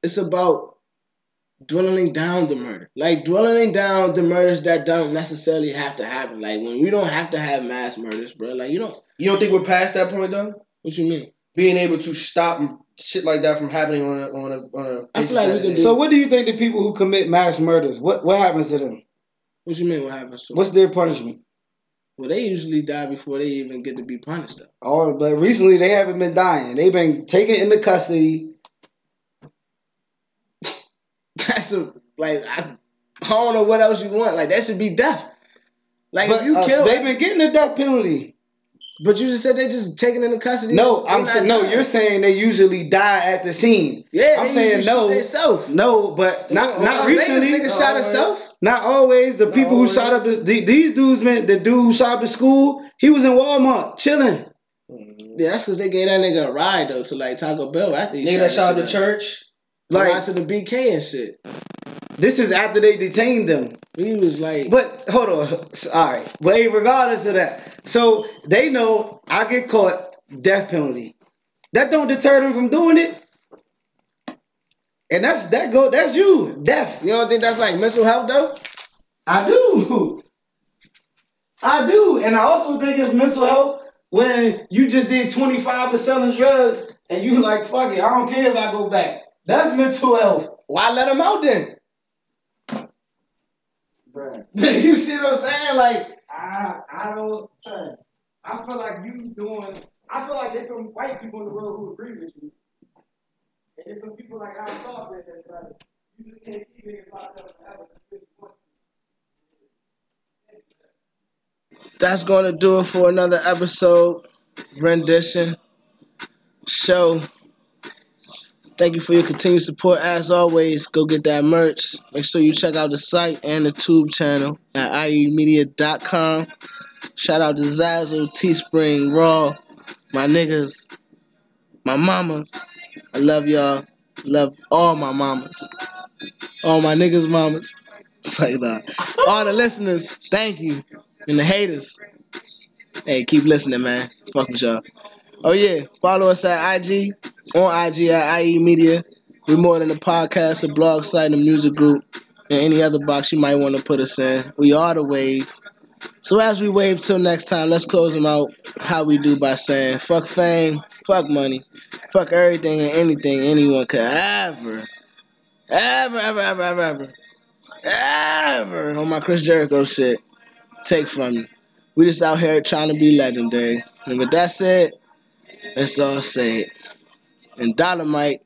A: It's about dwindling down the murder. Like dwindling down the murders that don't necessarily have to happen. Like when we don't have to have mass murders, bro. Like you don't.
C: you don't think we're past that point though?
A: What you mean?
C: Being able to stop shit like that from happening on a on a on a.
A: I feel like we can do-
B: So what do you think the people who commit mass murders? What what happens to them?
A: What you mean? What happens? To them?
B: What's their punishment?
A: Well, they usually die before they even get to be punished. Though.
B: Oh, but recently they haven't been dying. They've been taken into custody.
A: That's a like I, I don't know what else you want. Like that should be death. Like
B: But
A: if you
B: uh,
A: kill,
B: they've been getting the death penalty.
A: but you just said they just taken into custody.
B: No,
A: They
B: I'm
A: not
B: saying no.
A: dying.
B: You're saying they usually die at the scene.
A: yeah.
B: I'm
A: they
B: saying
A: usually shoot
B: no,
A: themselves.
B: no, but not not
A: Las Vegas
B: recently.
A: nigga shot himself.
B: Not always. The people who
C: always.
B: shot up this, the, these dudes, man. The dude who shot up the school, he was in Walmart chilling.
A: Yeah, that's because they gave that nigga a ride though to like Taco Bell after he
C: Nigga that shot up the
A: his shit
C: church.
A: Like
B: Like
A: to the BK and shit.
B: this is after they detained them.
A: He was like,
B: But hold on, all right. But hey, regardless of that, so they know I get caught, death penalty. That don't deter them from doing it. And that's that go. That's you, death.
A: you don't think that's like mental health though?
B: I do. I do. And I also think it's mental health when you just did 25 for selling drugs and you like, fuck it, I don't care if I go back. That's mental health.
A: Why let him out then?
B: Bruh.
A: you see what I'm saying? Like,
B: I, I don't, son, I feel like you doing, I feel like there's some white people in the world who agree with you. And there's some people like I saw that that's like, you just can't keep niggas locked up forever. That's what you want.
A: that's going to do it for another episode rendition show. Thank you for your continued support. As always, go get that merch. Make sure you check out the site and the tube channel at E iemedia.com. Shout out to Zazzle, Teespring, Raw, my niggas, my mama. I love y'all. Love all my mamas. All my niggas' mamas. It's like that. All the listeners, thank you. And the haters. Hey, keep listening, man. Fuck with y'all. Oh yeah, follow us at IG on IG at IE Media. We're more than a podcast, a blog site, and a music group, and any other box you might want to put us in. We are the wave. So as we wave till next time, let's close them out how we do by saying fuck fame, fuck money, fuck everything and anything anyone could ever, ever, ever, ever, ever, ever, ever on my Chris Jericho shit take from you. We just out here trying to be legendary. And with that said, let's all say it. And Dolomite